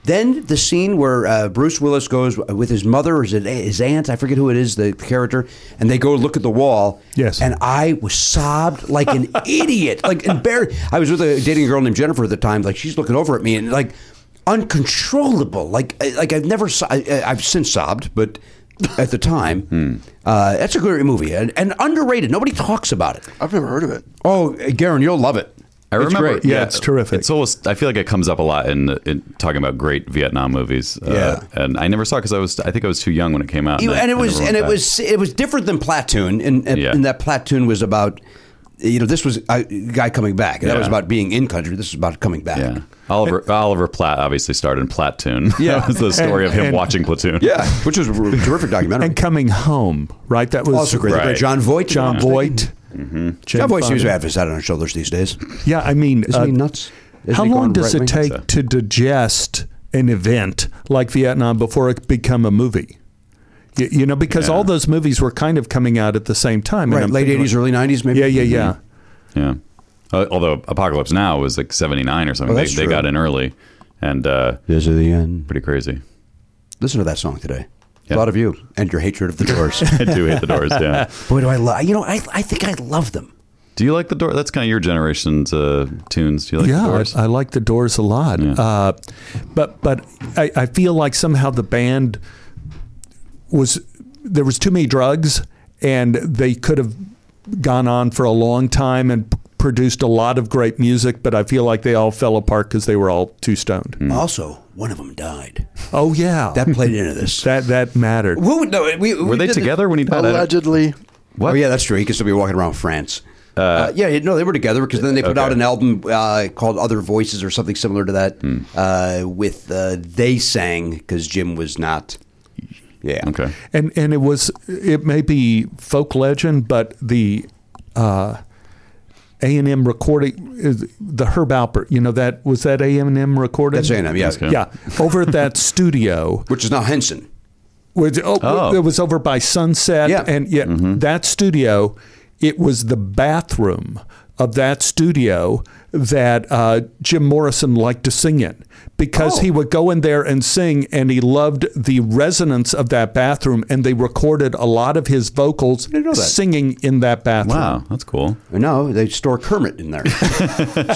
Then the scene where uh, Bruce Willis goes with his mother, or his, his aunt, I forget who it is, the character, and they go look at the wall. Yes. And I was sobbed like [LAUGHS] an idiot, like embarrassed. I was with a dating girl named Jennifer at the time. Like she's looking over at me and like uncontrollable. Like I- like I've never so- I, I've since sobbed, but at the [LAUGHS] time, uh, that's a great movie and, and underrated. Nobody talks about it. I've never heard of it. Oh, Garen, you'll love it. I remember. great. Yeah, it's terrific. It's almost. I feel like it comes up a lot in, in talking about great Vietnam movies. Uh, Yeah. and I never saw because I was. I think I was too young when it came out. You- I- and I it was never went and it back. was it was different than platoon and, and, Yeah. and that platoon was about you know this was a guy coming back and that Yeah. was about being in country this is about coming back Yeah. [LAUGHS] Oliver Oliver Platt obviously starred in Platoon. [LAUGHS] Yeah. that was the story of him And- watching Platoon. Yeah, which was a terrific documentary and coming home, right? That was also great, The great Right. John Voight John Voight. Mm-hmm. John Voight seems to have his head on his shoulders these days Yeah, I mean, Isn't he nuts? Isn't Uh, how he long going does it right-wing? take So- to digest an event like Vietnam before it become a movie? You, you know, because all Yeah. those movies were kind of coming out at the same time. and right I'm late thinking, 80s early 90s maybe Yeah, yeah, yeah. Yeah. Uh, although Apocalypse Now was like 79 or something. Oh, Well, they, that's they true. got in early and uh, This is the end. pretty crazy. [LAUGHS] Listen to that song today. Yeah. A lot of you and your hatred of the [LAUGHS] Doors. I do hate the doors. Yeah. Boy, do I love. You know, I, I think I love them. Do you like the door? That's kind of your generation's uh, tunes. Do you like yeah, the doors? I, I like the Doors a lot. Yeah. Uh, but but I, I feel like somehow the band was there was too many drugs, and they could have gone on for a long time and p- produced a lot of great music. But I feel like they all fell apart because they were all too stoned. Also, one of them died. Oh yeah, That played into this. [LAUGHS] that that mattered. Who would know? We, we Were they did the- together when he died? I don't- Allegedly, Oh yeah, that's true. He could still be walking around France. Uh, yeah, no, they were together because then they put Okay. out an album uh, called Other Voices or something similar to that. Uh, with uh, they sang because Jim was not. Yeah. Okay. and and it was it may be folk legend, but the uh, A and M recording, is- the Herb Alpert, you know that was that A and M recording. That's A&M, yeah. Okay. yeah. Over at that studio, Which is now Henson. which, oh, Oh. it was over by Sunset, Yeah. Mm-hmm. and yeah, that studio, it was the bathroom of that studio that uh, Jim Morrison liked to sing in because Oh. he would go in there and sing, and he loved the resonance of that bathroom, and they recorded a lot of his vocals know that. singing in that bathroom. Wow, that's cool. No, they store Kermit in there.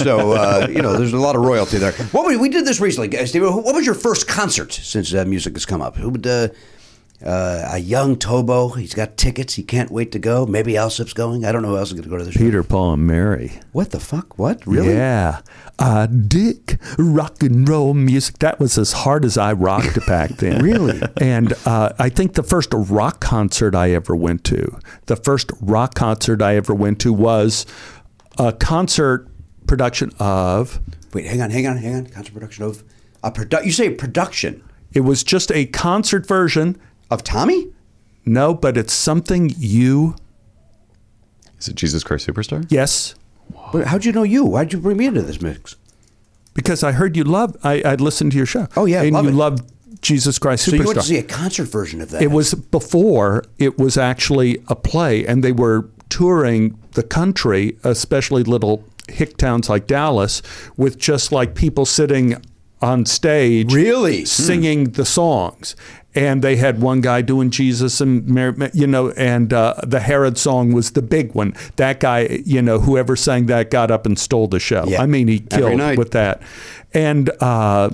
so uh, you know, there's a lot of royalty there. What we, we did this recently, guys. Steve, What was your first concert since uh, music has come up? Who would uh, uh, a young Tobo? He's got tickets. He can't wait to go. Maybe Alsip's going. I don't know who else is going to go to this. Peter, Paul, and Mary. What the fuck? What really? Yeah. Uh, Dick, rock and roll music. That was as hard as I rocked it back [LAUGHS] then. really? And uh, I think the first rock concert I ever went to, the first rock concert I ever went to was a concert production of, Wait, hang on, hang on, hang on. Concert production of a produ- You say production it was just a concert version. of Tommy? No, but it's something you, Is it Jesus Christ Superstar? yes, But how'd you know you? Why'd you bring me into this mix? because I heard you love, I, I listened to your show. Oh, yeah, And love you it. love Jesus Christ Superstar. So you went to see a concert version of that? It was before it was actually a play, and they were touring the country, especially little hick towns like Dallas, with just like people sitting on stage, Really? singing the songs. and they had one guy doing Jesus and Mary, you know, and uh, the Herod song was the big one. That guy, you know, whoever sang that got up and stole the show. I mean, he Every killed night. with that. And uh,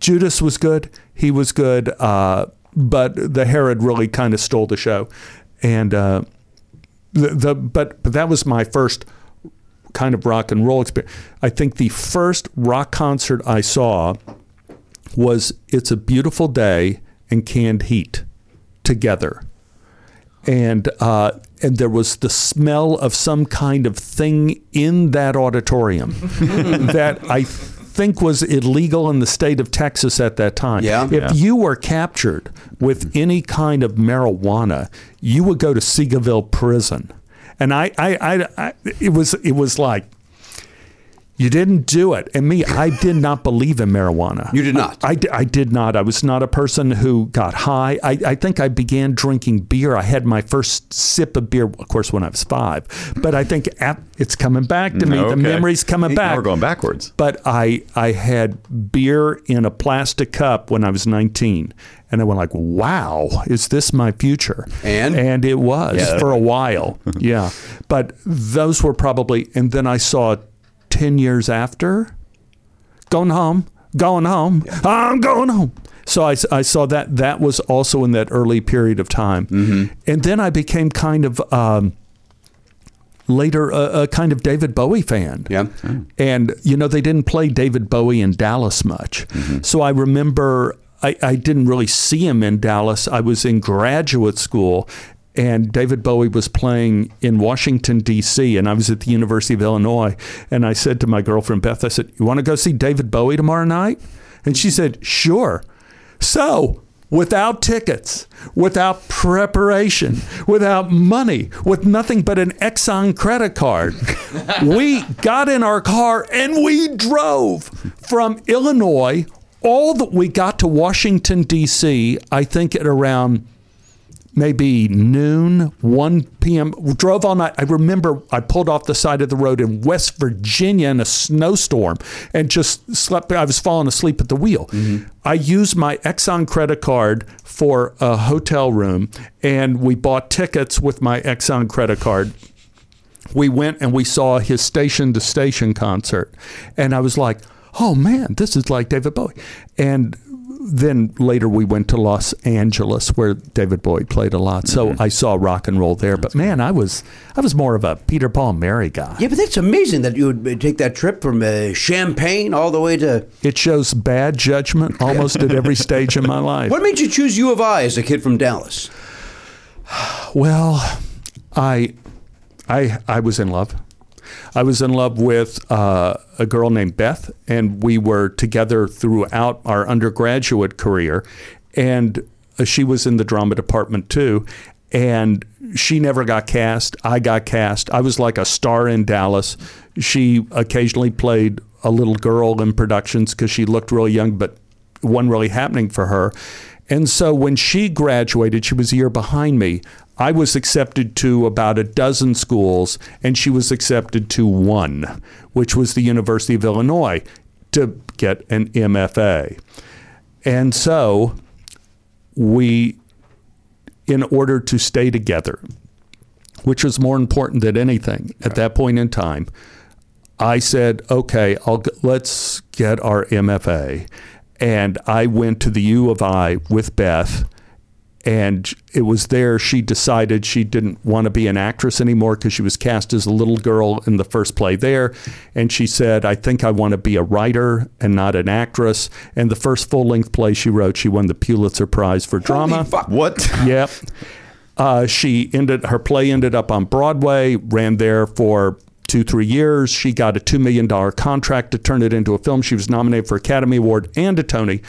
Judas was good. He was good. Uh, but the Herod really kind of stole the show. And uh, the, the but, but that was my first kind of rock and roll experience. I think the first rock concert I saw was It's a Beautiful Day and Canned Heat together and uh, and there was the smell of some kind of thing in that auditorium that I think was illegal in the state of Texas at that time. Yeah. If Yeah. Mm-hmm. you were captured with any kind of marijuana, you would go to Seagoville prison. And I, I, I, I it was it was like you didn't do it. And me, I did not believe in marijuana. You did not. I, I di- I did not. I was not a person who got high. I, I think I began drinking beer. I had my first sip of beer, of course, when I was five. But I think at, it's coming back to me. The Mm, Okay. memory's coming Now back. we're going backwards. But I I had beer in a plastic cup when I was 19, and I went like, "Wow, is this my future?" And and it was Yeah. for a while, yeah. But those were probably, and then I saw 10 years after, going home, going home, I'm going home. So I, I saw that that was also in that early period of time, and then I became kind of. Um, later a, a kind of David Bowie fan. Yeah. And, you know, they didn't play David Bowie in Dallas much. So I remember I, I didn't really see him in Dallas. I was in graduate school. And David Bowie was playing in Washington, D.C., and I was at the University of Illinois. And I said to my girlfriend, Beth, I said, You want to go see David Bowie tomorrow night? And she said, Sure. So, without tickets, without preparation, without money, with nothing but an Exxon credit card, we got in our car and we drove from Illinois all that we got to Washington, D.C., I think at around maybe noon, 1 p.m. We Drove all night. I remember I pulled off the side of the road in West Virginia in a snowstorm and just slept. I was falling asleep at the wheel. I used my Exxon credit card for a hotel room, and we bought tickets with my Exxon credit card we went and we saw his station to station concert and i was like oh man this is like david bowie and then later we went to los angeles where david bowie played a lot so Mm-hmm. i saw rock and roll there but man i was i was more of a peter paul mary guy Yeah, but that's amazing that you would take that trip from uh, Champagne all the way to. It shows bad judgment almost at every stage in my life. What made you choose U of I as a kid from Dallas? Well, I, I, I was in love. I was in love with uh, a girl named Beth, and we were together throughout our undergraduate career. And uh, she was in the drama department too. And she never got cast. I got cast. I was like a star in Dallas. She occasionally played a little girl in productions because she looked really young, but one really happening for her. And so when she graduated, she was a year behind me. I was accepted to about a dozen schools, and she was accepted to one, which was the University of Illinois to get an MFA. And so we, in order to stay together, which was more important than anything at that point in time, I said, okay, I'll, g- let's get our MFA. And I went to the U of I with Beth. And it was there she decided she didn't want to be an actress anymore because she was cast as a little girl in the first play there. And she said, I think I want to be a writer and not an actress. And the first full length play she wrote, she won the Pulitzer Prize for Drama. What? [LAUGHS] Yep. Uh, she ended her play ended up on Broadway, ran there for two three years. She got a two million dollar contract to turn it into a film. She was nominated for Academy Award and a Tony.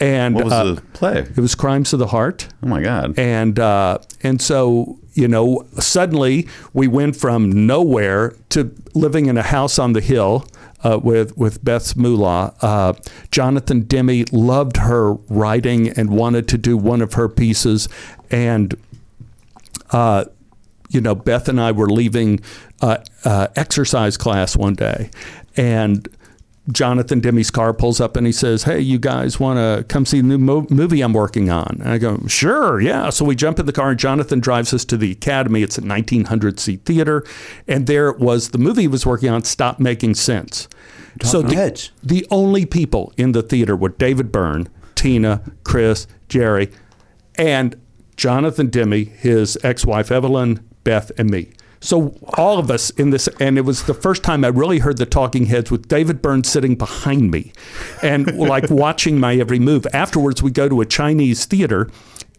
And What was uh, the play? It was Crimes of the Heart. Oh my God. And uh, and so you know, suddenly we went from nowhere to living in a house on the hill uh, with with Beth's moolah. Uh, Jonathan Demme loved her writing and wanted to do one of her pieces, and uh, you know, Beth and I were leaving uh, uh, exercise class one day, and Jonathan Demi's car pulls up and he says, Hey, you guys want to come see the new mo- movie I'm working on? And I go, Sure, yeah. So we jump in the car and Jonathan drives us to the Academy. It's a 1900 seat theater. And there it was the movie he was working on, Stop Making Sense. so the, the only people in the theater were David Byrne, Tina, Chris, Jerry, and Jonathan Demi, his ex wife Evelyn, Beth, and me. So all of us in this, and it was the first time I really heard the Talking Heads with David Byrne sitting behind me, and like [LAUGHS] watching my every move. Afterwards, we go to a Chinese theater,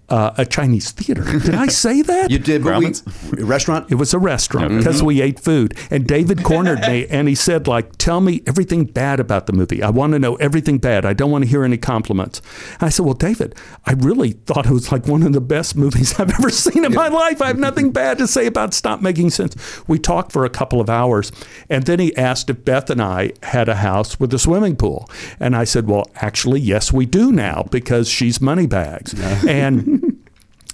uh, a Chinese theater. Did I say that? You did, but we- [LAUGHS] restaurant. It was a restaurant Yeah. because Mhm. we ate food. And David cornered me, and he said, "Like, tell me everything bad about the movie. I want to know everything bad. I don't want to hear any compliments." And I said, "Well, David, I really thought it was like one of the best movies [LAUGHS] I've ever seen in my life. I have nothing bad to say about Stop Making Sense." We talked for a couple of hours, and then he asked if Beth and I had a house with a swimming pool, and I said, "Well, actually, yes, we do now because she's moneybags." And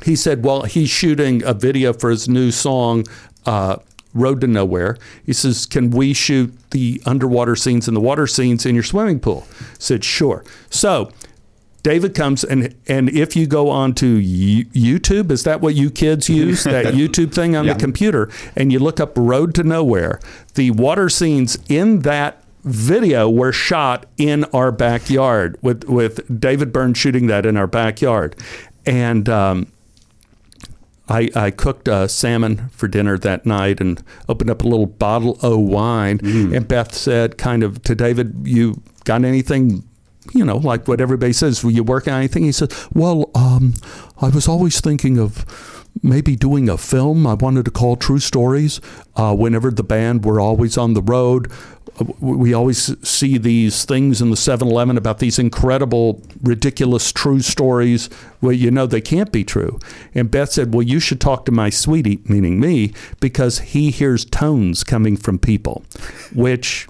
he said, well, he's shooting a video for his new song, uh, Road to Nowhere. He says, can we shoot the underwater scenes and the water scenes in your swimming pool? I said, sure. So David comes and and if you go on to Yo- YouTube, is that what you kids use? that YouTube thing on Yeah. the computer, and you look up Road to Nowhere. The water scenes in that video were shot in our backyard with with David Byrne shooting that in our backyard, and. Um, I, I cooked uh, salmon for dinner that night and opened up a little bottle of wine. And Beth said, kind of to David, "You got anything?" You know, like what everybody says, were you working on anything? He said, Well, um, I was always thinking of maybe doing a film. I wanted to call True Stories. Uh, whenever the band were always on the road, w- we always see these things in the 7 Eleven about these incredible, ridiculous true stories where you know they can't be true. And Beth said, Well, you should talk to my sweetie, meaning me, because he hears tones coming from people, which.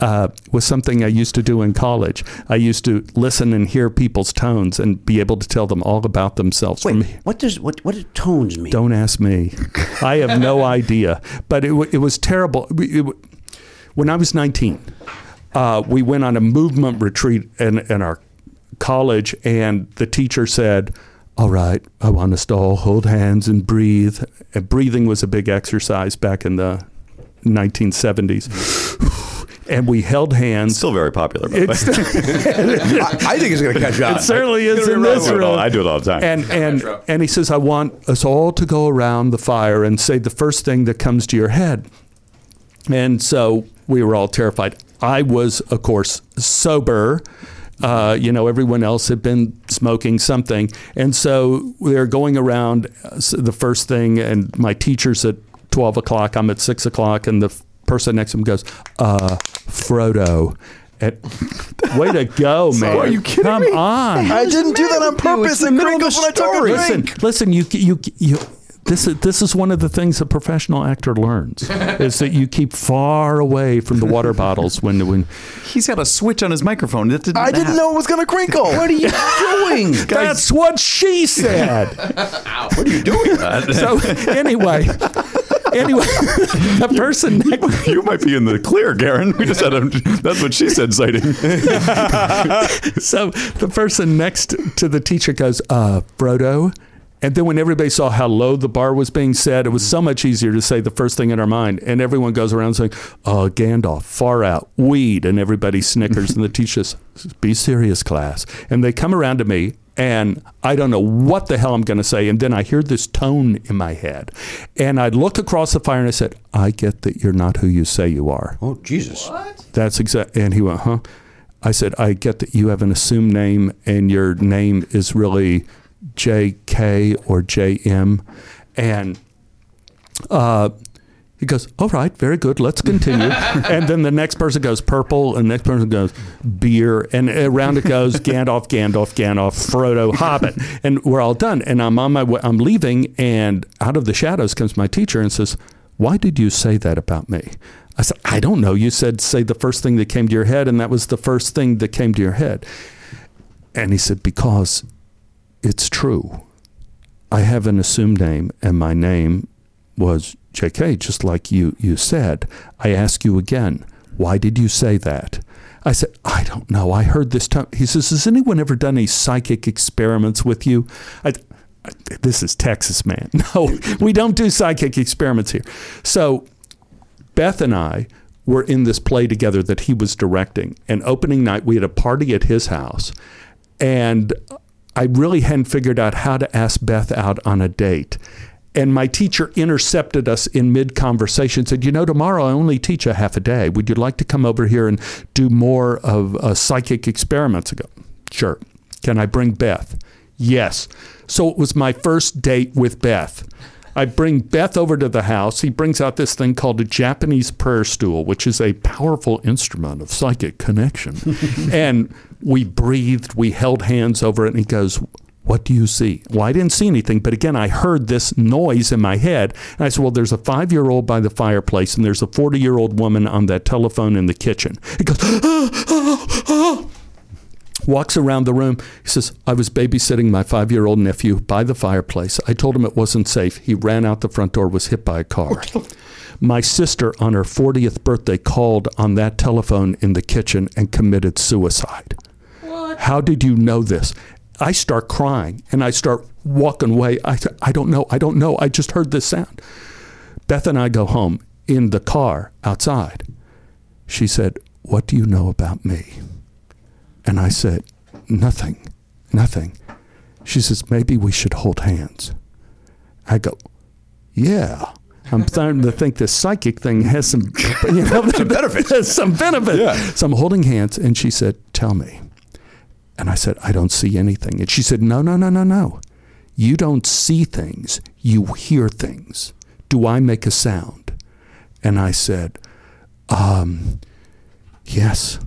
Uh, was something I used to do in college. I used to listen and hear people's tones and be able to tell them all about themselves. Wait, what does what what do tones mean? Don't ask me. I have no idea. But it, wa- it was terrible. We- it wa- when I was 19, uh, we went on a movement retreat in, in our college, and the teacher said, all right, I want us to all hold hands and breathe. And breathing was a big exercise back in the 1970s. [SIGHS] And we held hands. Still very popular, by the It's- way. I- I think it's gonna catch on. [LAUGHS] [LAUGHS] It certainly It's is gonna in be this around. room. I do it all the time. And and Metro. and he says, "I want us all to go around the fire and say the first thing that comes to your head." And so we were all terrified. I was, of course, sober. Uh, you know, everyone else had been smoking something. And so they're going around uh, s- the first thing, and my teacher's at 12 o'clock, I'm at 6 o'clock, and the f- person next to him goes, uh, Frodo. And, [LAUGHS] way to go, man. are you kidding Come me? on. I didn't do that on purpose. It crinkles when I took a drink. Listen, listen, you, you, you, this is this is one of the things a professional actor learns is that you keep far away from the water bottles when when He's got a switch on his microphone. That didn't I didn't know it was going to crinkle. What are [LAUGHS] you doing? [LAUGHS] That's what she said. What are you [LAUGHS] doing? That? so anyway, anyway, [LAUGHS] the person [LAUGHS] next you might be in the clear, Garen. We just had a. That's what she said. Citing. [LAUGHS] so the person next to the teacher goes, uh, Frodo. And then when everybody saw how low the bar was being set, it was so much easier to say the first thing in our mind. And everyone goes around saying, uh, Gandalf, far out, weed. And everybody snickers. and the teacher says, be serious, class. And they come around to me. And I don't know what the hell I'm going to say. And then I hear this tone in my head. And I look across the fire and I said, I get that you're not who you say you are. Oh Jesus! That's exact. And he went, huh? I said, I get that you have an assumed name and your name is really J.K. or J.M. And uh, he goes, all right, very good. Let's continue. and then the next person goes purple and the next person goes beer. And around it goes Gandalf, Gandalf, Gandalf, Frodo, Hobbit. And we're all done. And I'm on my way. I'm leaving. And out of the shadows comes my teacher and says, why did you say that about me? I said, I don't know. You said, say the first thing that came to your head, and that was the first thing that came to your head. And he said, because it's true. I have an assumed name, and my name was JK, just like you, you said. I ask you again, why did you say that? I said, I don't know. I heard this time. He says, Has anyone ever done any psychic experiments with you? I, I- this is Texas, man. [LAUGHS] No, we don't do psychic experiments here. So Beth and I were in this play together that he was directing. And opening night, we had a party at his house. And I really hadn't figured out how to ask Beth out on a date. And my teacher intercepted us in mid conversation, said, You know, tomorrow I only teach a half a day. Would you like to come over here and do more of uh, psychic experiments? I go, Sure. Can I bring Beth? Yes. So it was my first date with Beth. I bring Beth over to the house. He brings out this thing called a Japanese prayer stool, which is a powerful instrument of psychic connection. and we breathed, we held hands over it, and he goes, what do you see? Well, I didn't see anything, but again, I heard this noise in my head. And I said, Well, there's a five year old by the fireplace, and there's a 40 year old woman on that telephone in the kitchen. He goes, walks around the room. He says, I was babysitting my five year old nephew by the fireplace. I told him it wasn't safe. He ran out the front door, was hit by a car. My sister, on her 40th birthday, called on that telephone in the kitchen and committed suicide. How did you know this? I start crying and I start walking away. I, I don't know. I don't know. I just heard this sound. Beth and I go home in the car outside. She said, What do you know about me? And I said, Nothing, nothing. She says, Maybe we should hold hands. I go, Yeah. I'm starting to think this psychic thing has some, [LAUGHS] you know, some [LAUGHS] benefit. some benefit. So I'm holding hands, and she said, Tell me. And I said, I don't see anything. And she said, No, no, no, no, no. You don't see things, you hear things. Do I make a sound? And I said, um, Yes.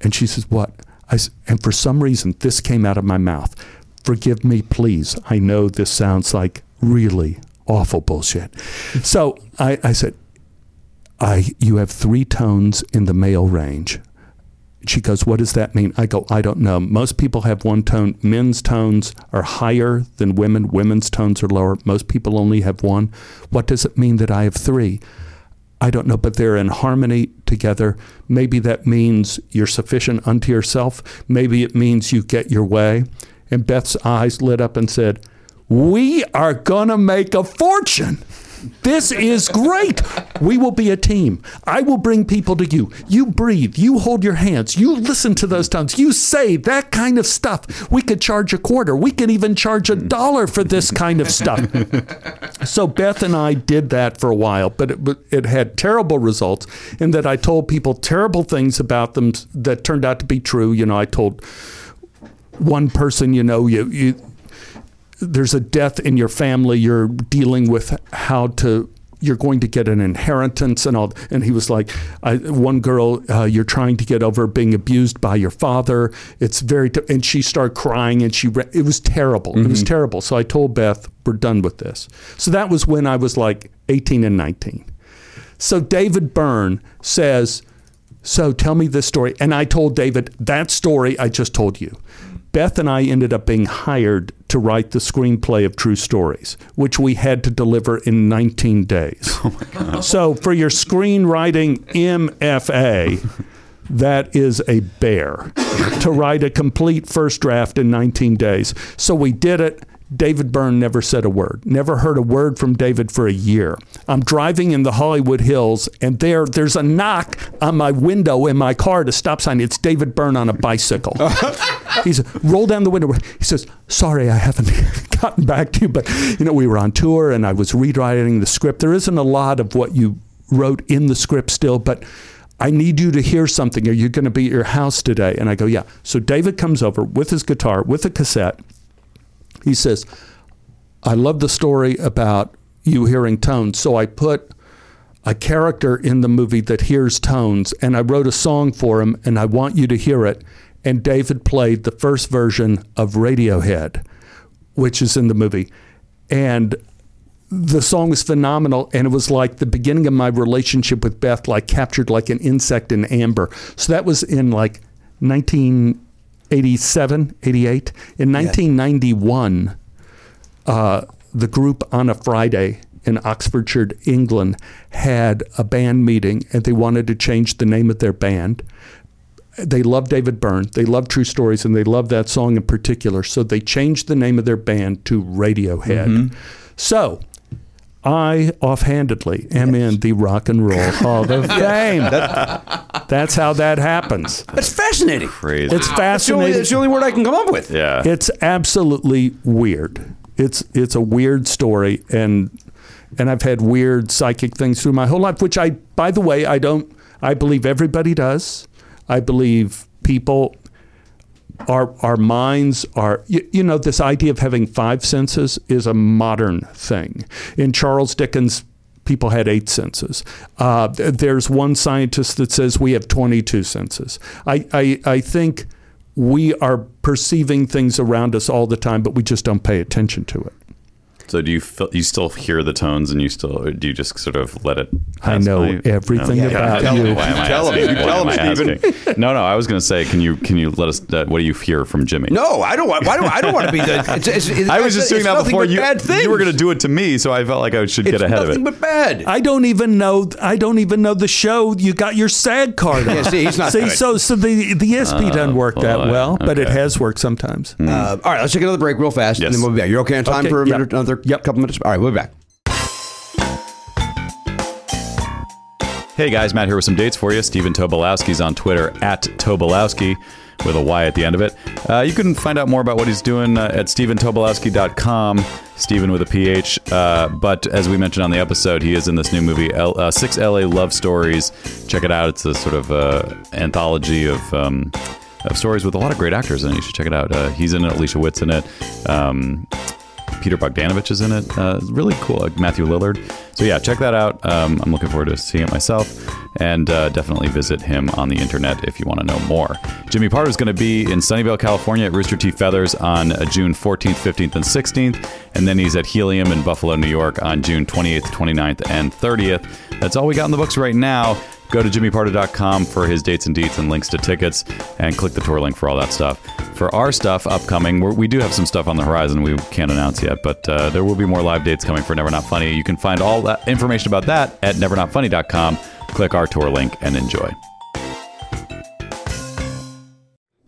And she says, What? I, s- and for some reason, this came out of my mouth. Forgive me, please. I know this sounds like really awful bullshit. So I, I said, I, You have three tones in the male range. She goes, What does that mean? I go, I don't know. Most people have one tone. Men's tones are higher than women, women's tones are lower. Most people only have one. What does it mean that I have three? I don't know, but they're in harmony together. Maybe that means you're sufficient unto yourself. Maybe it means you get your way. And Beth's eyes lit up and said, We are going to make a fortune. This is great. We will be a team. I will bring people to you. You breathe. You hold your hands. You listen to those tones. You say that kind of stuff. We could charge a quarter. We could even charge a dollar for this kind of stuff. so Beth and I did that for a while, but it, but it had terrible results in that I told people terrible things about them that turned out to be true. You know, I told one person, you know, you, you there's a death in your family, you're dealing with how to you're going to get an inheritance and all and he was like I, one girl uh, you're trying to get over being abused by your father it's very t-, and she started crying and she re- it was terrible it was terrible so i told beth we're done with this so that was when i was like 18 and 19 so David Byrne says, So tell me this story. And I told David that story I just told you. Beth and I ended up being hired to write the screenplay of True Stories, which we had to deliver in 19 days. [LAUGHS] Oh my God. So for your screenwriting MFA, that is a bear to write a complete first draft in 19 days. So we did it. David Byrne never said a word. Never heard a word from David for a year. I'm driving in the Hollywood Hills, and there, there's a knock on my window in my car to stop sign. It's David Byrne on a bicycle. He's roll down the window. He says, "Sorry, I haven't [LAUGHS] gotten back to you, but you know we were on tour, and I was rewriting the script. There isn't a lot of what you wrote in the script still, but I need you to hear something. Are you going to be at your house today? And I go, yeah. So David comes over with his guitar, with a cassette. He says, I love the story about you hearing tones. So I put a character in the movie that hears tones, and I wrote a song for him, and I want you to hear it. And David played the first version of Radiohead, which is in the movie. And the song was phenomenal and it was like the beginning of my relationship with Beth like captured like an insect in amber. So that was in like 1987, 88. In 1991, uh, the group on a Friday in Oxfordshire, England, had a band meeting and they wanted to change the name of their band they love David Byrne, they love True Stories, and they love that song in particular. So they changed the name of their band to Radiohead. So I offhandedly am in the Rock and Roll [LAUGHS] Hall of Fame. That's how that happens. That's fascinating. Crazy. [LAUGHS] It's fascinating. It's the only word I can come up with. yeah. It's absolutely weird. It's it's a weird story, and and I've had weird psychic things through my whole life, which I, by the way, I don't. I believe everybody does. I believe people. Our, our minds are, you, you know, this idea of having five senses is a modern thing. In Charles Dickens' people had eight senses. Uh, th- there's one scientist that says we have 22 senses. I, I, I think we are perceiving things around us all the time, but we just don't pay attention to it. [LAUGHS] So do you feel, you still hear the tones and you still or do you just sort of let it? I pass by? know everything about tell you. me, why am I Tell him, asking? you Why tell am him, I Stephen. [LAUGHS] asking? No, no. I was going to say, can you can you let us? Uh, what do you hear from Jimmy? No, I don't want. Why do I don't want to be [LAUGHS] the? It's, it's, it's, I was just it's doing that nothing before but you. Bad things. You were going to do it to me, so I felt like I should It's get ahead of nothing it. [LAUGHS] but bad. I don't even know. I don't even know the show. You got your SAG card. on. [LAUGHS] Yeah, Uh, see, he's not See, good. Oh, so so the the ESP doesn't work that boy. well, but it Okay. has worked sometimes. Uh, all right, let's take another break real fast, Yes. and then we'll be back. You're okay on time Okay, for a yep. minute, another couple minutes. All right, we'll be back. Hey guys, Matt here with some dates for you. Steven Tobolowski's on Twitter at Tobolowski with a Y at the end of it. Uh, you can find out more about what he's doing uh, at StevenTobolowski.com, Steven with a PH. Uh, but as we mentioned on the episode, he is in this new movie, L- uh, Six LA Love Stories. Check it out. It's a sort of uh, anthology of. Um, of stories with a lot of great actors in it. You should check it out. Uh, he's in it. Alicia Witt's in it. Um, Peter Bogdanovich is in it. Uh, it's really cool. Like Matthew Lillard. So yeah, check that out. Um, I'm looking forward to seeing it myself, and uh, definitely visit him on the internet if you want to know more. Jimmy Parter is going to be in Sunnyvale, California, at Rooster Teeth Feathers on uh, June 14th, 15th, and 16th, and then he's at Helium in Buffalo, New York, on June 28th, 29th, and 30th. That's all we got in the books right now. Go to jimmyparta.com for his dates and deets and links to tickets and click the tour link for all that stuff. For our stuff upcoming, we're, we do have some stuff on the horizon we can't announce yet, but uh, there will be more live dates coming for Never Not Funny. You can find all that information about that at nevernotfunny.com. Click our tour link and enjoy.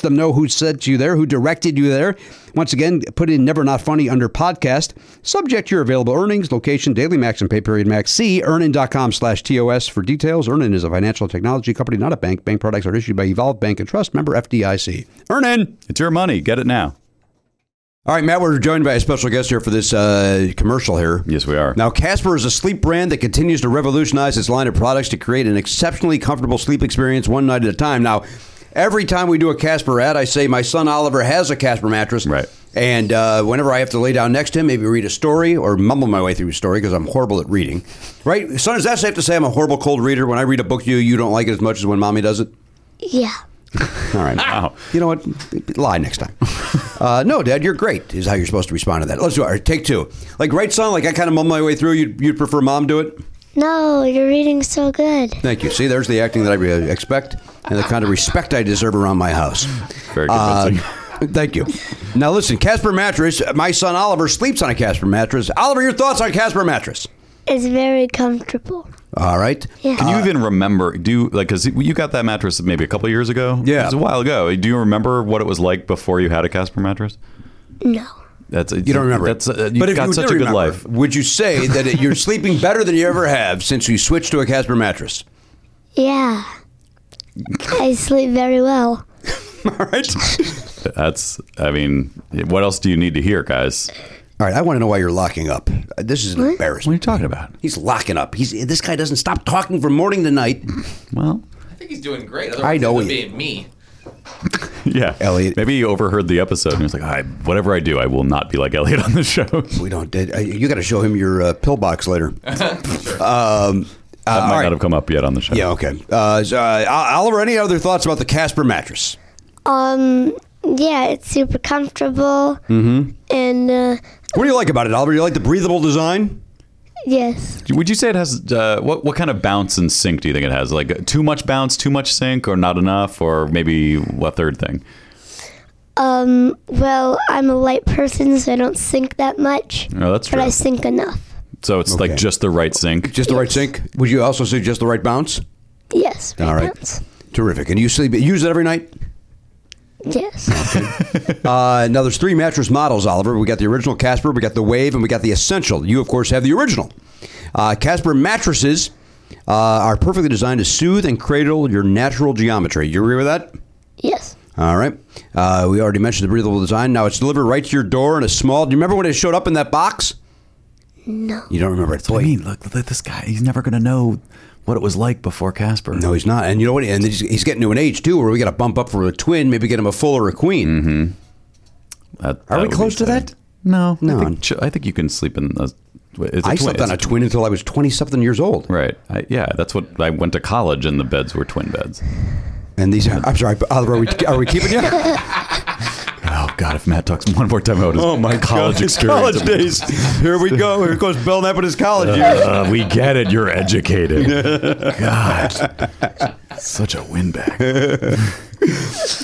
them know who sent you there, who directed you there. Once again, put in Never Not Funny under podcast. Subject to your available earnings, location, daily max, and pay period max. See earnin.com slash TOS for details. Earnin is a financial technology company, not a bank. Bank products are issued by Evolve Bank and Trust, member FDIC. Earnin! It's your money. Get it now. All right, Matt, we're joined by a special guest here for this uh, commercial here. Yes, we are. Now, Casper is a sleep brand that continues to revolutionize its line of products to create an exceptionally comfortable sleep experience one night at a time. Now, every time we do a Casper ad, I say my son Oliver has a Casper mattress. Right. And uh, whenever I have to lay down next to him, maybe read a story or mumble my way through a story because I'm horrible at reading. Right? Son, is that safe to say I'm a horrible cold reader? When I read a book to you, you don't like it as much as when mommy does it? Yeah. All right. Wow. You know what? Lie [LAUGHS] next time. Uh, no, Dad, you're great. Is how you're supposed to respond to that. Let's do it. All right, Take two. Like right, son. Like I kind of mumble my way through. You'd, you'd prefer mom do it. No, you're reading so good. Thank you. See, there's the acting that I re- expect and the kind of respect I deserve around my house. Very Uh, convincing. [LAUGHS] thank you. Now listen, Casper mattress. My son Oliver sleeps on a Casper mattress. Oliver, your thoughts on Casper mattress? It's very comfortable. All right. Yeah. Can you even remember? Do you, like because you got that mattress maybe a couple years ago? Yeah. it was a while ago. Do you remember what it was like before you had a Casper mattress? no. That's You don't remember That's it. uh, you've but if got you such did a good remember, life. Would you say that [LAUGHS] it, you're sleeping better than you ever have since you switched to a Casper mattress? Yeah. I sleep very well. All right. That's I mean, what else do you need to hear, guys? All right, I want to know why you're locking up. Uh, This is an What are embarrassment. you talking about? He's locking up. He's this guy doesn't stop talking from morning to night. Well, I think he's doing great. I Otherwise, know he's he- being me. yeah, Elliot- Maybe you overheard the episode and he's like, I, whatever I do, I will not be like Elliot on the show. [LAUGHS] We don't. uh, You got to show him your uh, pillbox later. um, uh, That might all right. not have come up yet on the show. Yeah. Okay. Uh, so, uh, Oliver, any other thoughts about the Casper mattress? Um. Yeah, it's super comfortable. Mm-hmm. And uh, What do you like about it, Oliver? You like the breathable design? yes, Would you say it has uh, what what kind of bounce and sink do you think it has? Like too much bounce, too much sink, or not enough, or maybe what third thing? um. Well, I'm a light person, so I don't sink that much. No, that's but true. I sink enough. So it's like just the right sink. Just the right sink? Would you also say just the right bounce? Yes. All right. bounce. Terrific. And you sleep? Use it every night. Yes. Uh, now there's three mattress models, Oliver. We got the original Casper, we got the Wave, and we got the Essential. You of course have the original. Uh, Casper mattresses uh, are perfectly designed to soothe and cradle your natural geometry. You agree with that? yes. All right. Uh, we already mentioned the breathable design. Now it's delivered right to your door in a small. Do you remember when it showed up in that box? No. You don't remember it. Boy, mean, look, look, this guy, he's never going to know what it was like before Casper. No, he's not. And you know what? And he's, he's getting to an age too where we got to bump up for a twin. Maybe get him a full or a queen. That- that Are would we Mm-hmm. be close to exciting. that? No. No. I think, ch- I think you can sleep in a. It's a twin. I slept on it's a twin until I was twenty something years old. Right. I, yeah, that's what I went to college and the beds were twin beds. And these are. I'm sorry, Oliver. Are we, are we keeping you? [LAUGHS] Oh, God, if Matt talks one more time about his oh my college God, his experience. [LAUGHS] college days. Here we go. Here goes Bill Knapp with his college years. [LAUGHS] Uh, we get it. You're educated. God. Such a windbag.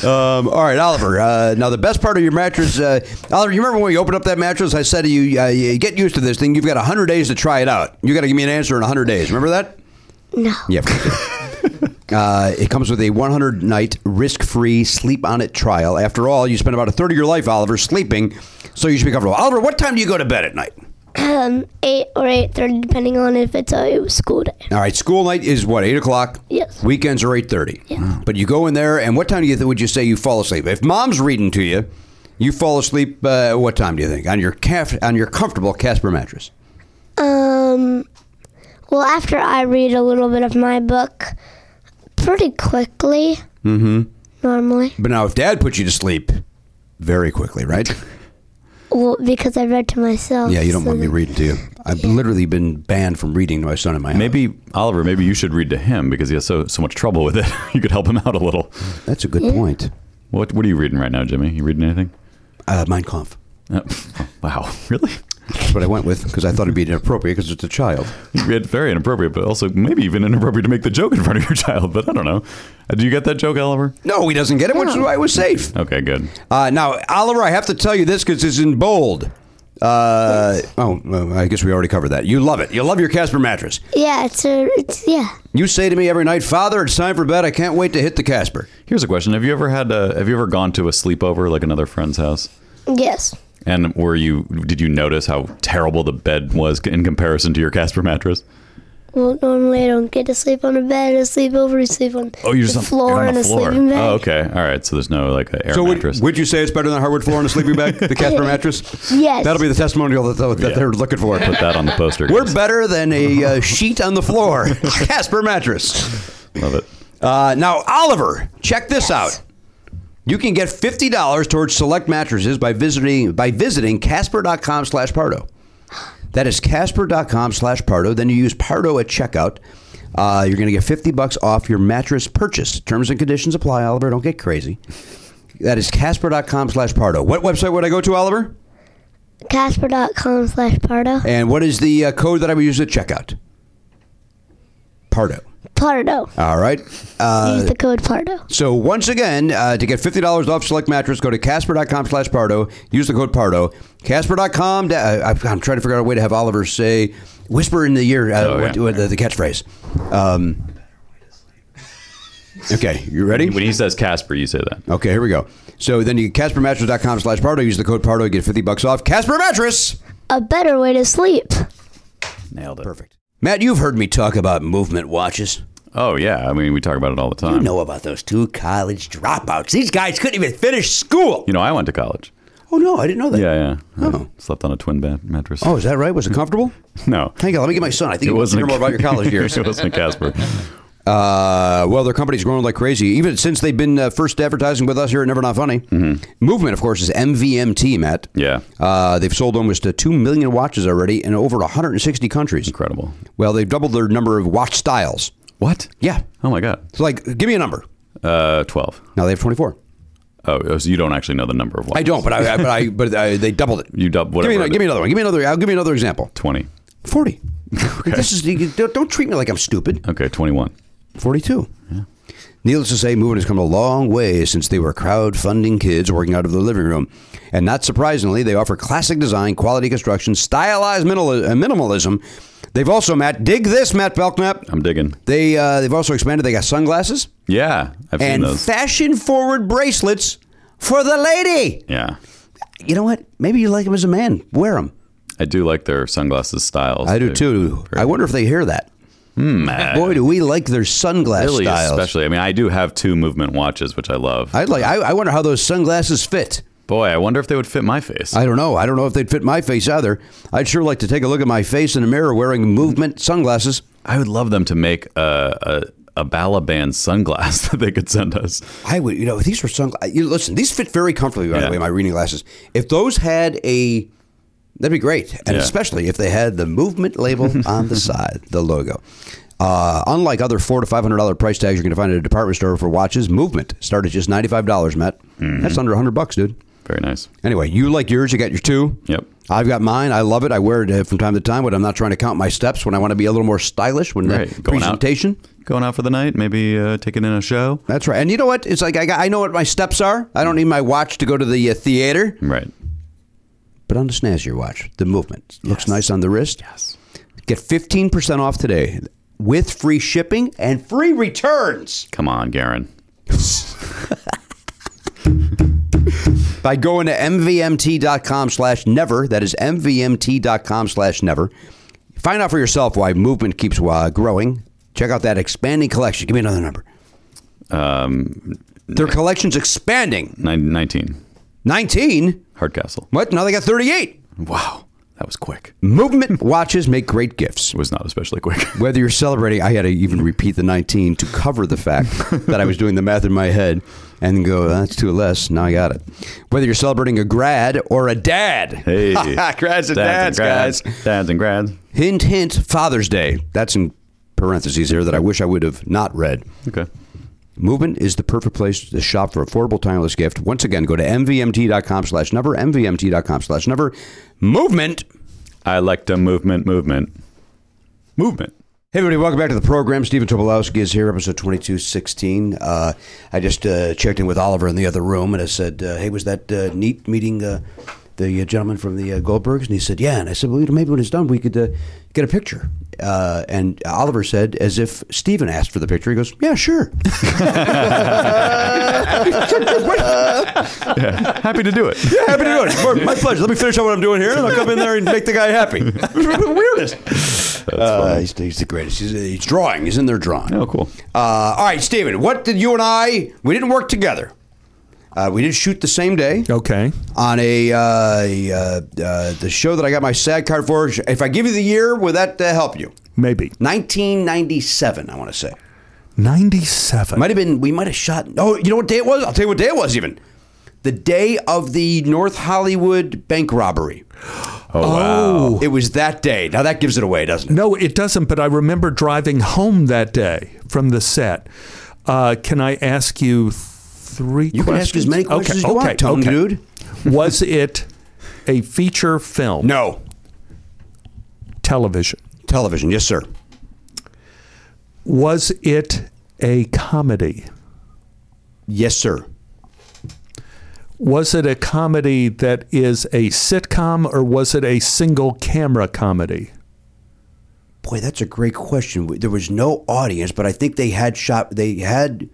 um, all right, Oliver. Uh, now, the best part of your mattress, uh, Oliver, you remember when we opened up that mattress? I said to you, uh, you get used to this thing. You've got 100 days to try it out. you got to give me an answer in 100 days. Remember that? No. Yeah. of course you do. Uh, it comes with a 100 night risk free sleep on it trial. After all, you spend about a third of your life, Oliver, sleeping, so you should be comfortable. Oliver, what time do you go to bed at night? Um, eight or eight thirty, depending on if it's a school day. All right, school night is what eight o'clock. Yes. Weekends are eight thirty. Yeah. But you go in there, and what time do you th- would you say you fall asleep? If mom's reading to you, you fall asleep. Uh, what time do you think on your caf- on your comfortable Casper mattress? Um, well, after I read a little bit of my book, pretty quickly Mm-hmm. normally. But now, if Dad puts you to sleep, very quickly, right? Well, because I read to myself. yeah, you don't so want me that- reading to you. I've literally been banned from reading to my son in my house. Maybe Oliver, maybe you should read to him because he has so so much trouble with it. [LAUGHS] you could help him out a little. That's a good point. What What are you reading right now, Jimmy? You reading anything? Uh, Mein Kampf. Uh, [LAUGHS] oh, wow, really? That's what I went with because I thought it'd be inappropriate because it's a child. You read very inappropriate, but also maybe even inappropriate to make the joke in front of your [LAUGHS] child. But I don't know. Uh, Do you get that joke, Oliver? No, he doesn't get it, which is why it was safe. Okay, good. Uh, now, Oliver, I have to tell you this because it's in bold. Uh, oh, well, I guess we already covered that. You love it. You love your Casper mattress. Yeah, it's a, it's yeah. You say to me every night, Father, it's time for bed. I can't wait to hit the Casper. Here's a question: Have you ever had a, Have you ever gone to a sleepover, like another friend's house? Yes. And were you? Did you notice how terrible the bed was in comparison to your Casper mattress? Well, normally I don't get to sleep on a bed. I sleep over. I sleep on. Oh, you're the just on, floor you're on and the a floor. sleeping bag. Oh, okay. All right. So there's no like a air so, would, mattress. would you say it's better than hardwood floor and a sleeping bag, the [LAUGHS] Casper mattress? Yes. That'll be the testimonial that, that, that Yeah. they're looking for. Put that on the poster. [LAUGHS] We're guys. better than a uh, sheet on the floor, [LAUGHS] Casper mattress. Love it. Uh, now, Oliver, check this out. You can get fifty dollars towards select mattresses by visiting by visiting Casper.com slash Pardo. That is Casper.com slash Pardo. Then you use Pardo at checkout. Uh, you're going to get fifty bucks off your mattress purchase. Terms and conditions apply. Oliver, don't get crazy. That is Casper.com slash Pardo. What website would I go to, Oliver? Casper.com slash Pardo. And what is the uh, code that I would use at checkout? Pardo. Pardo. All right. Uh, Use the code Pardo. So once again, uh, to get fifty dollars off select mattress, go to casper.com slash pardo. Use the code pardo. Casper.com. da- Uh, I- I'm trying to figure out a way to have Oliver say, whisper in the ear uh, Oh, what- yeah. what the, the catchphrase. Um, okay, you ready? When he says Casper, you say that. Okay, here we go. So then you caspermattress.com slash pardo. Use the code pardo. Get fifty bucks off. Casper mattress. A better way to sleep. Nailed it. Perfect. Matt, you've heard me talk about movement watches. Oh yeah. I mean, we talk about it all the time. You know about those two college dropouts. These guys couldn't even finish school. You know, I went to college. Oh no, I didn't know that. Yeah, yeah. Oh. I slept on a twin bed mattress. Oh, is that right? Was it comfortable? [LAUGHS] no. Hang on, let me get my son. I think It he wants wasn't to hear a- more about your college [LAUGHS] years. it wasn't a Casper. Uh, well, their company's growing like crazy, even since they've been uh, first advertising with us here at Never Not Funny. Movement, of course, is MVMT, Matt. Mm-hmm. Yeah. Uh, they've sold almost uh, 2 million watches already in over 160 countries. Incredible. Well, they've doubled their number of watch styles. What? Yeah. Oh my god. So, like, give me a number. Uh, twelve. Now they have 24. Oh, so you don't actually know the number of watches. I don't, but I, I- but I, [LAUGHS] but I, they doubled it. You dub whatever. give, me, it another- give me is. another one. Give me another. I'll give you another example. Twenty. 40. [LAUGHS] This is you- don't, don't treat me like I'm stupid. Okay, twenty-one. 42. Needless to say, movement has come a long way since they were crowdfunding kids working out of their living room. And not surprisingly, they offer classic design, quality construction, stylized minimal- uh, minimalism. They've also, Matt, dig this, Matt Belknap. I'm digging. They, uh, they've also expanded. They got sunglasses Yeah, I've seen and those. fashion forward bracelets for the lady. yeah, You know what? Maybe you like them as a man. Wear them. I do like their sunglasses styles. I do They're too. very- Hmm, I wonder if they hear that. Boy, do we like their sunglasses Really, styles. especially. I mean, I do have two movement watches, which I love. I'd like. I, I wonder how those sunglasses fit. Boy, I wonder if they would fit my face. I don't know. I don't know if they'd fit my face either. I'd sure like to take a look at my face in a mirror wearing movement sunglasses. I would love them to make a a, a Balaban sunglass [LAUGHS] that they could send us. I would, you know, if these were sunglasses. You listen, these fit very comfortably. By Yeah. the way, my reading glasses. If those had a, that'd be great, and Yeah. especially if they had the movement [LAUGHS] label on the side, the logo. Uh, unlike other four to five hundred dollar price Mm-hmm. tags you're going to find at a department store for watches, Movement start at just ninety five dollars. Matt, that's under hundred bucks, dude. Very nice. Anyway, you like yours. You got your two. Yep. I've got mine. I love it. I wear it uh, from time to time when I'm not trying to count my steps. When I want to be a little more stylish. When Right. the Going out. presentation. Going out for the night, maybe uh, taking in a show. That's right. And you know what? It's like I, got- I know what my steps are. I don't need my watch to go to the uh, theater. Right. But on the snazzier watch, the movement looks nice on the wrist. Yes. Get 15% off today with free shipping and free returns Come on, Garen. by going to mvmt.com slash never. That is mvmt.com slash never. Find out for yourself why movement keeps uh, growing. Check out that expanding collection. Give me another number. Um, Their collection's expanding. nine, 19. 19? Hardcastle. What? Now they got 38. Wow. That was quick. Movement watches make great gifts. It was not especially quick. Whether you're celebrating, I had to even repeat the 19 to cover the fact that I was doing the math in my head and go, that's two less. Now I got it. Whether you're celebrating a grad or a dad. Hey. [LAUGHS] grads and [LAUGHS] dads, guys. Dads and grads. Hint, hint, Father's Day. That's in parentheses here that I wish I would have not read. Okay. Movement is the perfect place to shop for affordable, timeless gift. Once again, go to mvmt.com slash number, mvmt.com slash number. Movement. I like the movement, movement, movement. Hey everybody, welcome back to the program. Stephen Tobolowski is here, episode 2216. Uh, I just uh, checked in with Oliver in the other room, and I said, uh, hey, was that uh, neat meeting uh, the uh, gentleman from the uh, Goldbergs? And he said, yeah. And I said, well, you know, maybe when it's done, we could uh, get a picture. Uh, and Oliver said, as if Stephen asked for the picture, he goes, yeah, sure. [LAUGHS] Happy to do it. Yeah, happy to do it. More- My pleasure. Let me finish out what I'm doing here, and I'll come in there and make the guy happy. Weirdest. Uh, he's, he's the greatest. He's, he's drawing. He's in there drawing. Oh, cool. Uh, all right, Steven, what did you and I? We didn't work together. Uh, we did shoot the same day Okay. on a uh, a, uh, uh, the show that I got my SAG card for. If I give you the year, will that uh, help you? Maybe 1997, I want to say. 97. Might have been. We might have shot. Oh, you know what day it was? I'll tell you what day it was. Even the day of the North Hollywood bank robbery. oh. It was that day. Now that gives it away, doesn't it? No, it doesn't. But I remember driving home that day from the set. Uh, can I ask you three? You can ask as many questions as you want, Tone Dude. [LAUGHS] Was it a feature film? No. Television. Television, yes, sir. Was it a comedy? Yes, sir. Was it a comedy that is a sitcom or was it a single camera comedy? Boy, that's a great question. There was no audience, but I think they had shot. They had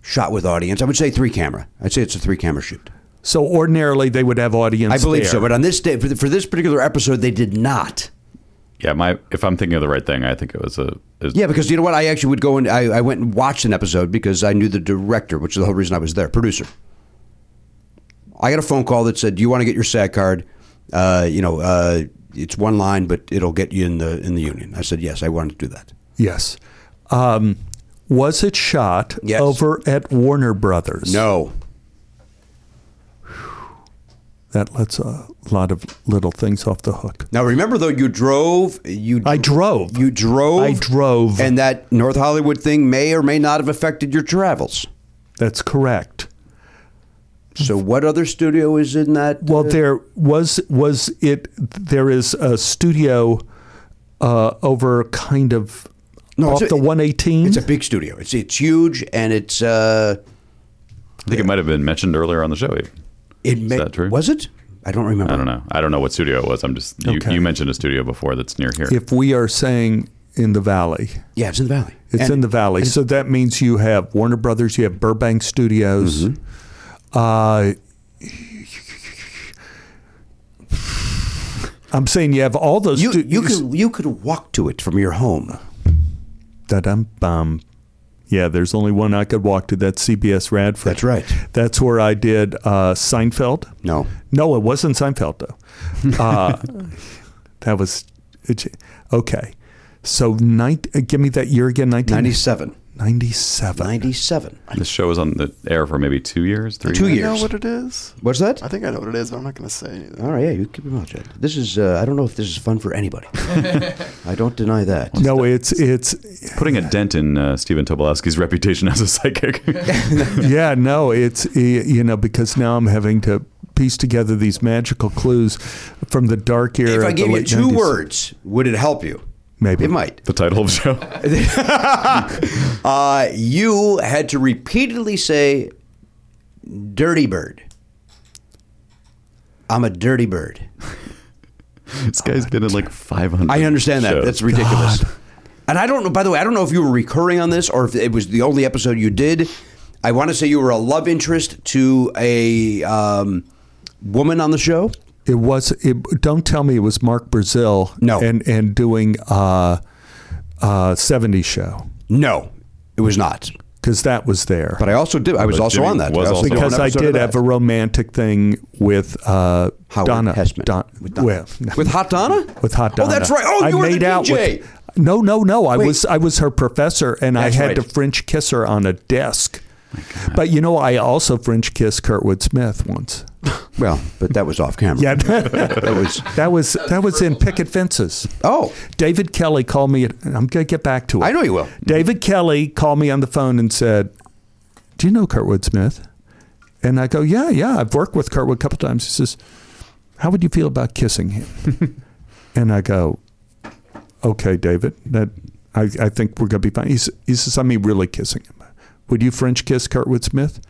shot with audience. I would say three camera. I'd say it's a three camera shoot. So ordinarily they would have audience. I believe so. there. But on this day, for, the, for this particular episode, they did not. Yeah, my if I'm thinking of the right thing, I think it was a. it was- Yeah, because you know what? I actually would go and I, I went and watched an episode because I knew the director, which is the whole reason I was there, producer. I got a phone call that said, "Do you want to get your SAG card? Uh, you know, uh, it's one line, but it'll get you in the in the union." I said, "Yes, I wanted to do that." Yes. Um, was it shot Yes. over at Warner Brothers? No, That lets a lot of little things off the hook. Now remember though, you drove. You I drove. You drove. I drove. And that North Hollywood thing may or may not have affected your travels. That's correct. So what other studio is in that? Well, there was was it. There is a studio uh, over kind of No, off it's a- the one eighteen. it's a big studio. It's it's huge and it's uh. I think it might have been mentioned earlier on the show. even. It may, that true? was it? I don't remember. I don't know. I don't know what studio it was. I'm just you, Okay. you mentioned a studio before that's near here. If we are saying in the valley, Yeah, it's in the valley. it's And- in the valley. So that means you have Warner Brothers, you have Burbank Studios. Mm-hmm. Uh, I'm saying you have all those. You stu- you could you could walk to it from your home. Da-dum, bum. Yeah, there's only one I could walk to. That's CBS Radford. That's right. That's where I did uh, Seinfeld. No. No, it wasn't [LAUGHS] Seinfeld, though. Uh, that was. It, okay. So, nine, uh, give me that year again 19, 97. 97. 97. this show was on the air for maybe two years, three. Two years. You know years. what it is? What's that? I think I know what it is, but I'm not going to say anything. All right, yeah, you keep your mouth shut. This is uh, I don't know if this is fun for anybody. I don't deny that. No, it's it's Putting a dent in uh, Stephen [LAUGHS] Tobolowsky's [LAUGHS] reputation as a psychic. yeah, no, it's y- you know because now I'm having to piece together these magical clues from the dark era. If I of the gave you late two 90s. words, would it help you? Maybe it might. The title of the show. Uh, you had to repeatedly say, "Dirty bird." I'm a dirty bird. this guy's been in like 500. I understand that. shows. That's ridiculous. And I don't know. By the way, I don't know if you were recurring on this or if it was the only episode you did. I want to say you were a love interest to a um, woman on the show. It was. It, don't tell me it was Mark Brazil. No, and and doing uh, uh, '70s show. No, it was not because that was there. But I also did. I was But also Jimmy on that. was I also also did one because I episode of did that. have a romantic thing with uh, Donna Hessman. with, With Hot Donna? [LAUGHS] with Hot Oh, Donna. that's right. Oh, I you were the made out DJ. with- no, no, no. I Wait. was I was her professor, and That's I had right. to French kiss her on a desk. But you know, I also French kissed Kurtwood Smith once. Well, but that was off camera. Yeah, [LAUGHS] that was that was that was in Picket Fences. Oh, David Kelly called me. I'm gonna get back to it. I know you will. David Kelly called me on the phone and said, "Do you know Kurtwood Smith?" And I go, "Yeah, yeah. I've worked with Kurtwood a couple times." He says, "How would you feel about kissing him?" [LAUGHS] and I go, "Okay, David. That I, I think we're gonna be fine." He, s- he says, "I mean, really kissing him. Would you French kiss Kurtwood Smith?"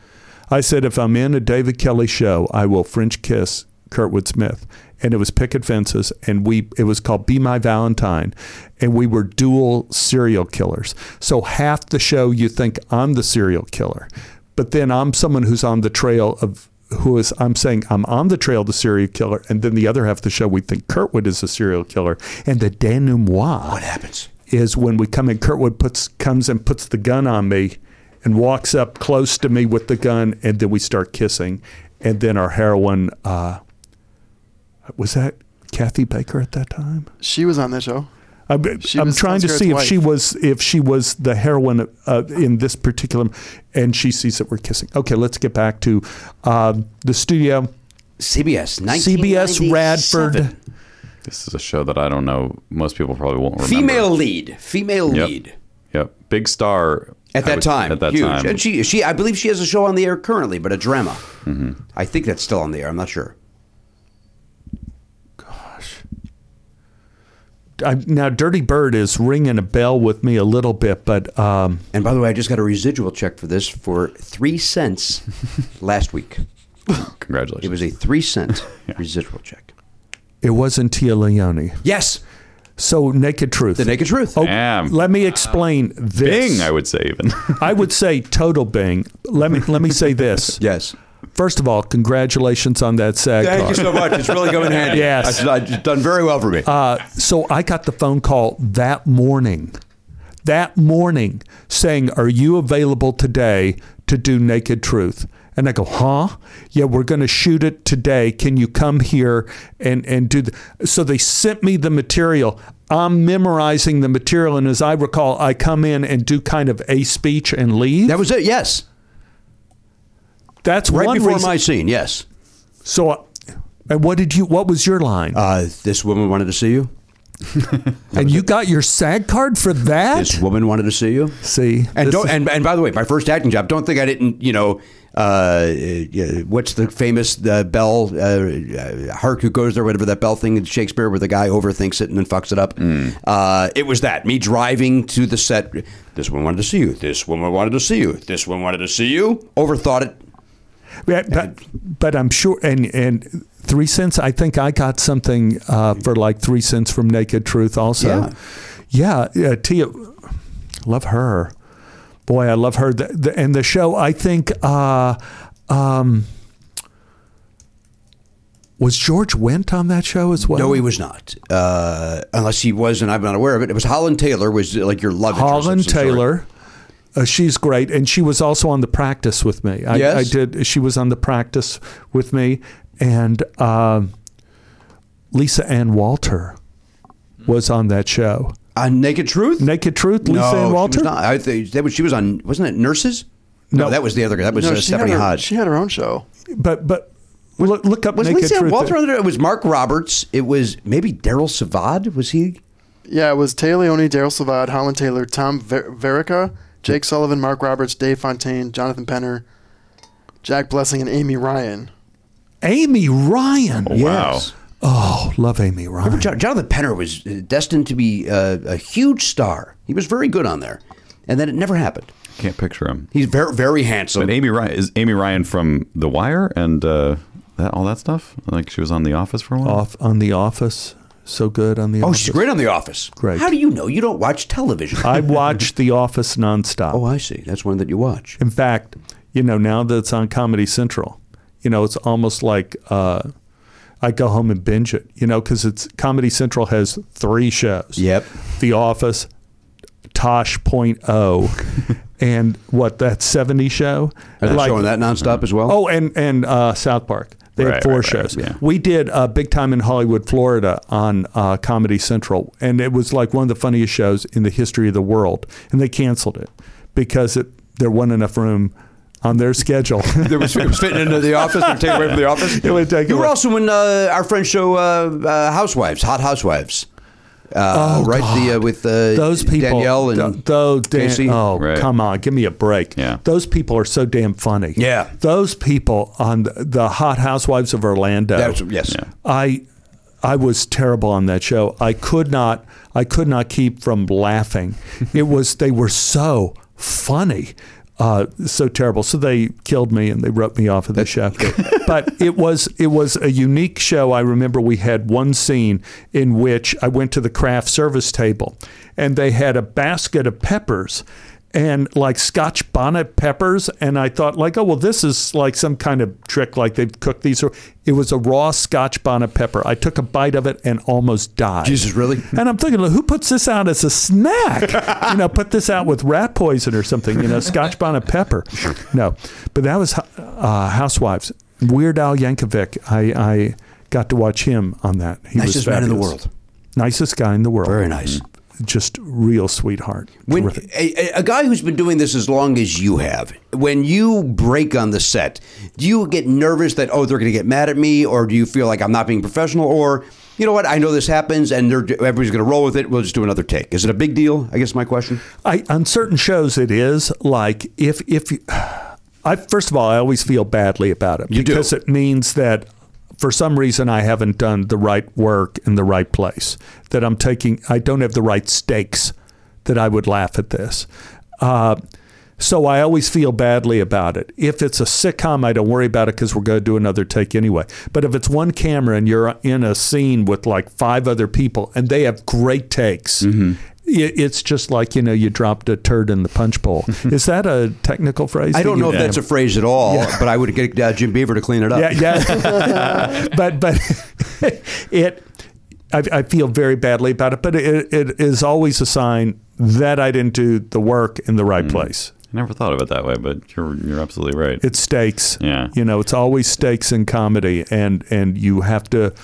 I said, "If I'm in a David Kelly show, I will French kiss Kurtwood Smith." And it was picket fences, and we it was called "Be My Valentine," and we were dual serial killers. So half the show, you think I'm the serial killer, but then I'm someone who's on the trail of who is I'm saying I'm on the trail of the serial killer, and then the other half of the show we think Kurtwood is a serial killer, and the denouement what happens is when we come in, Kurtwood puts comes and puts the gun on me, and walks up close to me with the gun, and then we start kissing, and then our heroine uh, was that Kathy Baker at that time. She was on that show. I'm, She I'm was trying to Tom Skerritt's see if wife. she was if she was the heroine uh, in this particular, and she sees that we're kissing. Okay, let's get back to um the studio. CBS, CBS Radford. This is a show that I don't know. Most people probably won't remember. Female lead. Female Yep. lead. Yep. Big star. At I that would- time, At that huge. time. And she, she, I believe she has a show on the air currently, but a drama. Mm-hmm. I think that's still on the air. I'm not sure. I, now, Dirty Bird is ringing a bell with me a little bit, but um, And by the way, I just got a residual check for this for three [LAUGHS] cents last week. Congratulations. It was a [LAUGHS] three cent residual check. it wasn't Tia Leone. Yes. So, Naked Truth. The Naked Truth. Oh, Damn. Uh, let me explain this. Bing, I would say even. I would say total Bing. Let me let me [LAUGHS] say this. Yes. First of all, congratulations on that SAG Thank you card. so much. It's really [LAUGHS] coming in handy. Yes. I- It's done very well for me. Uh, so I got the phone call that morning, that morning saying, Are you available today to do Naked Truth? And I go, huh? Yeah, we're going to shoot it today. Can you come here and, and do the. So they sent me the material. I'm memorizing the material. And as I recall, I come in and do kind of a speech and leave. that was it. Yes. That's Right one before reason. my scene. Yes. so, I, and what did you, what was your line? Uh, this woman wanted to see you. and you got your SAG card for that? This woman wanted to see you. See, And this don't is- and, and by the way, my first acting job. Don't think I didn't. You know, uh, yeah, what's the famous uh, bell? Uh, uh, Hark who goes there? Whatever that bell thing in Shakespeare, where the guy overthinks it and then fucks it up. Uh, it was that me driving to the set. This one wanted to see you. This woman wanted to see you. This one wanted to see you. Overthought it. Yeah, but, but I'm sure, and and three cents. I think I got something uh, for like three cents from Naked Truth. Also, yeah, yeah, Tia, love her. Boy, I love her. The, the, and the show, I think, uh, um, was George Wendt on that show as well? No, he was not. Uh, unless he was, and I'm not aware of it. It was Holland Taylor. Was like your love. interest of Holland some sort. Taylor. Uh, she's great, and she was also on the practice with me. I, Yes? I did. She was on the practice with me, and um Lisa Ann Walter was on that show. On Uh, Naked Truth. Naked Truth, Lisa Hmm. no, Ann She Walter. was not. I think that was, she was on. Wasn't it Nurses? No, No. that was the other guy. That was No, uh, she, had Stephanie her, Hodge. she had her own show. But but look, look up was Naked Lisa Ann Truth. Walter on there? It was Mark Roberts. It was maybe Daryl Savad. Was he? Yeah, it was Tay Leone, Daryl Savad, Holland Taylor, Tom Ver- Verica, Jake Sullivan, Mark Roberts, Dave Fontaine, Jonathan Penner, Jack Blessing, and Amy Ryan. Amy Ryan. Yes. Oh, love Amy Ryan. Remember, Jo- Jonathan Penner was uh, destined to be uh, a huge star. He was very good on there, and then it never happened. Can't picture him. He's very very handsome. But Amy Ryan is Amy Ryan from The Wire and uh, that all that stuff. Like she was on The Office for a while. Off on The Office. So good on The Oh, Office. she's great on The Office. Great. How do you know? You don't watch television. I watch The Office nonstop. Oh, I see. That's one that you watch. In fact, you know, now that it's on Comedy Central, you know, it's almost like uh, I go home and binge it, you know, because it's Comedy Central has three shows. Yep. The Office, Tosh Point [LAUGHS] O, and what that '70 show. Are they showing that nonstop as well? Oh, and and uh, South Park. They Right, had four right, right, shows. yeah. We did uh, Big Time in Hollywood, Florida on uh, Comedy Central, and it was like one of the funniest shows in the history of the world. And they canceled it because it there wasn't enough room on [LAUGHS] their schedule. [LAUGHS] It was, it was fitting into the office and taking away from the office. It would take You were away. also in uh, our friend show, uh, uh, Housewives, Hot Housewives. Uh, Oh, right the uh, with uh, those people, Danielle and th- those Dan- Casey. Oh, Right. come on, give me a break. Yeah. Those people are so damn funny. Yeah. Those people on the, the Hot Housewives of Orlando. That's- yes. Yeah. I I was terrible on that show. I could not I could not keep from laughing. it was they were so funny. Uh, so terrible. So they killed me and they wrote me off of the show. but it was it was a unique show. I remember we had one scene in which I went to the craft service table and they had a basket of peppers and like scotch bonnet peppers and i thought like oh well this is like some kind of trick like they've cooked these or it was a raw scotch bonnet pepper i took a bite of it and almost died Jesus, really? and i'm thinking who puts this out as [LAUGHS] a snack you know put this out with rat poison or something you know scotch bonnet pepper no but that was uh, housewives weird al yankovic i i got to watch him on that he was Nicest man in the fabulous. world. nicest guy in the world Mm. Very nice. just real sweetheart When a, a- a guy who's been doing this as long as you have, when you break on the set, do you get nervous that oh they're going to get mad at me, or do you feel like I'm not being professional, or you know what I know this happens and they're, everybody's going to roll with it, we'll just do another take? Is it a big deal? I guess my question. I on certain shows it is like if if you- I first of all I always feel badly about it You do. because it means that for some reason I haven't done the right work in the right place that I'm taking I don't have the right stakes that I would laugh at this. Uh, so I always feel badly about it. If it's a sitcom, I don't worry about it because we're going to do another take anyway. But if it's one camera and you're in a scene with like five other people and they have great takes, Mm-hmm. it, it's just like you know you dropped a turd in the punch [LAUGHS] bowl. Is that a technical phrase? I that don't you- know if that's a phrase at all, but I would get uh, Jim Beaver to clean it up. yeah, yeah. but but [LAUGHS] it, I, I feel very badly about it. But it, it is always a sign that I didn't do the work in the right place. I never thought of it that way, but you're you're absolutely right. It's stakes. Yeah. You know, it's always stakes in comedy, and and you have to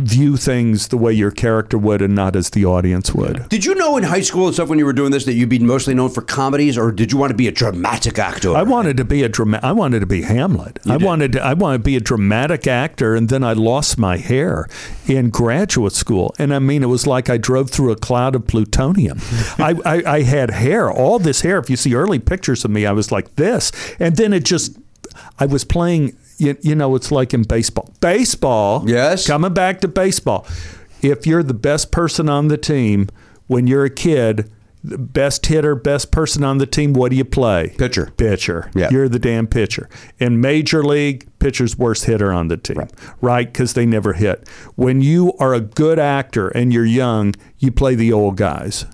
view things the way your character would, and not as the audience would. Did you know in high school and stuff when you were doing this that you'd be mostly known for comedies, or did you want to be a dramatic actor? I wanted to be a drama- I wanted to be Hamlet. I wanted to, I wanted to be a dramatic actor, and then I lost my hair in graduate school, and I mean it was like I drove through a cloud of [LAUGHS] plutonium. I, I, I had hair, all this hair. If you see early pictures of me, I was like this, and then it just I was playing. You, you know, it's like in baseball. Baseball. Yes. Coming back to baseball. If you're the best person on the team when you're a kid, the best hitter, best person on the team, what do you play? Pitcher. Pitcher. Yeah. You're the damn pitcher. In major league, pitcher's worst hitter on the team, right? Because they never hit. When you are a good actor and you're young, you play the old guys.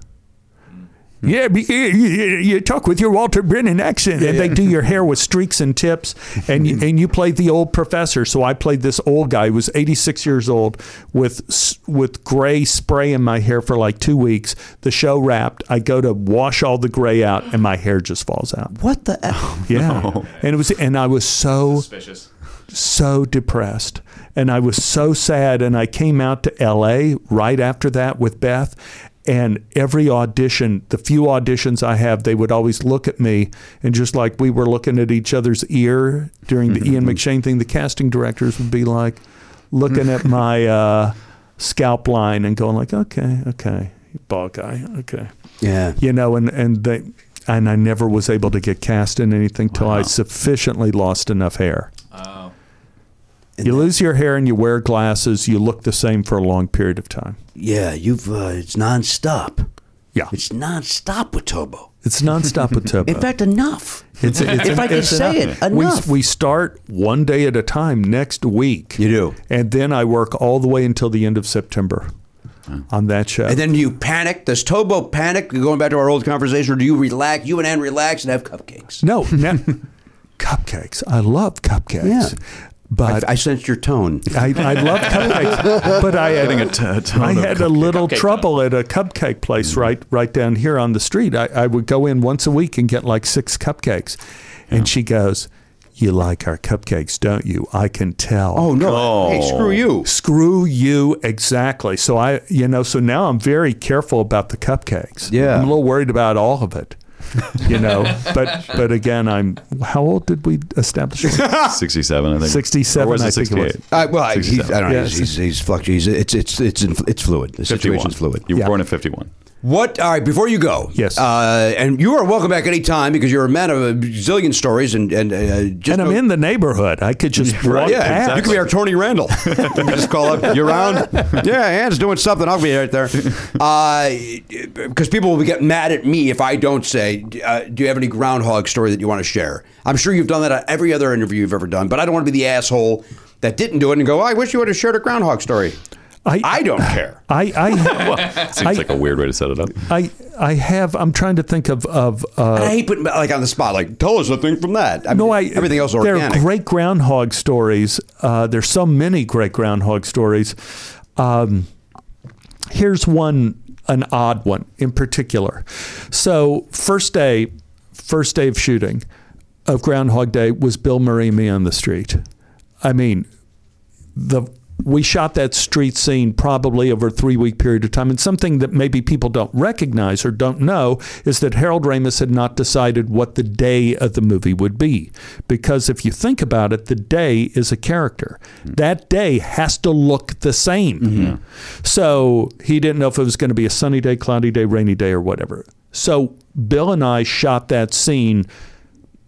Hmm. Yeah, be- you, you- you talk with your Walter Brennan accent, and they do your hair with streaks and tips, and you, and you played the old professor. So I played this old guy who was 86 years old with s- with gray spray in my hair for like two weeks. The show wrapped. I go to wash all the gray out, and my hair just falls out. What the? Yeah, [LAUGHS] and it was, and I was so Suspicious. so depressed and I was so sad. And I came out to LA right after that with Beth. And every audition, the few auditions I have, they would always look at me and just like we were looking at each other's ear during the Ian McShane thing, the casting directors would be like looking at my uh, scalp line and going like, okay, okay, you bald guy, okay Yeah. you know, and and they and I never was able to get cast in anything till I sufficiently lost enough hair. Oh. you lose your hair and you wear glasses. You look the same for a long period of time. Yeah, you've uh, it's nonstop. Yeah, it's nonstop with Tobo. It's nonstop with Tobo. In fact, enough. It's, it's, if I can it's say it, enough. We, we start one day at a time next week. You do. And then I work all the way until the end of September on that show. and then you panic. Does Tobo panic? Going back to our old conversation, or do you relax? You and Ann relax and have cupcakes. no, no. [LAUGHS] cupcakes. I love cupcakes. Yeah. But I, I sensed your tone. I, I love cupcakes, but I had, Getting a t- a ton uh, I of had a cupcake- little cupcake trouble at a cupcake place right right down here on the street. I, I would go in once a week and get like six cupcakes, and she goes, "You like our cupcakes, don't you? I can tell." Oh no! Hey, screw you! Screw you exactly. So I, you know, so now I'm very careful about the cupcakes. Yeah. I'm a little worried about all of it. you [LAUGHS] know, but but again, I'm. How old did we establish? [LAUGHS] 67, I think. Or 67, was I it think it was. Ah, 68? Uh, well, I, he's, I don't know. Yeah, He's, he's, he's fluctu- he's- It's it's it's in- it's fluid. The 51. situation's fluid. You were born in 51. What? All right. Before you go, Yes. Uh, and you are welcome back anytime because you're a man of a zillion stories and and uh, just and I'm in the neighborhood. I [LAUGHS] [LAUGHS] could just walk yeah, past. you could be our Tony [LAUGHS] Randall. you can just call up. You're around. Yeah, Anne's doing something. I'll be right [LAUGHS] there. Because people will get mad at me if I don't say, uh, "Do you have any groundhog story that you want to share?" I'm sure you've done that at every other interview you've ever done, but I don't want to be the asshole that didn't do it and go, "I wish you would have shared a groundhog story." I- I don't care. I I, Seems I- like a weird way to set it up. I I have. I'm trying to think of of. Uh, And I hate putting like on the spot. Like, tell us a thing from that. I no, I, mean, everything else There organic. are great groundhog stories. Uh, there's so many great groundhog stories. Um, here's one, an odd one in particular. So first day, first day of shooting of Groundhog Day was Bill Murray and me on the street. I mean, the we shot that street scene probably over a three week period of time. And something that maybe people don't recognize or don't know is that Harold Ramis had not decided what the day of the movie would be. Because if you think about it, the day is a character. That day has to look the same. So he didn't know if it was going to be a sunny day, cloudy day, rainy day, or whatever. So Bill and I shot that scene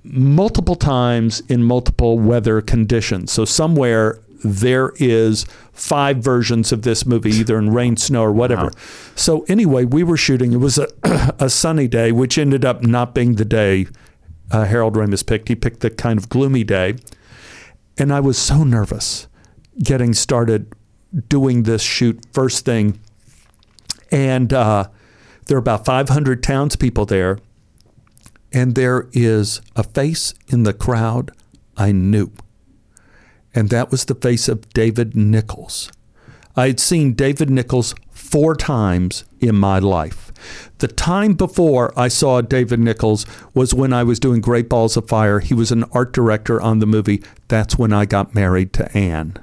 multiple times in multiple weather conditions. So somewhere there is five versions of this movie, either in rain, snow, or whatever. So anyway, we were shooting. It was a, [CLEARS THROAT] a sunny day, which ended up not being the day uh, Harold Ramis picked. He picked the kind of gloomy day, and I was so nervous getting started doing this shoot first thing. And uh, there are about 500 townspeople there and there is a face in the crowd I knew. And that was the face of David Nichols. I had seen David Nichols four times in my life. The time before I saw David Nichols was when I was doing Great Balls of Fire. He was an art director on the movie. That's when I got married to Anne.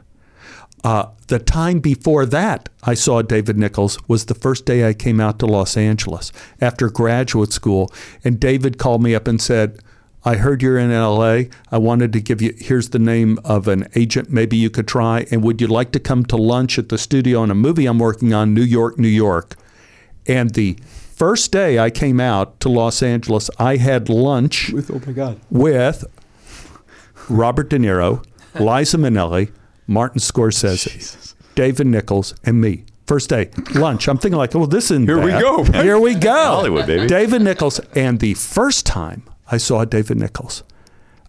Uh, the time before that, I saw David Nichols was the first day I came out to Los Angeles after graduate school. And David called me up and said, I heard you're in LA. I wanted to give you, here's the name of an agent maybe you could try. And would you like to come to lunch at the studio on a movie I'm working on, New York, New York? And the first day I came out to Los Angeles, I had lunch with, oh my God, with Robert De [LAUGHS] Niro, Liza Minnelli, Martin Scorsese, David Nichols, and me. First day, lunch. I'm thinking like, well, this isn't Here we bad. go. Here we go. Hollywood, baby. David Nichols. And the first time I saw David Nichols,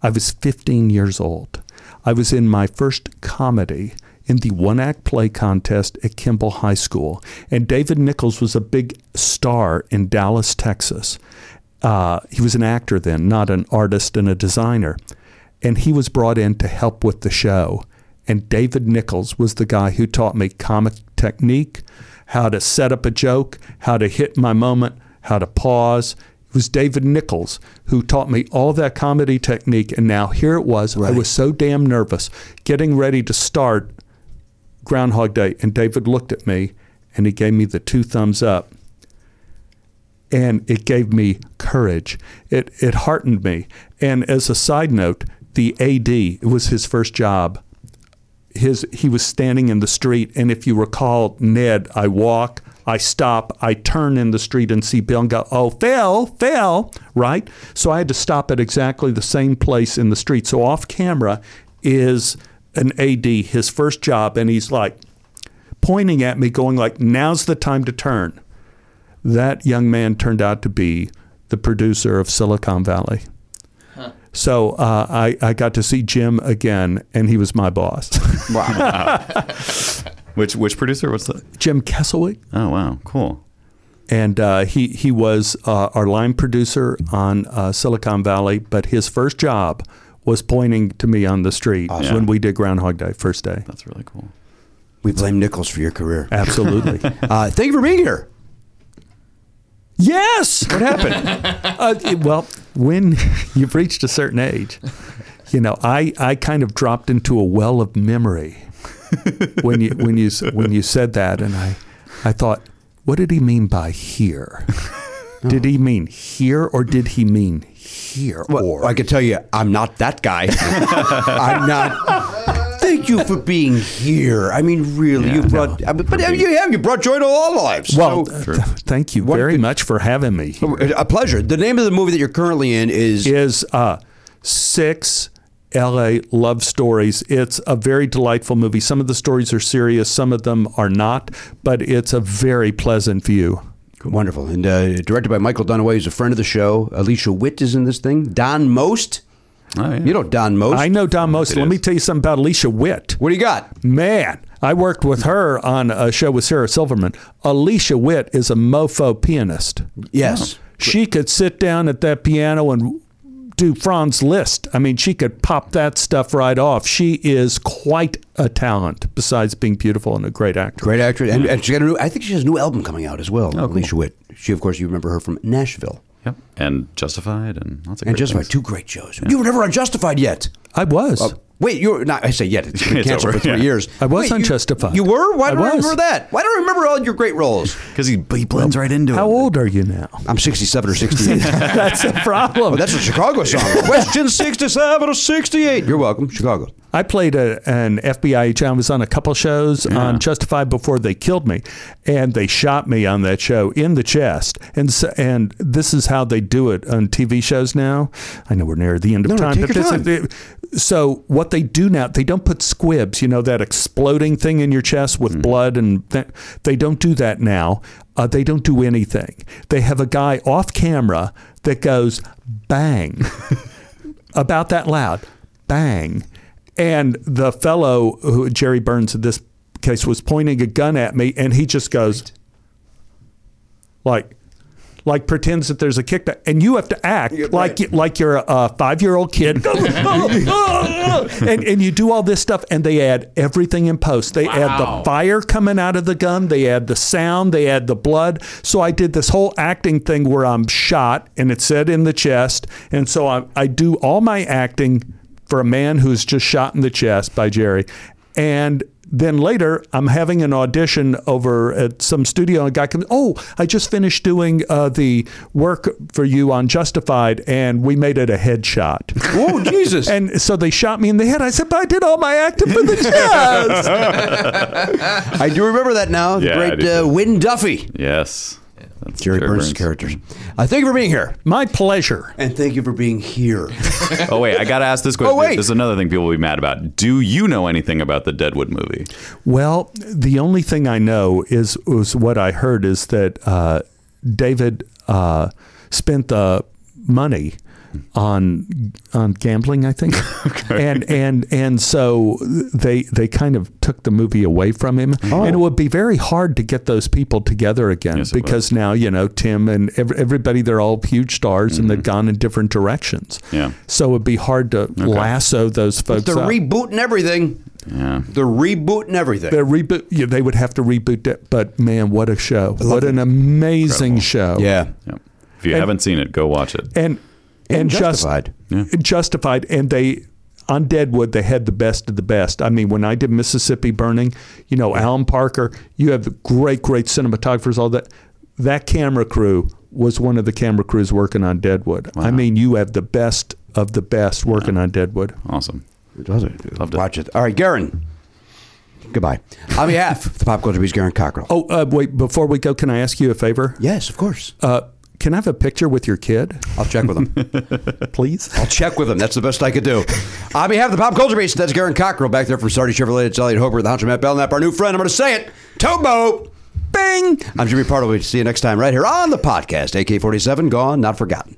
I was 15 years old. I was in my first comedy in the one act play contest at Kimball High School. And David Nichols was a big star in Dallas, Texas. Uh, he was an actor then, not an artist and a designer. And he was brought in to help with the show. And David Nichols was the guy who taught me comic technique, how to set up a joke, how to hit my moment, how to pause. It was David Nichols who taught me all that comedy technique. And now here it was. I was so damn nervous getting ready to start Groundhog Day. And David looked at me and he gave me the two thumbs up and it gave me courage. It it heartened me. And as a side note, the AD it was his first job. His he was standing in the street, and if you recall, Ned, I walk, I stop, I turn in the street and see Bill and go, oh Phil, Phil, right? So I had to stop at exactly the same place in the street. So off camera is an AD, his first job, and he's like pointing at me, going like, "Now's the time to turn." That young man turned out to be the producer of Silicon Valley. So uh, I, I got to see Jim again, and he was my boss. Wow. which which producer? What's that? Jim Kesselwick. Oh wow, cool. And uh, he he was uh, our line producer on uh, Silicon Valley, but his first job was pointing to me on the street Awesome. when we did Groundhog Day, first day. That's really cool. We blame Nichols for your career. Absolutely. uh, thank you for being here. Yes. What happened? uh, it- well, when [LAUGHS] you've reached a certain age, you know, I, I kind of dropped into a well of memory when you when you s- when you said that, and I I thought, what did he mean by here? Did he mean here or did he mean here? or I can tell you, I'm not that [LAUGHS] guy. I'm not. Thank you for being here. I mean, really, you brought. I mean, but you have you brought joy to all lives. Well, so- th- thank you very much for having me. a pleasure. The name of the movie that you're currently in is is uh, six LA love stories. It's a very delightful movie. Some of the stories are serious, some of them are not, but it's a very pleasant view. Wonderful. And uh, directed by Michael Dunaway, who's a friend of the show. Alicia Witt is in this thing. Don Most. You know Don Most. I know Don Most. Let me tell you something about Alicia Witt. What do you got? Man, I worked with her on a show with Sarah Silverman. Alicia Witt is a mofo pianist. Yes. She could sit down at that piano and do Franz Liszt. I mean, she could pop that stuff right off. She is quite a talent, besides being beautiful and a great actor. Great actress. And, and she got a new, I think she has a new album coming out as Oh, well, Alicia Witt. She, of course, you remember her from Nashville. Yep. And Justified and lots of And great Justified, things. two great shows. You were never on Justified yet. I was. Uh, wait, you were not. I say yet. [LAUGHS] It's been It's canceled over, for three yeah. years. I was Wait, on you- Justified. You were? Why I don't I was. remember that? Why don't I remember all your great roles? Because he, he blends right into How it. old are [LAUGHS] you now? I'm 67 or [LAUGHS] 68. That's the problem. well, that's a Chicago song. Question 67 or 68. You're welcome, Chicago. I played a, an FBI agent. I was on a couple shows on Justified before they killed me, and they shot me on that show in the chest. And so, and this is how they do it on TV shows now. I know we're near the end of No, no, time, take but your this time. is the- so what they do now, they don't put squibs. You know that exploding thing in your chest Mm-hmm. with blood, and th- they don't do that now. Uh, they don't do anything. They have a guy off camera that goes bang. [LAUGHS] about that loud bang and the fellow who jerry burns in this case was pointing a gun at me and he just goes like like pretends that there's a kickback and you have to act like you, like you're a five-year-old kid [LAUGHS] and, and you do all this stuff and they add everything in post they add the fire coming out of the gun they add the sound they add the blood so i did this whole acting thing where i'm shot and it said in the chest and so i, I do all my acting for a man who's just shot in the chest by jerry and then later, I'm having an audition over at some studio, and a guy comes, Oh, I just finished doing uh, the work for you on Justified, and we made it a headshot. Whoa, Jesus. and so they shot me in the head. I said, But I did all my acting [LAUGHS] for the jazz. I do remember that now. The Yeah, I great do, uh, too. Wynn Duffy. Yes. That's Jerry Burns' characters. Uh, thank you for being here. My pleasure. And thank you for being here. oh wait, I gotta ask this question. Oh, wait. This is another thing people will be mad about. Do you know anything about the Deadwood movie? Well, the only thing I know is, is what I heard is that uh, David uh, spent the money on on gambling, [LAUGHS] I think, and and and so they they kind of took the movie away from him, and it would be very hard to get those people together again Oh. Yes, it would. because now you know Tim and ev- everybody they're all huge stars and they've gone in different directions. Mm-hmm. Yeah. so it'd be hard to lasso those folks. They're up. rebooting everything. Yeah. They're rebooting everything. They're reboot. Yeah, they would have to reboot it. But man, what a show! What an amazing show! yeah. Yep. If you haven't seen it, go watch it. and and, And just- Justified. and justified, and they on Deadwood they had the best of the best. I mean, when I did Mississippi Burning, you know, Alan Parker, you have the great, great cinematographers, all that. That camera crew was one of the camera crews working on Deadwood. I mean, you have the best of the best working on Deadwood. Awesome. Loved it. Watch it. All right, Garen. Goodbye. On behalf of the Pop Culture Beast, Garen Cockrell. Oh, uh, wait! Before we go, can I ask you a favor? Yes, of course. Uh, Can I have a picture with your kid? I'll check with him. Please? I'll check with him. That's the best I could do. On behalf of the Pop Culture Beast, that's Garen Cockrell back there from Sardi Chevrolet. It's Elliot Hopper, the Hunter Matt Belknap, our new friend. I'm going to say it. Tobo. Bing. I'm Jimmy Pardo. We'll see you next time right here on the podcast. AK 47, gone, not forgotten.